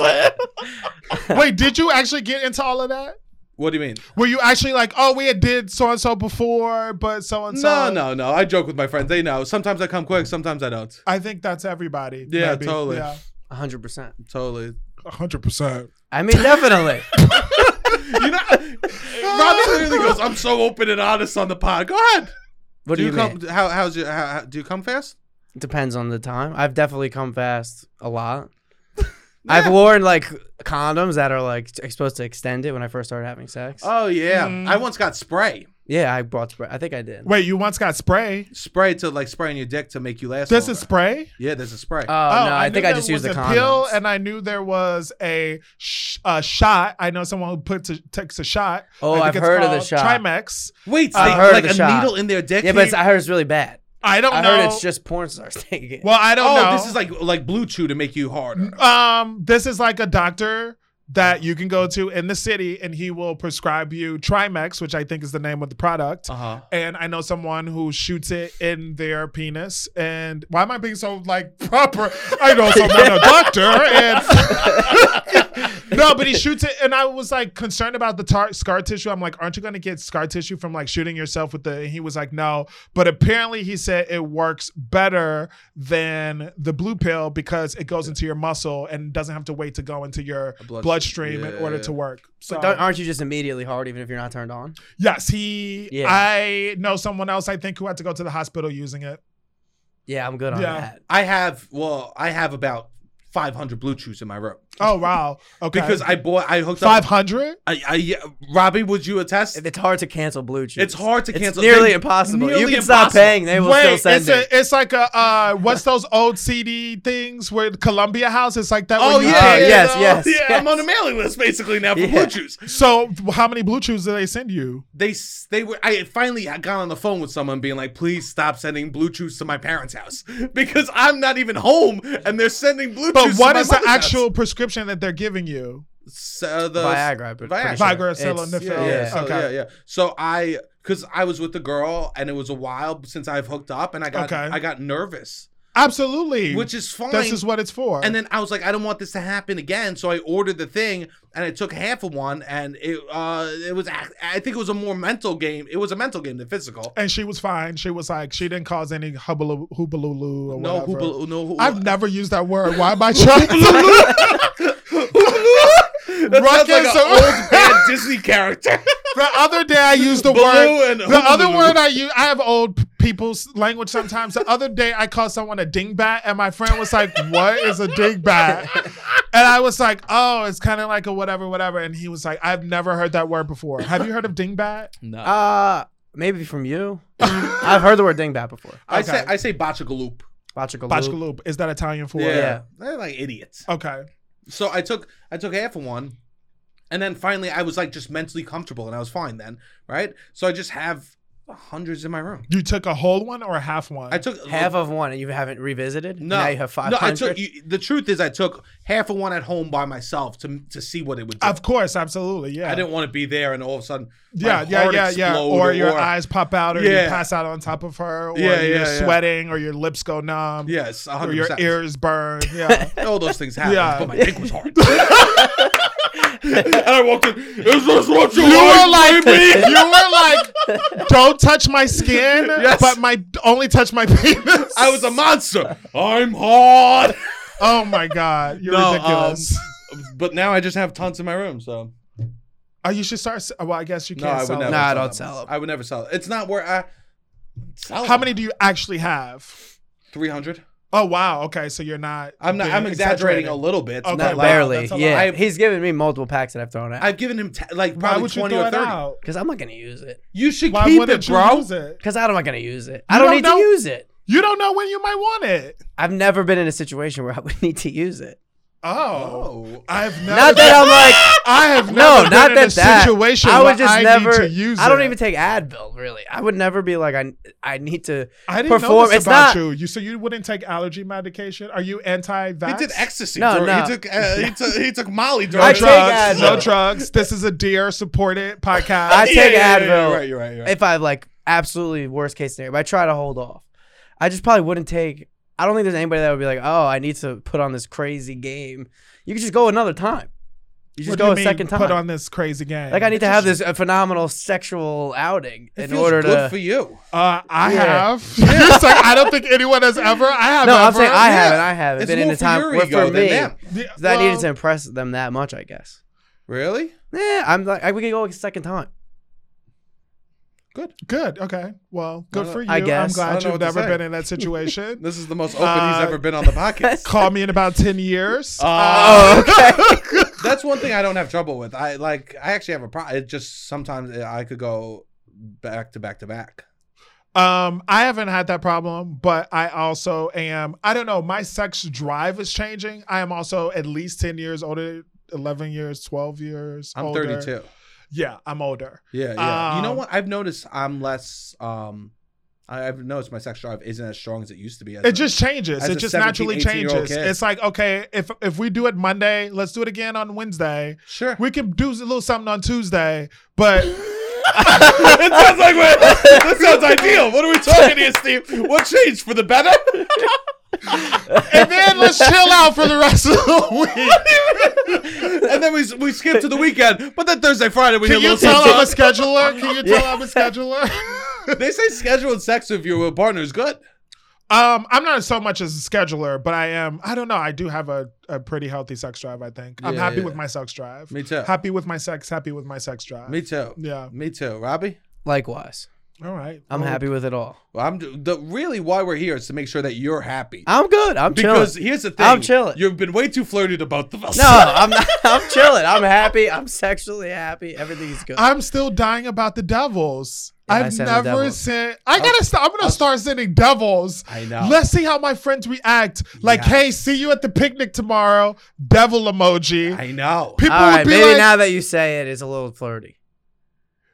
S1: saying?
S3: Wait, did you actually get into all of that?
S1: What do you mean?
S3: Were you actually like, oh, we had did so and so before, but so and so?
S1: No, no, no. I joke with my friends. They know. Sometimes I come quick, sometimes I don't.
S3: I think that's everybody.
S1: Yeah,
S3: maybe.
S1: totally.
S3: Yeah,
S2: 100. percent
S1: Totally.
S3: 100%.
S2: I mean, definitely.
S1: You know, Rob clearly goes, I'm so open and honest on the pod. Go ahead.
S2: What do, you,
S1: come?
S2: mean?
S1: How, how's your? How, how- do you come fast?
S2: Depends on the time. I've definitely come fast a lot.
S1: Yeah.
S2: I've worn like condoms that are like t- supposed to extend it when I first started having sex.
S1: Oh yeah,
S3: Mm.
S1: I once got spray.
S2: yeah, I brought spray. I think I did.
S3: Wait, you once got spray?
S1: Spray to like spray on your dick to make you last.
S3: This
S1: longer.
S3: is spray?
S1: yeah. There's a spray.
S2: Oh, no, I,
S3: knew
S2: think I
S3: there
S2: just used the
S3: was
S2: condom.
S3: a pill, and I knew there was a, sh- a shot. I know someone who puts a, takes a shot.
S2: Oh,
S3: I think
S2: I've
S3: it's
S2: heard of the
S3: called
S2: shot.
S3: Trimex.
S1: Wait,
S2: I
S1: they-
S2: heard
S1: like
S2: the
S1: a
S2: shot.
S1: needle in their dick.
S2: yeah, but it's,
S1: Can
S2: I heard it's really bad.
S3: I don't
S2: I
S3: know.
S2: heard it's just porn stars taking it.
S3: well, I
S1: you-
S3: don't
S1: oh,
S3: know.
S1: this is like like blue chew to make you
S2: Mm,
S1: harder.
S3: Um, this is like a doctor that you can go to in the city, and he will prescribe you Trimex, which I think is the name of the product.
S1: Uh
S2: uh-huh.
S1: huh.
S3: And I know someone who shoots it in their penis. And why am I being so like proper? I know someone, a doctor, and no, but he shoots it. And I was like concerned about the tar- scar tissue. I'm like, aren't you going to get scar tissue from like shooting yourself with the? And he was like, no. But apparently, he said it works better than the blue pill because it goes into your muscle and doesn't have to wait to go into your
S1: bloodstream.
S3: bloodstream in
S1: Yeah,
S3: order
S1: yeah.
S3: to work. So
S2: Don't- aren't you just immediately hard even if you're not turned on?
S3: Yes, he.
S2: Yeah.
S3: I know someone else. I think who had to go to the hospital using it.
S2: Yeah, I'm good on
S3: Yeah.
S2: that.
S1: I have well, I have about 500 blue chews in my room
S3: Oh wow. Okay.
S1: because I bought. I hooked
S3: five
S1: up.
S3: hundred.
S1: I, I, yeah, Robbie, would you attest?
S2: It's hard to cancel blue cheese.
S1: It's hard to cancel.
S2: It's nearly
S1: They-
S2: impossible. you
S1: nearly
S2: can stop
S1: impossible.
S2: paying; they will
S3: Wait,
S2: still
S3: it's
S2: send it.
S3: a, it's like a uh, what's those old CD things with Columbia House? It's like that.
S1: Oh
S3: where
S1: yeah,
S3: you
S2: Oh,
S1: yeah,
S3: pay-
S2: yes,
S1: no,
S2: yes,
S1: yeah. I'm
S2: yes.
S1: on a mailing list basically now for
S2: Yeah.
S1: blue chews.
S3: So how many blue chews do they send you?
S1: they s- they were I had finally got on the phone with someone being like, please stop sending blue chews to my parents' house because I'm not even home and they're sending blue
S3: But
S1: chews
S3: what
S1: to my
S3: is the
S1: mother's
S3: actual prescription that they're giving you?
S1: house. S- uh, the
S2: Viagra, but
S1: Viagra.
S2: pretty
S3: Viagra,
S2: sure.
S3: Sildenafil.
S2: It's-
S1: Yeah, yeah,
S2: yeah.
S1: So,
S3: Okay.
S1: yeah, yeah. So I because I was with the girl and it was a while since I've hooked up and I got
S3: Okay.
S1: I got nervous,
S3: Absolutely.
S1: which is fine.
S3: this is what it's for.
S1: and then I was like, I don't want this to happen again, so I ordered the thing and I took half of one, and it uh, it was ac- I think it was a more mental game. It was a mental game than physical.
S3: and she was fine. She was like she didn't cause any hubbaloo, hoobaloo or
S1: No,
S3: whatever.
S1: hoopal- no, hoo-
S3: I've never used that word. Why am I trying?
S1: That sounds like
S3: Ruckus
S1: an
S3: or-
S1: old bad Disney character.
S3: The other day I used the
S1: Baloo
S3: word.
S1: and
S3: The other
S1: Hubaloo.
S3: word I use, I have old p- people's language sometimes. The other day I called someone a dingbat, and my friend was like, "What is a dingbat?" And I was like, "Oh, it's kind of like a whatever, whatever." And he was like, "I've never heard that word before. Have you heard of dingbat?"
S1: No.
S2: Uh, maybe from you. I've heard the word dingbat before.
S1: I say
S3: okay.
S1: I say botchagaloop.
S2: Botchical.
S3: Bachgaloop. Is that Italian for?
S2: Yeah.
S1: They're like idiots.
S3: Okay.
S1: So I took I took half of one, and then finally I was like just mentally comfortable and I was fine then, right? So I just have hundreds in my room.
S3: You took a whole one or a half one?
S1: I took
S2: Half of one, and you haven't revisited.
S1: no.
S2: Now you have five
S1: no, I
S2: hundred.
S1: took you, the truth is I took half of one at home by myself to to see what it would do.
S3: of course, absolutely. Yeah.
S1: I didn't want to be there and all of a sudden my
S3: yeah, yeah,
S1: heart
S3: yeah, yeah.
S1: explode
S3: Or your eyes pop out, or
S1: Yeah.
S3: you pass out on top of her, or
S1: Yeah,
S3: you're
S1: yeah, yeah.
S3: sweating, or your lips go numb,
S1: Yes,
S3: or
S1: 100%.
S3: your ears burn. Yeah.
S1: All those things happen,
S3: Yeah.
S1: but my dick was hard. and I walked in. Is this what you,
S3: you were
S1: like?
S3: like, you were like, don't touch my skin,
S1: Yes.
S3: but my only touch my penis.
S1: I was a monster. I'm hard.
S3: oh my god, you're
S1: No, um,
S3: ridiculous.
S1: But now I just have tons in my room, so
S3: oh, you should start. s- Well, I guess you
S1: no,
S3: can't.
S1: I would
S3: sell
S1: never.
S3: them.
S2: Nah,
S1: sell
S2: don't
S1: them.
S2: sell them.
S1: I would never sell. It. It's not where I sell.
S3: How many do you actually have?
S1: Three hundred.
S3: Oh wow. Okay, so you're not.
S1: I'm not.
S3: being-
S1: I'm exaggerating a little bit. It's
S3: Okay,
S2: Not
S1: not
S3: wow,
S1: like-
S2: barely.
S3: that's a lot.
S2: Yeah,
S1: I've-
S2: he's given me multiple packs that I've thrown out
S1: I've given him t- like
S3: Why
S1: probably
S3: would you
S1: twenty
S3: throw
S1: or
S3: it
S1: thirty.
S3: out?
S2: because I'm not gonna use it.
S1: You should
S3: Why
S1: keep
S3: wouldn't
S1: it,
S3: you
S1: bro.
S3: use it?
S2: Because I'm not gonna use it. I
S3: You
S2: don't,
S3: don't
S2: need
S3: know-
S2: to use it.
S3: You don't know when you might want it.
S2: I've never been in a situation where I would need to use it.
S3: Oh,
S1: Oh,
S3: I've never.
S2: Not that I'm like.
S3: I have never
S2: No,
S3: been
S2: not
S3: in
S2: that
S3: a
S2: that.
S3: situation
S2: I
S3: where
S2: would just
S3: I
S2: never.
S3: need to use
S2: I don't
S3: it.
S2: even take Advil. Really, I would never be like I. I need to.
S3: I didn't
S2: perform-
S3: know this
S2: it's not-
S3: about you. You so you wouldn't take allergy medication? Are you anti-vax?
S1: he did ecstasy.
S2: No,
S1: during-
S2: no.
S1: He took. Uh, he, took he took Molly
S3: no
S1: during. the-
S2: I take
S3: drugs. No
S2: Advil.
S3: drugs. This is a deer supported podcast.
S2: I take
S1: Yeah, yeah, yeah,
S2: Advil.
S1: You're right. You're right. You're right.
S2: if I like absolutely worst case scenario, but I try to hold off. I just probably wouldn't take. I don't think there's anybody that would be like, oh, I need to put on this crazy game. You could just go another time. You just
S3: What do
S2: go
S3: you
S2: a
S3: mean,
S2: second time.
S3: Put on this crazy game.
S2: like I need to have this uh, phenomenal sexual outing
S1: It
S2: in
S1: feels
S2: order
S1: good
S2: to.
S1: for you.
S3: Uh, I
S2: Yeah.
S3: have. it's like I don't think anyone has ever. I have.
S2: no, I'm
S3: ever.
S2: saying I
S1: Yeah.
S2: haven't. I haven't
S1: It's
S2: been in
S1: more
S2: a
S1: for
S2: time
S1: your
S2: where
S1: ego
S2: for
S1: than
S2: me
S1: them.
S3: The-
S2: that I needed to
S3: well,
S2: impress them that much. I guess.
S1: Really?
S2: Yeah, I'm like I, we could go a second time.
S3: Good. Okay. Well, good
S1: no,
S3: for you.
S2: Uh, I guess.
S3: I'm
S1: I don't
S3: glad
S1: know
S3: you've
S1: what to
S3: never
S1: say.
S3: been in that situation.
S1: This is the most open he's
S3: Uh,
S1: ever been on the podcast.
S3: Call me in about ten years.
S1: Uh,
S2: Oh, okay.
S1: That's one thing I don't have trouble with. I like. I actually have a problem. It just sometimes uh, I could go back to back to back.
S3: Um, I haven't had that problem, but I also am. I don't know. My sex drive is changing. I am also at least ten years older, eleven years, twelve years.
S1: I'm
S3: older.
S1: 32.
S3: Yeah, I'm older.
S1: Yeah, yeah. you know
S3: Um,
S1: what? I've noticed I'm less. Um, I- I've noticed my sex drive isn't as strong as it used to be. As
S3: It
S1: a-
S3: just changes.
S1: as
S3: It
S1: a
S3: just
S1: 17,
S3: naturally
S1: 18-year-old
S3: changes.
S1: kid.
S3: It's like okay, if if we do it Monday, let's do it again on Wednesday.
S1: sure.
S3: We can do a little something on Tuesday, but
S1: it sounds like we're, that sounds ideal. What are we talking here, Steve? What changed for the better?
S3: and then let's chill out for the rest of the week.
S1: and then we we skip to the weekend, but then Thursday, Friday we
S3: Can
S1: hit
S3: you
S1: a
S3: tell
S1: little.
S3: I'm a
S1: something.
S3: scheduler? Can you tell I'm a scheduler?
S1: They say scheduled sex with your partner is good.
S3: Um, I'm not so much as a scheduler, but I am. I don't know. I do have a, a pretty healthy sex drive. I think I'm
S1: Yeah,
S3: happy
S1: yeah.
S3: with my sex drive.
S1: Me too.
S3: Happy with my sex. Happy with my sex drive.
S1: Me too.
S3: Yeah.
S1: Me too. Robbie.
S2: Likewise,
S3: All right.
S2: I'm
S1: Oh,
S3: Well,
S2: happy with it all.
S1: Well, I'm the really why we're here is to make sure that you're happy.
S2: I'm good. I'm chilling.
S1: because here's the thing,
S2: I'm chilling.
S1: You've been way too flirty to both of us.
S2: No, I'm not. I'm chilling. I'm happy. I'm sexually happy. Everything's good.
S3: I'm still dying about the devils.
S2: Yeah, I
S3: I've
S2: sent the
S3: never
S2: devils. Oh,
S3: sent. I gotta. St- I'm gonna start sending devils.
S1: I know.
S3: Let's see how my friends react. Like,
S1: Yeah.
S3: hey, see you at the picnic tomorrow. Devil emoji.
S1: I know.
S3: People
S2: All right,
S3: would be
S2: maybe
S3: like,
S2: now that you say it, it's a little flirty.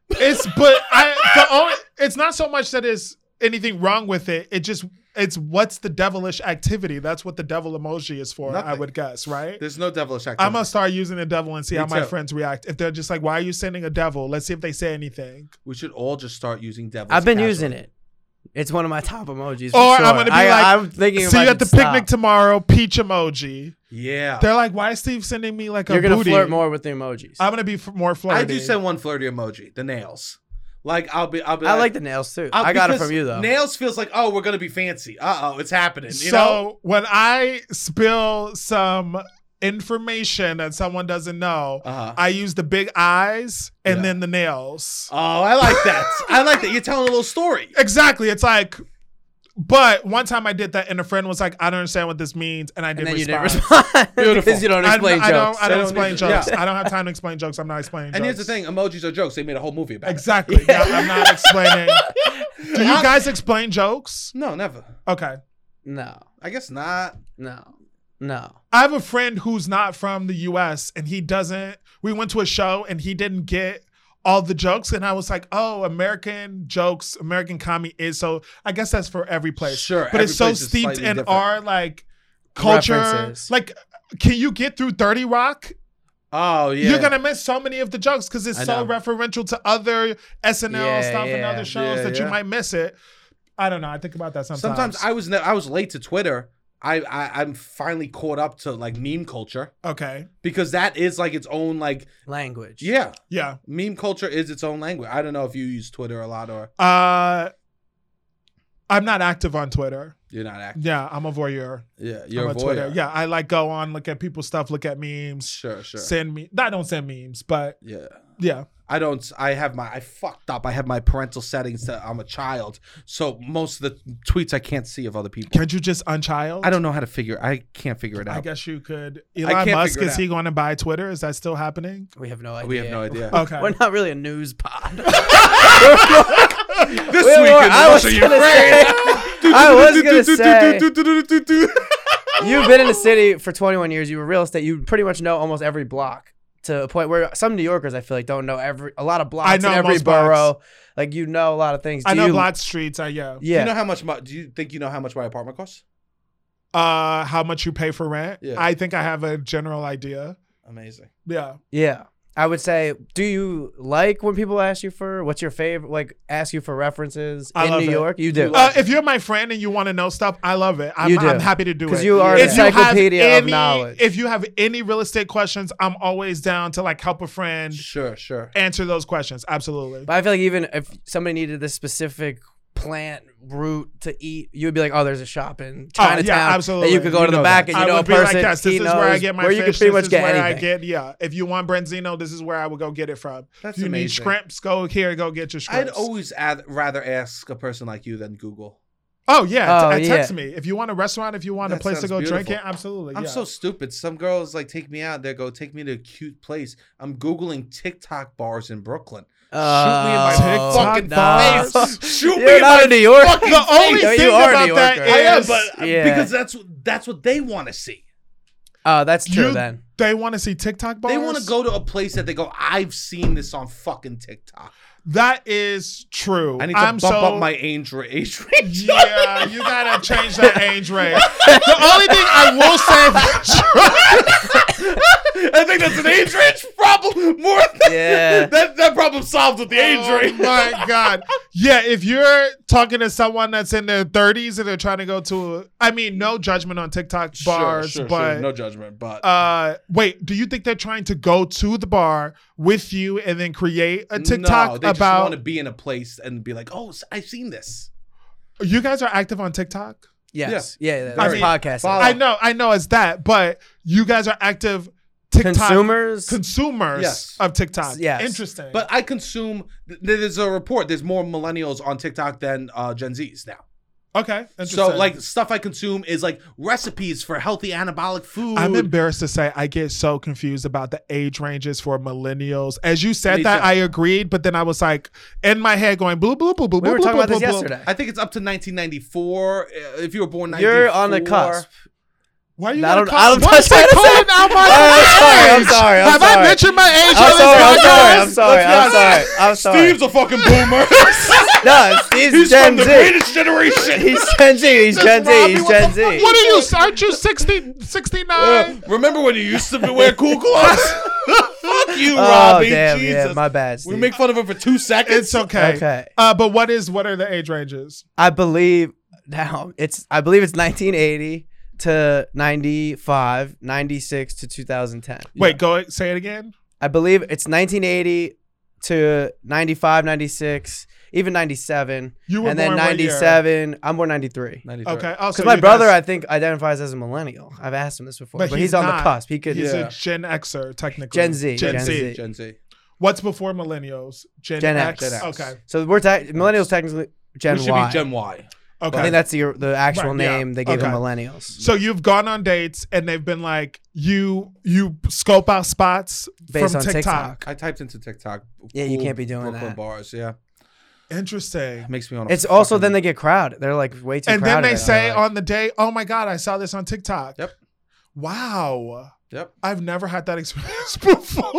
S3: It's but I the only it's not so much that is anything wrong with it. It just it's what's the devilish activity. That's what the devil emoji is for, I
S1: Nothing.
S3: would guess, right?
S1: There's no devilish activity.
S3: I'm gonna start using the devil and see
S1: Me
S3: how my
S1: too.
S3: friends react. If they're just like, "Why are you sending a devil?" Let's see if they say anything.
S1: we should all just start using devil.
S2: I've been using it. It's one of my top emojis. for
S3: Or I'm
S2: sure.
S3: gonna be
S2: I,
S3: like,
S2: I'm thinking. if
S3: see
S2: I
S3: you at the
S2: could
S3: picnic
S2: stop.
S3: tomorrow. Peach emoji.
S1: Yeah.
S3: They're like, "Why is Steve sending me like a
S2: You're gonna
S3: booty?"
S2: flirt more with the emojis. i
S3: I'm gonna be f- more flirty.
S1: I do send one flirty emoji, the nails. Like I'll be, I'll be.
S2: like the nails too.
S3: uh,
S1: I'll-
S2: I got it
S1: because
S2: from you though.
S1: Nails feels like oh we're gonna be fancy. Uh oh, it's happening. You
S3: so
S1: know?
S3: when I spill some information that someone doesn't know,
S1: Uh-huh.
S3: I use the big eyes and
S1: Yeah.
S3: then the nails.
S1: Oh, I like that. I like that. You're telling a little story.
S3: Exactly. It's like, but one time I did that and a friend was like, I don't understand what this means. And I
S2: And
S3: didn't
S2: then you didn't
S3: respond.
S2: respond because
S1: Beautiful.
S2: you don't
S3: I-
S2: explain
S3: I,
S2: jokes.
S3: don't, I don't
S2: need
S3: explain
S2: to-
S3: jokes. I don't have time to explain jokes. I'm not explaining
S1: And here's
S3: jokes.
S1: the thing: emojis are jokes. They made a whole movie about it.
S3: Exactly. Yeah, I'm not explaining. Do you guys explain jokes?
S1: No, never.
S3: Okay.
S2: No,
S1: I guess not.
S2: no, no.
S3: I have a friend who's not from the US and he doesn't. We went to a show and he didn't get all the jokes. And I was like, oh, American jokes, American comedy is so. I guess that's for every place.
S1: Sure,
S3: But it's
S1: every
S3: so
S1: place is
S3: steeped
S1: slightly
S3: in
S1: different.
S3: our like culture.
S2: References.
S3: Like, can you get through 30 Rock?
S1: Oh yeah.
S3: You're gonna miss so many of the jokes because it's
S2: I
S3: so
S2: know.
S3: referential to other SNL
S2: Yeah,
S3: stuff and
S2: yeah,
S3: other shows
S1: yeah,
S3: that you
S1: yeah.
S3: might miss it. I don't know. I think about that sometimes.
S1: Sometimes I was ne- I was late to Twitter. I, I I'm finally caught up to like meme culture
S3: okay.
S1: because that is like its own like
S2: Language.
S1: yeah
S3: Yeah.
S1: meme culture is its own language. I don't know if you use Twitter a lot or
S3: Uh, I'm not active on Twitter.
S1: you're not active.
S3: Yeah, I'm a voyeur.
S1: Yeah, you're
S3: I'm
S1: a
S3: on Twitter.
S1: voyeur.
S3: Yeah, I like go on, look at people's stuff, look at memes,
S1: sure, sure.
S3: send me. I don't send memes, but
S1: yeah.
S3: yeah.
S1: I don't. I have my. I fucked up. I have my parental settings to. I'm a child, so most of the tweets I can't see of other people.
S3: Can't you just unchild?
S1: I don't know how to figure. I can't figure it
S3: I
S1: out.
S3: guess you could.
S1: can't
S3: Elon
S1: figure
S3: Musk
S1: it
S3: is he going to buy Twitter? Is that still happening?
S2: We have no idea.
S1: we have no idea.
S3: Okay.
S2: We're not really a news pod.
S1: this
S2: Wait, Laura, I was gonna say. I was gonna say. You've been in the city for 21 years. You were real estate. You pretty much know almost every block to a point where some New Yorkers, I feel like, don't know every a lot of blocks.
S3: know
S2: in every
S3: most blocks.
S2: borough. Like you know a lot of things. Do
S3: I know
S2: you,
S3: block streets. I yeah.
S2: Yeah.
S1: You know how much? My, do you think you know how much my apartment costs?
S3: Uh, how much you pay for rent?
S1: Yeah.
S3: I think I have a general idea.
S1: Amazing.
S3: Yeah.
S2: yeah. I would say, do you like when people ask you for what's your favorite? Like ask you for references
S3: I
S2: in
S3: love
S2: New
S3: it.
S2: York. You do.
S3: Uh, if you're my friend and you want to know stuff, I love it. I'm,
S2: You do.
S3: I'm happy to do it.
S2: because you are an
S3: If you have
S2: encyclopedia of
S3: any-
S2: knowledge.
S3: If you have any real estate questions, I'm always down to like help a friend
S1: Sure, sure.
S3: answer those questions. Absolutely.
S2: But I feel like even if somebody needed this specific plant root to eat, you would be like, "Oh, there's a shop in
S3: Oh, yeah,
S2: Chinatown that
S3: absolutely.
S2: you could go
S1: You
S2: to the
S1: know
S2: back
S1: that.
S2: and you
S3: I
S2: know a
S3: would be like,
S2: person.
S3: yes, this
S2: he
S3: is
S2: knows
S3: where I get my
S2: where
S3: fish.
S2: you could pretty
S3: this
S2: much
S3: is
S2: get
S3: where I
S2: anything.
S3: get, yeah. If you want branzino, this is where I would go get it from.
S1: That's
S3: if you need
S1: amazing.
S3: shrimps, go here, go get your
S1: I'd
S3: shrimps.
S1: always add, rather ask a person like you than Google.
S3: oh, yeah.
S2: Oh,
S3: t- uh, text
S2: yeah.
S3: me. If you want a restaurant, if you want a
S1: That
S3: place to
S1: sounds
S3: go drink it,
S1: beautiful.
S3: absolutely.
S2: Uh,
S1: I'm
S3: yeah.
S1: so stupid. Some girls like take me out. They go take me to a cute place. I'm googling TikTok bars in Brooklyn. Shoot me in my
S2: Oh,
S1: fucking
S2: nah.
S1: face. Shoot me
S2: You're
S1: in
S2: not
S1: my
S2: a New York.
S3: fucking The only face. thing
S2: you are a
S3: about
S2: New
S3: that
S2: Yorker.
S3: is-
S1: I am,
S3: Yes.
S1: but uh,
S2: Yeah.
S1: because that's that's what they want to see.
S2: Oh, that's true
S3: You-
S2: then.
S3: They want to see TikTok bars.
S1: They want to go to a place that they go. I've seen this on fucking TikTok.
S3: That is true.
S1: I need to
S3: I'm
S1: bump
S3: so,
S1: up my age ra- age range.
S3: Yeah, you gotta change that age range. The only thing I will say,
S1: I think that's an age range problem. More than,
S2: Yeah.
S1: that that problem solved with the age
S3: oh
S1: range.
S3: my god, yeah. If you're talking to someone that's in their 30s and they're trying to go to, a, I mean, no judgment on TikTok bars, but
S1: no judgment, but
S3: uh, wait, do you think they're trying to go to the bar with you and then create a
S1: no,
S3: TikTok
S1: they just want
S3: about?
S1: to be in a place and be like, oh, s- I've seen this.
S3: you guys are active on TikTok.
S2: Yes. Yeah. yeah
S3: I
S2: that's
S3: mean,
S2: podcast.
S1: follow-
S3: I know, I know, it's that, but you guys are active TikTok
S2: Consumers.
S3: consumers
S1: Yes.
S3: of TikTok.
S2: Yes.
S3: interesting.
S1: But I consume. th- There's a report. There's more millennials on TikTok than uh, Gen Z's now.
S3: okay, interesting.
S1: So like stuff I consume is like recipes for healthy anabolic food.
S3: I'm embarrassed to say I get so confused about the age ranges for millennials. As you said
S1: Me
S3: that,
S1: too.
S3: I agreed, but then I was like in my head going blue, blue, blue, blue,
S2: we
S3: blue,
S2: were talking
S3: blue,
S2: about this
S3: blue, blue.
S2: yesterday.
S1: I think it's up to 1994. Uh, If you were born,
S2: You're on the
S1: 94.
S2: cusp.
S3: Why are you?
S2: I
S3: gotta
S2: don't-
S3: call-
S2: I don't-
S3: why
S2: I'm
S3: is that
S2: trying to say-
S3: calling out my
S2: Oh, I'm
S3: age?
S2: sorry, I'm
S3: Have I
S2: sorry.
S3: mentioned my age?
S2: Oh,
S3: on
S2: I'm
S3: this
S2: sorry. I'm sorry.
S3: podcast?
S2: I'm sorry. I'm
S3: Let's not-
S2: sorry. I'm sorry.
S1: Uh, a fucking boomer.
S2: No, Steve's Gen Z.
S1: generation.
S2: He's Gen Z. He's Gen Z. He's Gen Z.
S3: What are you? Aren't you 60, 69?
S1: Remember when you used to wear cool clothes? Fuck you,
S2: Oh
S1: Robbie.
S2: damn!
S1: Jesus.
S2: Yeah, my bad.
S1: we
S2: Steve.
S1: make fun of him for two seconds.
S3: It's okay.
S2: Okay.
S3: Uh, but what is? What are the age ranges?
S2: I believe now it's I believe it's 1980 to 95, 96 to 2010.
S3: Wait, go say it again.
S2: I believe it's 1980 to 95, 96, even 97.
S3: You were
S2: And then
S3: born what year?
S2: 97, I'm born 93.
S3: Okay. Oh, so
S2: Because my
S3: you
S2: brother,
S3: guys-
S2: I think, identifies as a millennial. I've asked him this before,
S3: But
S2: but,
S3: he's
S2: he's, on
S3: not.
S2: the cusp. He could.
S3: he's
S2: yeah.
S3: a Gen Xer technically.
S2: Gen Z,
S3: Gen,
S2: Gen
S3: Z.
S2: Z.
S1: Gen Z.
S3: What's before millennials? Gen,
S2: Gen
S3: X.
S2: X.
S1: Gen X.
S3: Okay.
S2: So we're te- millennials technically Gen
S1: we should
S2: Y.
S1: be Gen Y.
S2: I
S3: Okay.
S2: think that's the the actual
S3: Right, yeah.
S2: name they gave
S3: Okay.
S2: them millennials.
S3: so you've gone on dates and they've been like you you scope out spots
S2: Based
S3: from
S2: on
S3: TikTok.
S2: TikTok.
S1: I typed into TikTok.
S2: Yeah, you
S1: cool
S2: can't be doing
S1: Brooklyn
S2: that.
S1: bars. Yeah,
S3: Interesting.
S1: it makes me want.
S2: It's also then they get crowded. They're like way too
S3: And then
S2: crowded.
S3: they
S2: right now.
S3: say
S2: Like,
S3: on the day, "Oh my god, I saw this on TikTok."
S1: Yep.
S3: Wow.
S1: Yep.
S3: I've never had that experience before.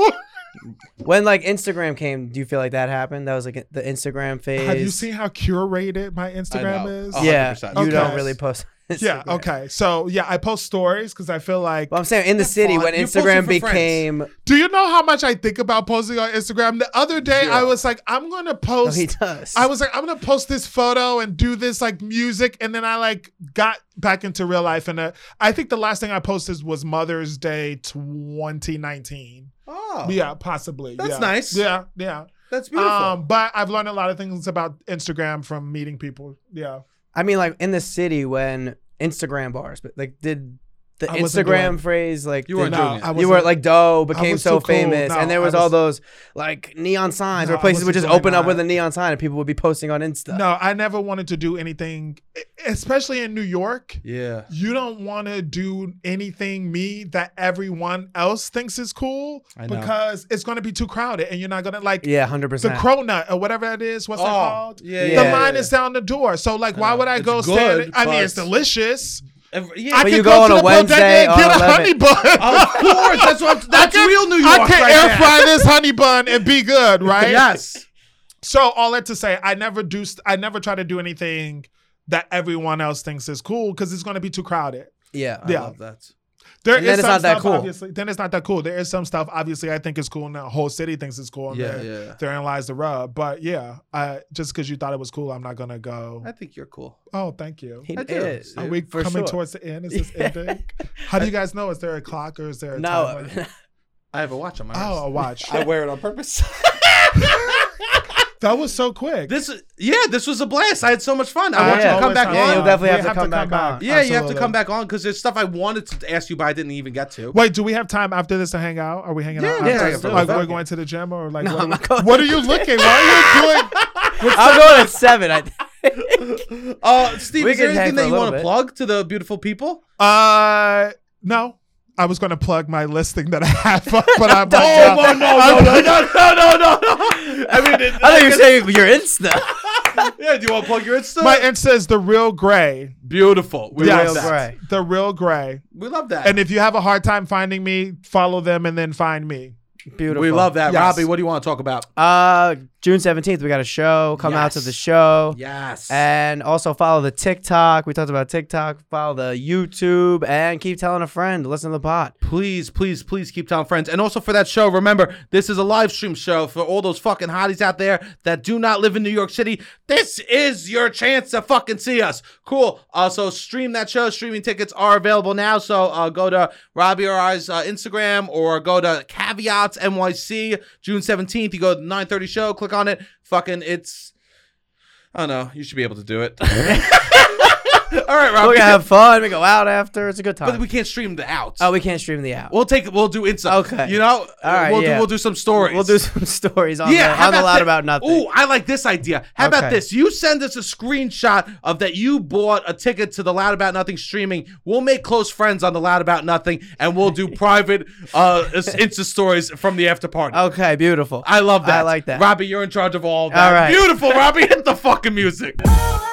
S2: when like Instagram came, do you feel like that happened? That was like the Instagram phase.
S3: Have you seen how curated my Instagram is?
S1: Oh,
S2: Yeah,
S1: 100%.
S2: you don't
S3: Okay.
S2: really post. on
S3: Yeah.
S2: Instagram.
S3: Okay. So yeah, I post stories because I feel like.
S2: Well, I'm saying in the
S1: That's
S2: city
S1: fine.
S2: when
S1: You post it for
S2: Instagram
S1: friends.
S2: became.
S3: Do you know how much I think about posting on Instagram? The other day,
S1: Zero.
S3: I was like, I'm gonna
S2: Oh,
S3: post.
S2: he does.
S3: I was like, I'm gonna post this photo and do this like music, and then I like got back into real life, and uh, I think the last thing I posted was Mother's Day 2019.
S1: Oh,
S3: Yeah, possibly.
S1: That's
S3: yeah.
S1: nice.
S3: Yeah, yeah.
S1: that's beautiful.
S3: Um, but I've learned a lot of things about Instagram from meeting people. Yeah.
S2: I mean, like in the city when Instagram bars, but like did the
S3: I wasn't doing
S2: Instagram phrase like
S1: You
S2: did-
S1: weren't doing it.
S3: I
S2: you were
S3: wasn't-
S2: like Doe became
S3: was
S2: so
S3: too cool.
S2: famous,
S3: No,
S2: and there
S3: I
S2: was,
S3: was-
S2: all those like neon signs
S3: No, I
S2: where places
S3: wasn't
S2: would just
S3: doing
S2: open up
S3: that.
S2: with a neon sign, and people would be posting on Insta.
S3: No, I never wanted to do anything, e- especially in New York.
S1: yeah,
S3: You don't want to do anything me that everyone else thinks is cool
S1: I know.
S3: because it's going to be too crowded and you're not going to like
S2: Yeah, hundred
S3: the
S2: percent.
S3: cronut or whatever that is. What's that called?
S1: Oh, yeah,
S2: The
S3: The
S1: yeah, yeah,
S3: line
S1: yeah.
S3: is down the door. So like, why
S1: know.
S3: would I
S1: It's
S3: go
S1: good,
S3: stand? I mean,
S1: but-
S3: it's delicious.
S1: Every,
S3: I
S1: yeah.
S2: But
S3: could
S2: you
S3: go,
S2: go on
S3: to
S2: a
S3: the
S2: Wednesday
S3: Wednesday and
S2: on
S3: get a
S2: 11.
S3: honey bun.
S1: of course, that's what. I'm, that's
S3: I can-
S1: real New York.
S3: I can
S1: right
S3: air
S1: there.
S3: fry this honey bun and be good, right?
S1: Yes.
S3: So all that to say, I never do. St- I never try to do anything that everyone else thinks is cool because it's going to be too crowded.
S2: Yeah,
S1: I
S3: Yeah.
S1: love that.
S3: There is
S2: And then it's
S3: some
S2: not that
S3: stuff,
S2: cool.
S3: obviously. Then it's not that cool. There is some stuff, obviously, I think is cool, and the whole city thinks it's cool. And
S1: Yeah,
S3: there-
S1: yeah.
S3: Therein lies the rub. But yeah, I, just because you thought it was cool, I'm not going to go.
S1: I think you're cool.
S3: Oh, thank you.
S2: he
S1: I do.
S2: is.
S3: Are we
S2: for
S3: coming
S2: sure.
S3: towards the end? Is this
S2: Yeah.
S3: ending? How do you guys know? Is there a clock or is there a
S2: No,
S3: time?
S1: I have a watch on my
S3: Oh, a
S1: wrist.
S3: watch.
S1: I wear it on purpose.
S3: that was so quick.
S1: this, is- yeah, this was a blast. I had so much fun. I
S2: Oh,
S1: want
S2: yeah.
S1: you to come back
S2: Yeah,
S1: on.
S2: you'll definitely
S3: We
S2: have to come back on.
S1: Yeah, you have to
S3: Absolutely.
S1: come back on because there's stuff I wanted to ask you, but I didn't even get to.
S3: Wait, do we have time after this to hang out? Are we hanging
S1: Yeah,
S3: out?
S1: yeah,
S3: after?
S1: let's do it.
S3: like
S1: Fuck
S3: we're
S1: it.
S3: going to the gym or like
S2: No,
S3: what,
S2: I'm
S3: are
S2: not
S3: we-
S2: going
S3: what are you looking? Why are you doing?
S2: I'm going at seven. I,
S1: Uh, Steve,
S2: We
S1: is there
S2: can hang
S1: anything that
S2: for a
S1: you
S2: little
S1: want to
S2: bit.
S1: plug to the beautiful people?
S3: Uh, no. I was going to plug my listing that I have, up, but I'm
S2: Don't-
S3: like,
S2: Oh, no,
S3: I'm-
S1: no, no, no, no. I mean, it,
S2: I thought you were saying your Insta.
S1: yeah, do you want to plug your Insta?
S3: My Insta is the real gray.
S1: beautiful. We
S3: Yes.
S1: love that.
S2: Right.
S3: The real gray.
S1: We love that.
S3: And if you have a hard time finding me, follow them and then find me.
S2: Beautiful.
S1: we love that.
S3: Yes.
S1: Robbie, what do you want to talk about?
S2: Uh, June seventeenth, we got a show. Come out to
S1: Yes.
S2: the show.
S1: Yes.
S2: And also follow the TikTok. We talked about TikTok. Follow the YouTube and keep telling a friend. Listen to the pod.
S1: please, please, please keep telling friends. And also for that show, remember, this is a live stream show for all those fucking hotties out there that do not live in New York City. This is your chance to fucking see us. Cool. Uh, so stream that show. Streaming tickets are available now. So uh, go to Robbie or I's uh, Instagram or go to Caveats NYC June 17th. You go to the 930 show, click on it. Fucking, it's. I don't know. You should be able to do it. all right,
S2: We're
S1: Robbie.
S2: gonna have fun. We go out after. It's a good time.
S1: but we can't stream the outs.
S2: oh, we can't stream the app.
S1: We'll take. We'll do insight.
S2: Okay.
S1: You know.
S2: All right,
S1: We'll do.
S2: yeah.
S1: We'll do some stories.
S2: We'll do some uh, stories on
S1: Yeah.
S2: the, on the loud
S1: that?
S2: about nothing.
S1: Ooh, I like this idea. How about
S2: Okay.
S1: this? You send us a screenshot of that you bought a ticket to the Loud About Nothing streaming. We'll make close friends on the Loud About Nothing, and we'll do private uh Insta stories from the after party.
S2: Okay, beautiful.
S1: I love that.
S2: Oh, I like that.
S1: Robbie, you're in charge of all that.
S2: All right.
S1: Beautiful, Robbie. Hit the fucking music.
S6: Oh,